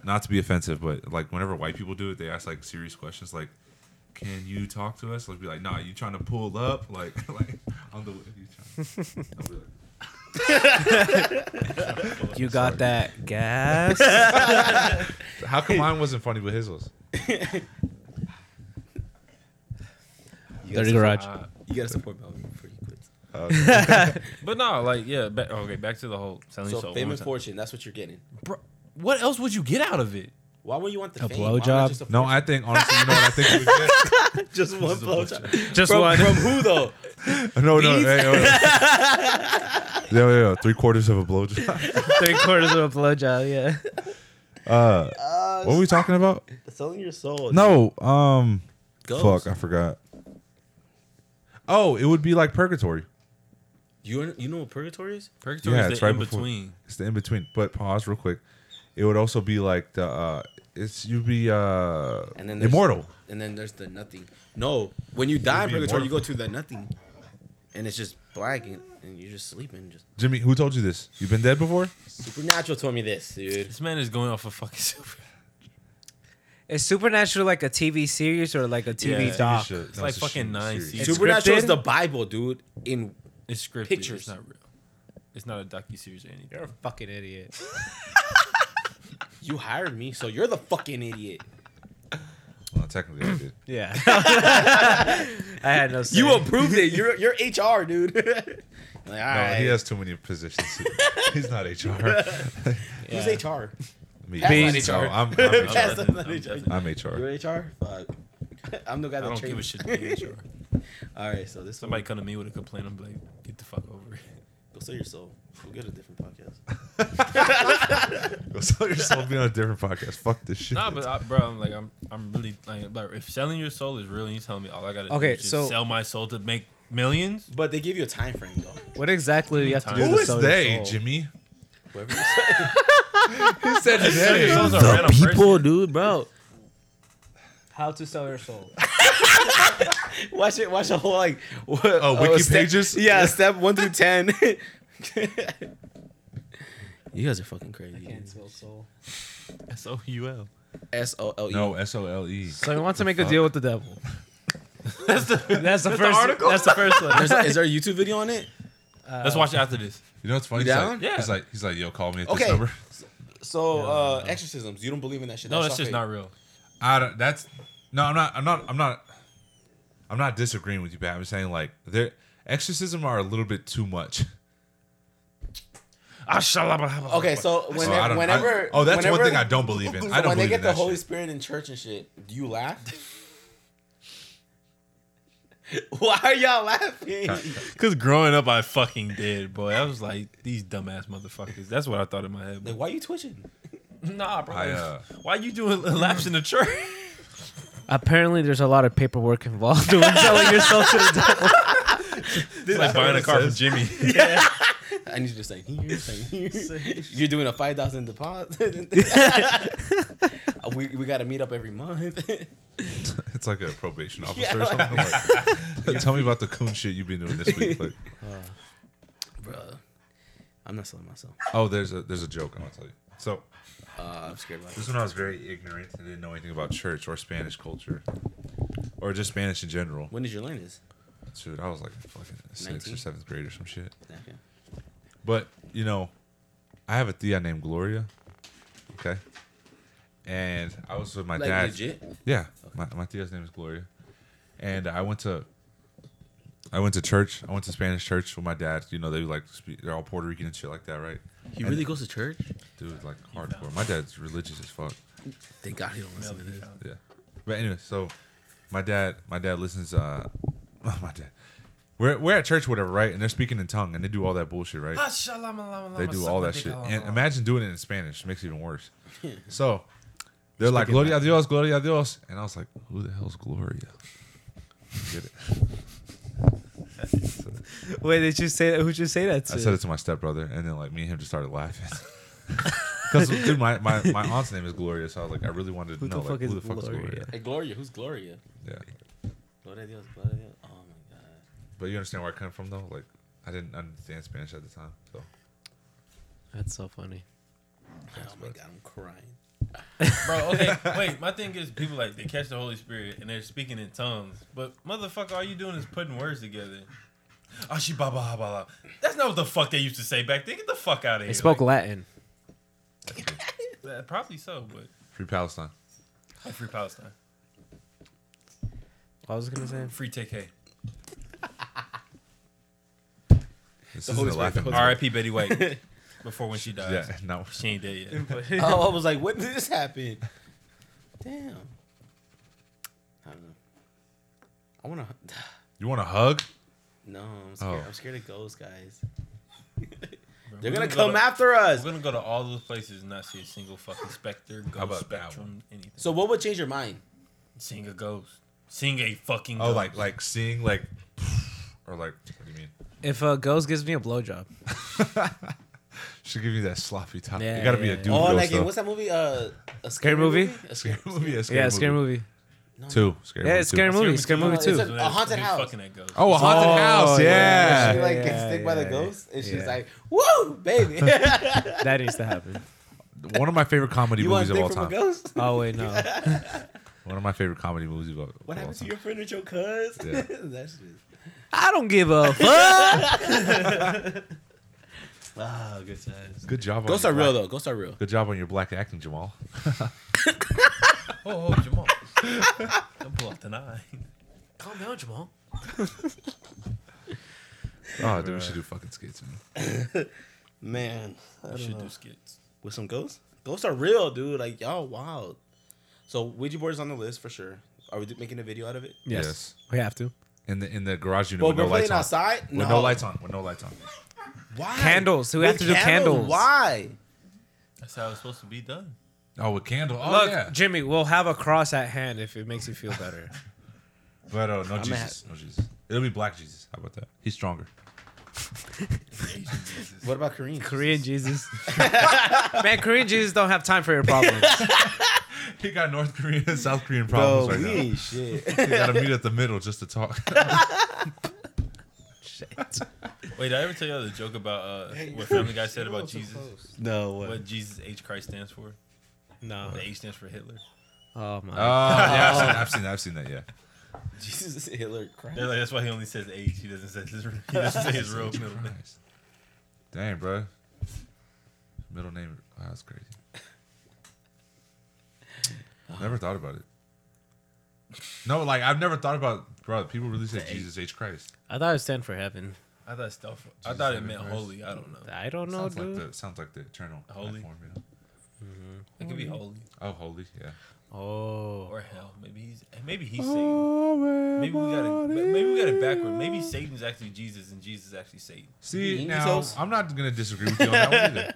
S1: not to be offensive, but like whenever white people do it, they ask like serious questions, like "Can you talk to us?" Like be like, "Nah, you trying to pull up?" *laughs* Like, like on the you trying. *laughs* I'll be like,
S5: You got that gas?
S1: How come mine wasn't funny, but his was?
S5: Dirty garage.
S3: Uh,
S2: You gotta support Melvin before he quits.
S3: but no, like, yeah, back, okay, back to the whole selling
S2: So,
S3: your soul. one
S2: fame
S3: more
S2: and
S3: time.
S2: fortune, that's what you're getting.
S3: Bro, what else would you get out of it?
S2: Why would you want the
S5: A
S2: fame? Why not
S5: blowjob?
S2: just a
S1: No,
S2: fortune?
S1: I think honestly, you know what I think it would
S2: just one blowjob.
S5: Just
S2: From,
S5: one.
S2: from who though?
S1: *laughs* get. No, no, hey, no, no. *laughs* Yo, yo, yo, three quarters of a *laughs* blowjob.
S5: *laughs* Three quarters of a blowjob, yeah.
S1: Uh, what
S2: Uh,
S1: were we talking about?
S2: selling your soul.
S1: No, um,
S2: Ghost.
S1: fuck, I forgot. Oh, it would be like purgatory.
S2: You you know what purgatory is?
S3: Purgatory
S1: Yeah,
S3: is
S1: it's
S3: the
S1: right
S3: in
S1: before-
S3: between.
S1: It's the in between. But pause real quick. It would also be like the uh it's you'd be uh
S2: And then there's-
S1: immortal.
S2: And then there's the nothing. No, when you die in
S1: be
S2: purgatory, you
S1: immortal.
S2: go to the nothing, and it's just black, and, and you're just sleeping. Just
S1: Jimmy, who told you this? You've been dead before?
S2: supernatural told me this, dude.
S3: This man is going off a fucking *laughs* super.
S5: Is Supernatural like a TV series or like a TV
S3: Yeah,
S5: doc?
S1: Shit,
S3: It's
S1: no,
S3: like
S1: a
S3: fucking
S1: shit
S3: nine
S1: series.
S3: seasons.
S2: Supernatural is
S5: scripted?
S2: the Bible, dude. In
S3: It's scripted.
S2: Pictures.
S3: It's not real. It's not a docu series or anything.
S5: You're a fucking idiot.
S2: you hired me, so you're the fucking idiot.
S1: Well, technically I did.
S5: Yeah. *laughs* I had no say.
S2: You approved it. You're you're HR, dude. *laughs* like, all
S1: No,
S2: right.
S1: Oh, he has too many positions. *laughs* He's not
S3: *laughs*
S1: HR.
S2: Who's HR?
S1: Me.
S2: Beans.
S1: No, I'm, I'm
S3: *laughs*
S1: HR.
S2: Pass, I'm not HR.
S1: I'm HR.
S2: You're HR? Fuck. *laughs* I'm the guy
S3: I
S2: that
S3: don't give a
S2: trained.
S3: shit. to be *laughs* HR.
S2: *laughs* All right, so this
S3: Somebody come to me with a complaint. I'm like, get the fuck over it.
S2: one, go sell your soul. We'll get a different podcast.
S1: Go sell yourself being on a different podcast. Fuck this shit.
S3: Nah, but I, bro, I'm like, I'm, I'm really like, like, if selling your soul is real, and you telling me all I gotta
S5: Okay,
S3: do is just
S5: so-
S3: sell my soul to make *laughs* millions.
S2: But they give you a time frame though.
S5: What exactly do you have to do?
S1: who
S5: to
S1: is
S5: sell your
S1: they,
S5: soul?
S1: Jimmy?
S2: Whoever you
S1: Who said
S3: Selling your soul's a
S1: they?
S3: random person.
S2: dude, bro.
S5: How to sell your soul?
S2: *laughs* Watch it. Watch a whole like what,
S1: Oh, wiki
S2: step-
S1: pages?
S2: Yeah, step one through *laughs* ten. you guys are fucking crazy.
S5: sell soul.
S3: S O U L.
S2: S O L E.
S1: No, S O L E.
S5: So he wants to make a deal with the devil. *laughs* that's the that's the first
S3: article?
S5: That's the first one.
S2: There's a- is there a YouTube video on it?
S3: Let's watch it after this.
S1: You know what's funny?
S2: You
S1: He's
S2: down?
S1: like,
S3: Yeah.
S1: he's like, he's like, yo, call me at
S2: Okay.
S1: this number.
S2: So uh exorcisms. You don't believe in that shit.
S3: No, that's
S2: all
S3: just
S2: fake.
S3: not real.
S1: I don't. That's no. I'm not. I'm not. I'm not. I'm not disagreeing with you, Pat. I'm just saying like there exorcism are a little bit too much.
S3: Ah, shalabala-
S2: Okay, so when
S1: So I don't- I-
S2: whenever
S1: oh, that's
S2: whenever,
S1: one thing I don't believe in. I
S2: so
S1: don't
S2: when
S1: believe
S2: they
S1: in
S2: get
S1: that
S2: the Holy
S1: shit.
S2: Spirit in church and shit, do you laugh? *laughs* Why are y'all laughing?
S3: Cause growing up, I fucking did, boy. I was like these dumbass motherfuckers. That's what I thought in my head.
S2: Like, why you twitching?
S3: nah, bro.
S1: I, uh,
S3: why you doing *laughs* laps in the church?
S5: Apparently, there's a lot of paperwork involved *laughs* when selling your soul to the *laughs* devil.
S3: It's like buying a car from Jimmy.
S2: I need you to say here, *laughs* say here. You're doing a five
S1: *laughs*
S2: thousand *laughs* deposit. we we got to meet up every month.
S1: It's like a probation officer
S2: *laughs* Yeah,
S1: or something. Like, tell me about the coon shit you've been doing this week. Like,
S2: *laughs* Bruh. I'm not selling myself.
S1: oh, there's a there's a joke I'm gonna tell you. So
S2: Uh, I'm scared about
S1: this
S2: it.
S1: is when I was very ignorant and didn't know anything about church or Spanish culture, or just Spanish in general.
S2: When did you learn this?
S1: Dude, I was like fucking sixth or
S2: 19?
S1: seventh grade or some shit.
S2: Yeah, yeah.
S1: But you know, I have a tia named Gloria. Okay. And I was with my
S2: Like,
S1: dad.
S2: legit?
S1: Yeah, my my tia's name is Gloria, and I went to. I went to church. I went to Spanish church with my dad. You know, they like speak, they're all Puerto Rican and shit like that, right?
S2: He really goes to church?
S1: Dude, like hardcore. My dad's religious as fuck.
S2: Thank God he don't listen to this.
S1: Yeah. But anyway, so my dad, my dad listens. Uh, *laughs* my dad. We're, we're at church, whatever, right? And they're speaking in tongue, and they do all that bullshit, right? They do all that shit. And imagine doing it in Spanish. Makes it even
S5: *laughs*
S1: worse. So they're like, Gloria a Dios, Gloria a Dios. And I was like, who the hell's Gloria? Get it?
S5: Wait, did you say that? Who'd you say that to?
S1: I said it to my stepbrother, and then like me and him just started laughing. *laughs* Because dude, my, my, my aunt's name is Gloria, so I was like, I really wanted to
S5: Who the
S1: know
S5: fuck
S1: like, who
S5: is
S1: the fuck's Gloria?
S5: Gloria?
S2: Hey, Gloria, who's Gloria?
S1: Yeah,
S2: Gloria a Dios, Gloria a Dios. Oh my God.
S1: but you understand where I come from though. Like, I didn't understand Spanish at the time, so
S5: That's so funny.
S2: Oh my God, I'm crying.
S3: Bro, okay, wait. My thing is, people like they catch the Holy Spirit and they're speaking in tongues, but motherfucker, all you doing is putting words together. Ashi ba ba ba ba. That's not what the fuck they used to say back then. Get the fuck out of here.
S5: They spoke
S3: Like,
S5: Latin.
S3: uh, probably so, but
S1: free Palestine.
S3: like, free Palestine,
S5: What was I gonna say?
S3: free TK.
S1: This
S2: The
S1: is
S2: Holy
S1: a
S2: Spirit,
S1: laughing.
S2: the Holy
S3: R.I.P.
S2: *laughs*
S3: Betty White. Before when she dies,
S1: Yeah, *laughs* no.
S3: she ain't dead yet.
S5: *laughs*
S2: oh, I was like, when did this happen? Damn. I don't know. I want to.
S1: You want a hug?
S2: *sighs* No, I'm scared.
S1: Oh.
S2: I'm scared of ghosts, guys.
S3: Bro,
S2: They're
S3: we're
S2: gonna
S3: go
S2: come
S3: to-
S2: after
S3: We're
S2: us.
S3: gonna go to all those places and not see a single fucking specter, ghost,
S1: about that
S3: spectrum, anything.
S2: So, what would change your mind?
S3: Sing a ghost. Sing a fucking.
S1: Oh,
S3: ghost.
S1: like like seeing like, *laughs* or like what do you mean?
S5: If a ghost gives me a blowjob,
S1: Should give you that sloppy top.
S5: Yeah,
S1: it gotta be
S5: yeah,
S1: a
S5: yeah.
S1: dude.
S2: oh,
S1: ghost,
S2: like in-
S1: though.
S2: what's that movie? Uh, a
S5: Scary movie?
S1: *laughs*
S2: A
S1: Scary
S2: scary
S1: movie. Yeah, scary
S5: yeah,
S1: movie.
S5: scary movie.
S2: No,
S1: Two. Scary
S5: Yeah,
S1: movie
S5: it's
S1: two.
S5: scary movie.
S3: Scary
S5: Scary
S3: movie
S5: movie
S2: two.
S5: too.
S2: It's a- a haunted house.
S3: Fucking that ghost.
S1: Oh, a haunted house. *laughs* Yeah.
S2: She like
S5: Yeah,
S2: gets stick by the
S5: yeah,
S2: ghost, and she's
S5: yeah.
S2: like, "Woo, baby!" you
S5: That needs to *laughs* happen.
S1: One of my favorite comedy
S2: want
S1: movies
S2: to
S1: of all
S2: stick from a
S1: time.
S2: ghost?
S5: Oh wait, *laughs* no.
S1: One of my favorite comedy movies of all, of all
S2: What happened to
S1: time.
S2: your friend with your cuz? *laughs*
S1: Yeah.
S2: That's just.
S5: I don't give a fuck.
S2: Wow, good times.
S1: Good job.
S2: Ghosts
S1: on
S2: are
S1: your
S2: real
S1: black-
S2: though. Ghosts are real.
S1: Good job on your black acting,
S2: *laughs*
S1: Jamal.
S3: Oh, oh Jamal. Don't pull out the nine.
S5: Calm down, Jamal.
S1: Oh, dude, we should do fucking skits, man.
S2: Man, I
S3: You
S2: don't
S3: should
S2: know.
S3: do skits.
S2: with some ghosts. Ghosts are real, dude. Like y'all wild. So Ouija board is on the list for sure. Are we do- making a video out of it?
S5: Yes. We have to.
S1: In the in the garage unit
S2: But
S1: with
S2: we're
S1: no lights
S2: playing
S1: on.
S2: outside.
S1: With no lights on. With no lights on.
S2: Why?
S5: Candles. We
S2: With
S5: have to do candles.
S2: Why?
S3: That's how it's supposed to be done.
S1: Oh, with candle. Oh
S5: Look,
S1: yeah.
S5: Jimmy, we'll have a cross at hand if it makes you feel better.
S1: But oh, no
S2: I'm
S1: Jesus. No Jesus. It'll be black Jesus. How about that? He's stronger. *laughs*
S2: What about Korean? *laughs*
S5: Korean Jesus. *laughs* Man, Korean Jesus don't have time for your problems.
S1: He got North Korean and South Korean
S2: Bro,
S1: problems right
S2: we
S1: now. *laughs*
S2: ain't shit.
S1: They gotta meet at the middle just to talk.
S3: Wait, did I ever tell y'all the joke about uh, what Family *laughs* Guy said about Jesus?
S2: no way.
S3: What Jesus H Christ stands for?
S5: No.
S3: The H stands for Hitler.
S5: Oh my.
S1: Oh yeah, I've seen, I've seen that. I've seen that. Yeah.
S2: Jesus *laughs* Hitler Christ.
S3: They're like, that's why he only says H. He doesn't say his, *laughs* he doesn't say his real middle name.
S1: Christ. Dang, bro. Middle name. Wow, that's crazy. Never thought about it. No, like I've never thought about, bro. People really say Jesus H Christ.
S5: I thought it stand for heaven.
S3: I thought stuff. I thought it meant
S1: Jesus Christ.
S3: holy. I don't know.
S5: I don't know,
S1: Sounds like
S5: dude.
S1: the sounds like the eternal
S3: Holy.
S1: platform, you know?
S3: It could be holy
S1: Oh, holy, yeah.
S5: oh.
S3: *laughs* or hell. Maybe he's maybe he's Satan. Maybe we got it. Maybe we got it backward. Maybe Satan's actually Jesus and Jesus is actually Satan.
S1: See
S2: Jesus.
S1: now, I'm not gonna disagree with you on that one either.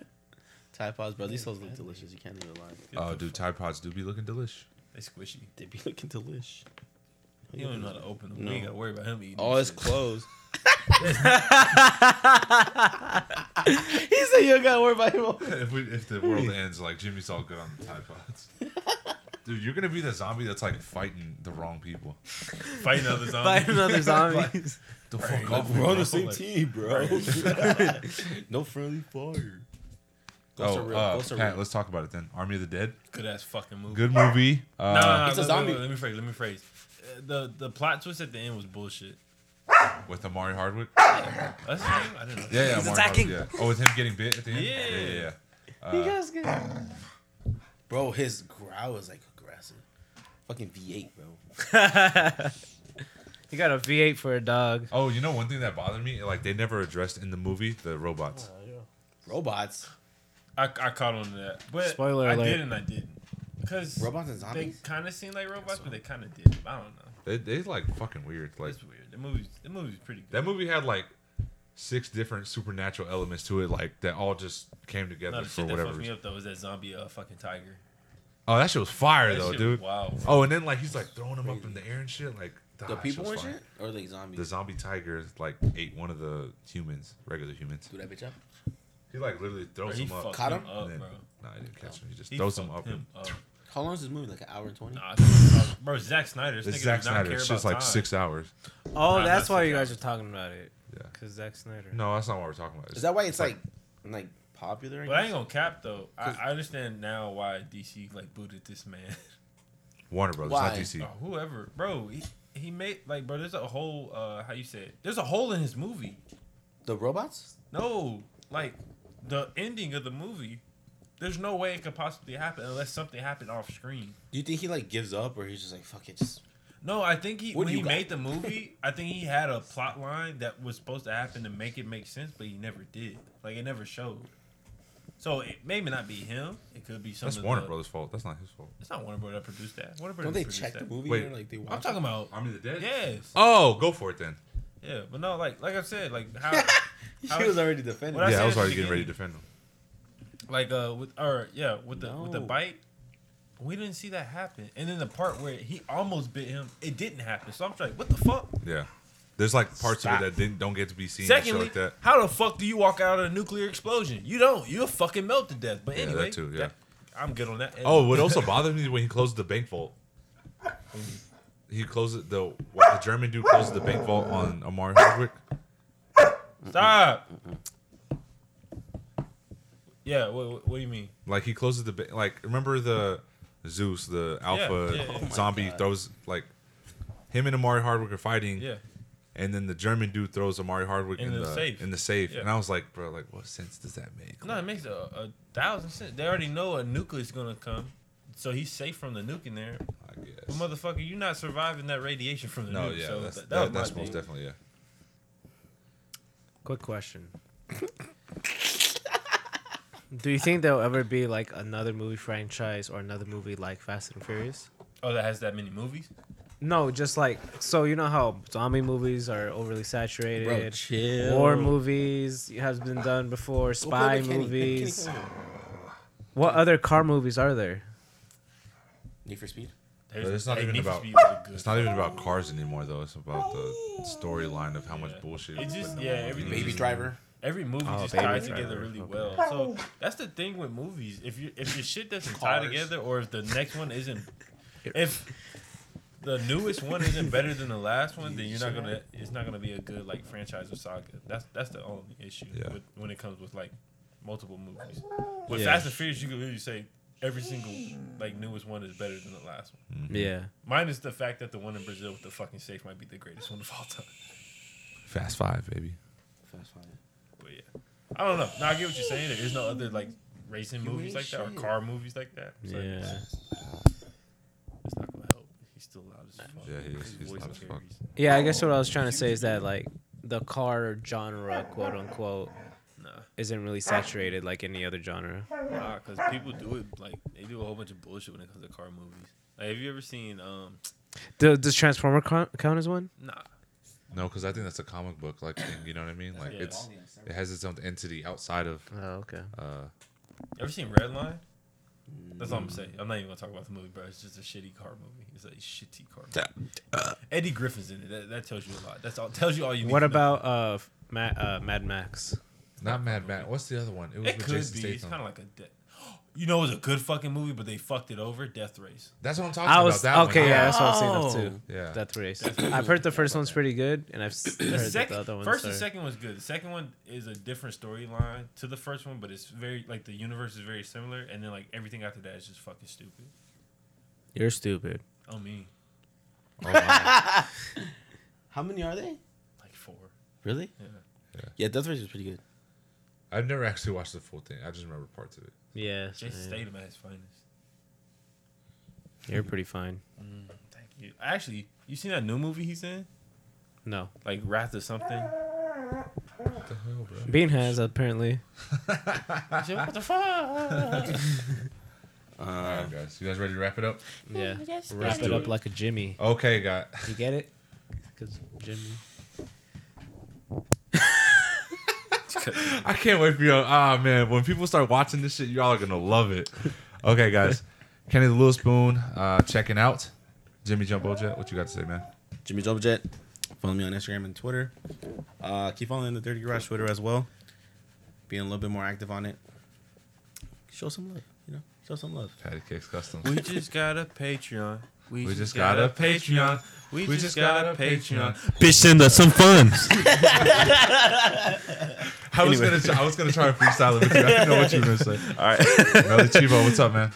S2: Thai pods, bro. These souls look delicious. You can't even lie.
S1: Oh, dude, Tide Pods do be looking delish.
S3: They squishy.
S2: They be looking delish.
S3: You don't even know how to open them.
S2: No.
S3: We ain't got to worry about him eating.
S2: Oh,
S3: this
S2: *laughs* it's
S3: shit.
S2: closed. he said you don't gotta worry about him.
S1: if, we, if the world ends, like Jimmy's all good on the Tide Pods. Dude, you're gonna be the zombie that's like fighting the wrong people.
S3: *laughs* Fighting other
S5: Fight
S3: zombies.
S5: another zombie. *laughs*
S1: The fuck off.
S2: We're on *laughs* the same
S3: Like-
S2: team, bro. *laughs* no friendly fire. Go
S1: Oh,
S2: surreal.
S1: uh,
S2: Go surreal.
S1: Pat, let's talk about it then. Army of the Dead,
S3: Good ass fucking movie.
S1: good movie. Uh,
S3: Nah, nah, nah,
S2: It's a
S3: wait, wait,
S2: zombie.
S3: wait, Let me phrase. Let me phrase. Uh, The the plot twist at the end was bullshit.
S1: with Amari Hardwick.
S3: That's his name? I didn't know.
S1: Yeah, yeah,
S5: He's
S1: Amari
S5: attacking.
S1: Hardwick, yeah. Oh, with him getting bit at the end.
S3: Yeah.
S1: yeah, yeah.
S2: Uh, Bro, his growl is like aggressive. Fucking V8, bro.
S5: you got a V8 for a dog.
S1: Oh, you know one thing that bothered me? Like they never addressed in the movie the robots.
S2: Robots.
S3: I, I caught on to that. But
S5: Spoiler
S3: I
S5: alert.
S3: did and I didn't. Because
S2: Robots and
S3: they
S2: zombies?
S3: kind of seem like robots, but they kind of did. I don't know.
S1: They they like fucking weird. Like
S3: It's weird. The movie's, the movie's pretty good.
S1: that movie had like six different supernatural elements to it, like that all just came together
S3: No, the
S1: for
S3: shit that
S1: whatever.
S3: fucked me
S1: reason.
S3: up, though, was that zombie uh, fucking tiger.
S1: Oh, that shit was fire
S3: That
S1: though,
S3: shit was
S1: dude.
S3: Wild.
S1: Oh, and then like he's like throwing them up in the air and shit. Like ah, that
S2: The
S1: shit
S2: people
S1: was fire.
S2: and shit? Or like zombies?
S1: The zombie tiger like ate one of the humans, regular humans.
S2: Do that bitch up?
S1: He like literally
S3: Bro,
S1: throws
S3: he
S1: him up.
S3: fucked
S2: Caught
S3: him
S2: him?
S1: and
S3: up,
S1: then-
S3: bro.
S1: Nah, he didn't catch him. He just
S3: He
S1: throws him
S3: fucked
S1: up.
S3: him
S1: And, *laughs*
S3: up.
S2: How long is this movie? Like an hour and 20?
S3: Nah, it's- bro, Zack Snyder. This
S1: it's
S3: nigga
S1: Zack
S3: does not
S1: Snyder.
S3: care
S1: It's
S3: about
S1: just like
S3: time.
S1: six hours.
S5: Oh,
S3: Nah,
S5: that's
S3: that's
S5: why
S3: the
S5: you
S3: guy.
S5: guys are talking about it.
S1: Yeah.
S5: Because Zack Snyder.
S1: No, that's not what we're talking about.
S2: Is that why it's like like popular? I
S3: But I
S2: guess?
S3: ain't gonna cap though. I, I understand now why DC like booted this man.
S1: Warner Brothers,
S2: Why?
S1: not DC.
S3: Or *laughs* whoever, bro. He, he made like, bro. There's a whole uh, how you say it? There's a hole in his movie.
S2: The robots?
S3: No, like the ending of the movie. There's no way it could possibly happen unless something happened off screen.
S2: Do you think he like gives up or he's just like, fuck it, just
S3: No, I think he
S2: What
S3: when
S2: do you
S3: he
S2: got? *laughs*
S3: made the movie, I think he had a plot line that was supposed to happen to make it make sense, but he never did. Like it never showed. So it may not be him. It could be some.
S1: That's
S3: of
S1: Warner
S3: the-
S1: Brothers' fault. That's not his fault.
S3: It's not Warner Bros. that produced that. Warner Bros.
S2: don't they
S3: didn't
S2: check the
S3: produce
S2: movie
S1: Wait.
S2: or like they
S3: that.
S2: watch?
S3: I'm talking about.
S1: Army of the Dead.
S3: Yes.
S1: Oh, go for it then.
S3: Yeah, but no, like like I said, like how
S1: *laughs*
S2: it?
S3: I
S2: *laughs* He
S3: was-
S2: was already defending.
S3: When I
S2: it.
S1: yeah,
S3: said
S1: I was
S3: at the
S1: already getting ready to
S3: beginning-
S1: defend him.
S3: like uh with or yeah with the with the
S2: No.
S3: bite, we didn't see that happen. And then the part where he almost bit him, it didn't happen. So I'm like, what the fuck?
S1: Yeah, there's like parts
S3: Stop.
S1: of it that didn't, don't get to be seen. and shit
S3: Secondly,
S1: like that.
S3: how the fuck do you walk out of a nuclear explosion? You don't. You'll fucking melt to death. But
S1: Yeah, that
S3: anyway,
S1: too, yeah.
S3: I'm good on that. end.
S1: Oh, what also bothered me when he closed the bank vault. He closes the what, the German dude closes the bank vault on Amar Hardwick.
S3: stop. Yeah, what, what, what do you mean?
S1: Like he closes the ba- like remember the Zeus the alpha
S3: yeah, yeah. Oh my
S1: zombie throws like him and Amari Hardwick are fighting.
S3: Yeah,
S1: And then the German dude throws Amari Hardwick in, the, safe. in the safe,
S3: Yeah.
S1: and I was like, bro, like what sense does that make?
S3: no, it makes a, a thousand sense. They already know a nuclear is gonna come, so he's safe from the nuke in there.
S1: I guess.
S3: But motherfucker, you're not surviving that radiation from the
S1: No,
S3: nuke.
S1: yeah,
S3: so
S1: that's,
S3: that,
S1: that-
S3: was my
S1: that's
S3: thing.
S1: most definitely yeah.
S5: Quick question. Do you think there'll ever be like another movie franchise or another movie like Fast and Furious?
S3: Oh, that has that many movies?
S5: No, just like so you know how zombie movies are overly saturated.
S2: Bro, chill.
S5: War movies has been done before.
S2: Go play
S5: Spy
S2: with Kenny.
S5: movies.
S2: Kenny, come here.
S5: What other car movies are there?
S2: Need for Speed.
S1: But it's not even
S3: Need for
S1: about-
S3: Speed was a good-
S1: It's not even about cars anymore, though. It's about the storyline of how much
S3: Yeah.
S1: bullshit.
S3: It just yeah, everything.
S2: Baby
S3: just-
S2: Driver.
S3: Every movie
S5: Oh,
S3: just
S5: Baby
S3: ties
S5: Driver,
S3: together really
S5: okay.
S3: well. So that's the thing with movies. If you if your shit doesn't tie
S2: Cars.
S3: together, or if the next one
S5: *laughs*
S3: isn't, if the newest one isn't better than the last one, then you're not gonna. It's not gonna be a good like franchise or saga. That's that's the only issue
S1: Yeah.
S3: with, when it comes with like multiple movies. With
S5: Yeah.
S3: Fast and Furious, you can really say every single like newest one is better than the last one.
S5: Yeah.
S3: Minus the fact that the one in Brazil with the fucking safe might be the greatest one of all time.
S1: Fast Five, baby.
S2: Fast *laughs* Five.
S3: But yeah, I don't know. No, I get what you're saying. There is no other like racing
S2: You
S3: movies
S2: ain't
S3: like that or
S2: shit.
S3: car movies like that. So
S5: Yeah.
S3: it's not gonna help. He's still loud as fuck.
S1: Yeah, he is.
S3: His
S1: He's
S3: voice
S1: loud as fuck.
S3: carries.
S5: Yeah, I guess what I was trying to say is that like the car genre, quote unquote,
S3: Nah,
S5: isn't really saturated like any other genre.
S3: nah, because people do it like they do a whole bunch of bullshit when it comes to car movies. Like, have you ever seen? Um,
S5: Do, does Transformer co- count as one?
S3: nah,
S1: No, because I think that's a comic book like thing. You know what I mean? Like
S3: Yeah.
S1: it's
S2: Oh,
S1: it has its own entity outside of.
S5: Oh, okay.
S1: uh
S3: You ever seen Redline? That's all I'm saying. I'm not even gonna talk about the movie, bro. It's just a shitty car movie. It's a shitty car movie. Eddie Griffin's in it. That, that tells you a lot. That's all. Tells you all you need.
S5: What
S3: to know.
S5: about uh, Ma- uh Mad Max?
S1: Not Mad Max. What's the other one? was
S3: It
S1: with
S3: could
S1: Jason
S3: be. It's
S1: Statham.
S3: kind of like a. De- *gasps* You know, it was a good fucking movie, but they fucked it over. Death Race.
S1: That's what I'm talking
S5: I was
S1: about. That
S5: okay.
S1: one.
S5: Yeah, that's what
S3: Oh.
S5: I've seen them too.
S1: Yeah.
S5: Death Race. I've heard the first one's pretty good, and I've s- heard
S3: The
S5: that the
S3: second,
S5: other ones.
S3: first and
S5: are-
S3: second was good. The second one is a different storyline to the first one, but it's very like the universe is very similar, and then like everything after that is just fucking stupid.
S5: You're stupid.
S3: Oh me,
S1: Oh, wow.
S2: How many are they?
S3: like four.
S2: Really?
S3: Yeah.
S1: Yeah.
S2: Yeah, Death Race is pretty good.
S1: I've never actually watched the full thing. I just remember parts of it.
S5: Yes.
S3: Jason
S5: man.
S3: Statham at his finest.
S5: You're pretty fine.
S3: Thank you. Actually, you seen that new movie he's in,
S5: No.
S3: like Wrath of
S5: *laughs*
S3: something?
S1: What the hell, bro?
S5: Bean has apparently.
S1: *laughs*
S3: I said, what the fuck?
S1: All
S5: Uh.
S1: right, guys. You guys ready to wrap it up?
S5: Yeah. Wrap it
S1: do
S5: up
S1: it.
S5: like a Jimmy.
S1: Okay, guys.
S5: You get it? Because Jimmy.
S1: *laughs* I can't wait for you. Ah, man. When people start watching this shit, y'all are going to love it. Okay, guys. Kenny the Little Spoon uh, checking out. Jimmy Jumbo Jet, what you got to say, man?
S2: Jimmy Jumbo Jet. Follow me on Instagram and Twitter. Uh, keep following the Dirty Garage Twitter as well. Being a little bit more active on it. Show some love, you know. Show some love.
S1: Patty Cakes Customs.
S3: We just got a Patreon.
S1: We just got a Patreon.
S3: We,
S1: We
S3: just got a Patreon.
S4: Bitch, send us some
S1: *laughs*
S4: funds.
S1: I was
S2: Anyway.
S1: gonna, I was gonna try and freestyle it with you. I didn't know what you were gonna *laughs* say.
S2: All right.
S3: *laughs*
S1: Melly Chivo, what's up, man?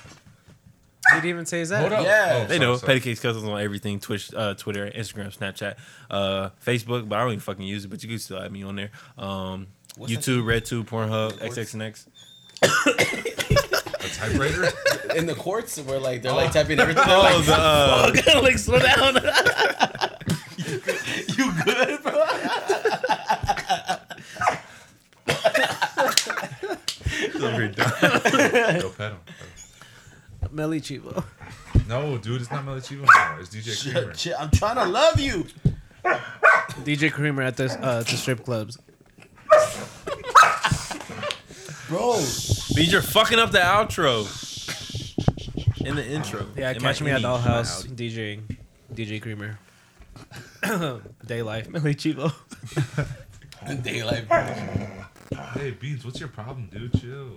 S5: You didn't even say his
S1: Hold up.
S5: that.
S2: Yeah.
S1: Oh,
S3: They
S1: sorry,
S3: know
S1: sorry.
S3: Petty Cakes Cousins on everything Twitch, uh, Twitter, Instagram, Snapchat, uh, Facebook, but I don't even fucking use it, but you can still add me on there. Um,
S2: What's
S3: YouTube, RedTube, Pornhub, XXNX.
S1: A *laughs* typewriter.
S2: In the courts where like they're like typing *laughs* everything. They're
S3: Oh,
S2: like,
S3: the, uh,
S5: like, slow down.
S2: you good, bro?
S1: *laughs* Yo, pedal.
S5: Melly Chivo.
S1: No, dude, it's not Melly Chivo anymore. It's DJ Kramer.
S2: Shit, I'm trying to love you.
S5: DJ Creamer at the, uh, at the strip clubs.
S2: Bro.
S3: Beej, you're fucking up the outro. In the intro.
S5: Yeah,
S3: In my
S5: catch me at
S3: innie,
S5: Dollhouse
S3: my outie.
S5: DJing. DJ Creamer. Day life. Melly Chivo.
S2: Daylight.
S1: Hey, Beans, what's your problem, dude? Chill.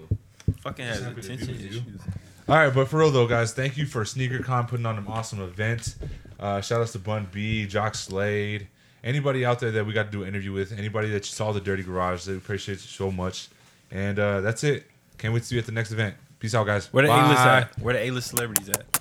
S3: Fucking has
S1: Happy to be
S3: attention
S1: with you.
S3: issues.
S1: All right, but for real though, guys, thank you for SneakerCon putting on an awesome event. Uh, shout outs to Bun B, Jock Slade, anybody out there that we got to do an interview with, anybody that saw the Dirty Garage, they appreciate you so much. And uh, that's it. Can't wait to see you at the next event. Peace out, guys.
S3: Where the
S1: Bye.
S3: A-list at? Where the A-list celebrities at?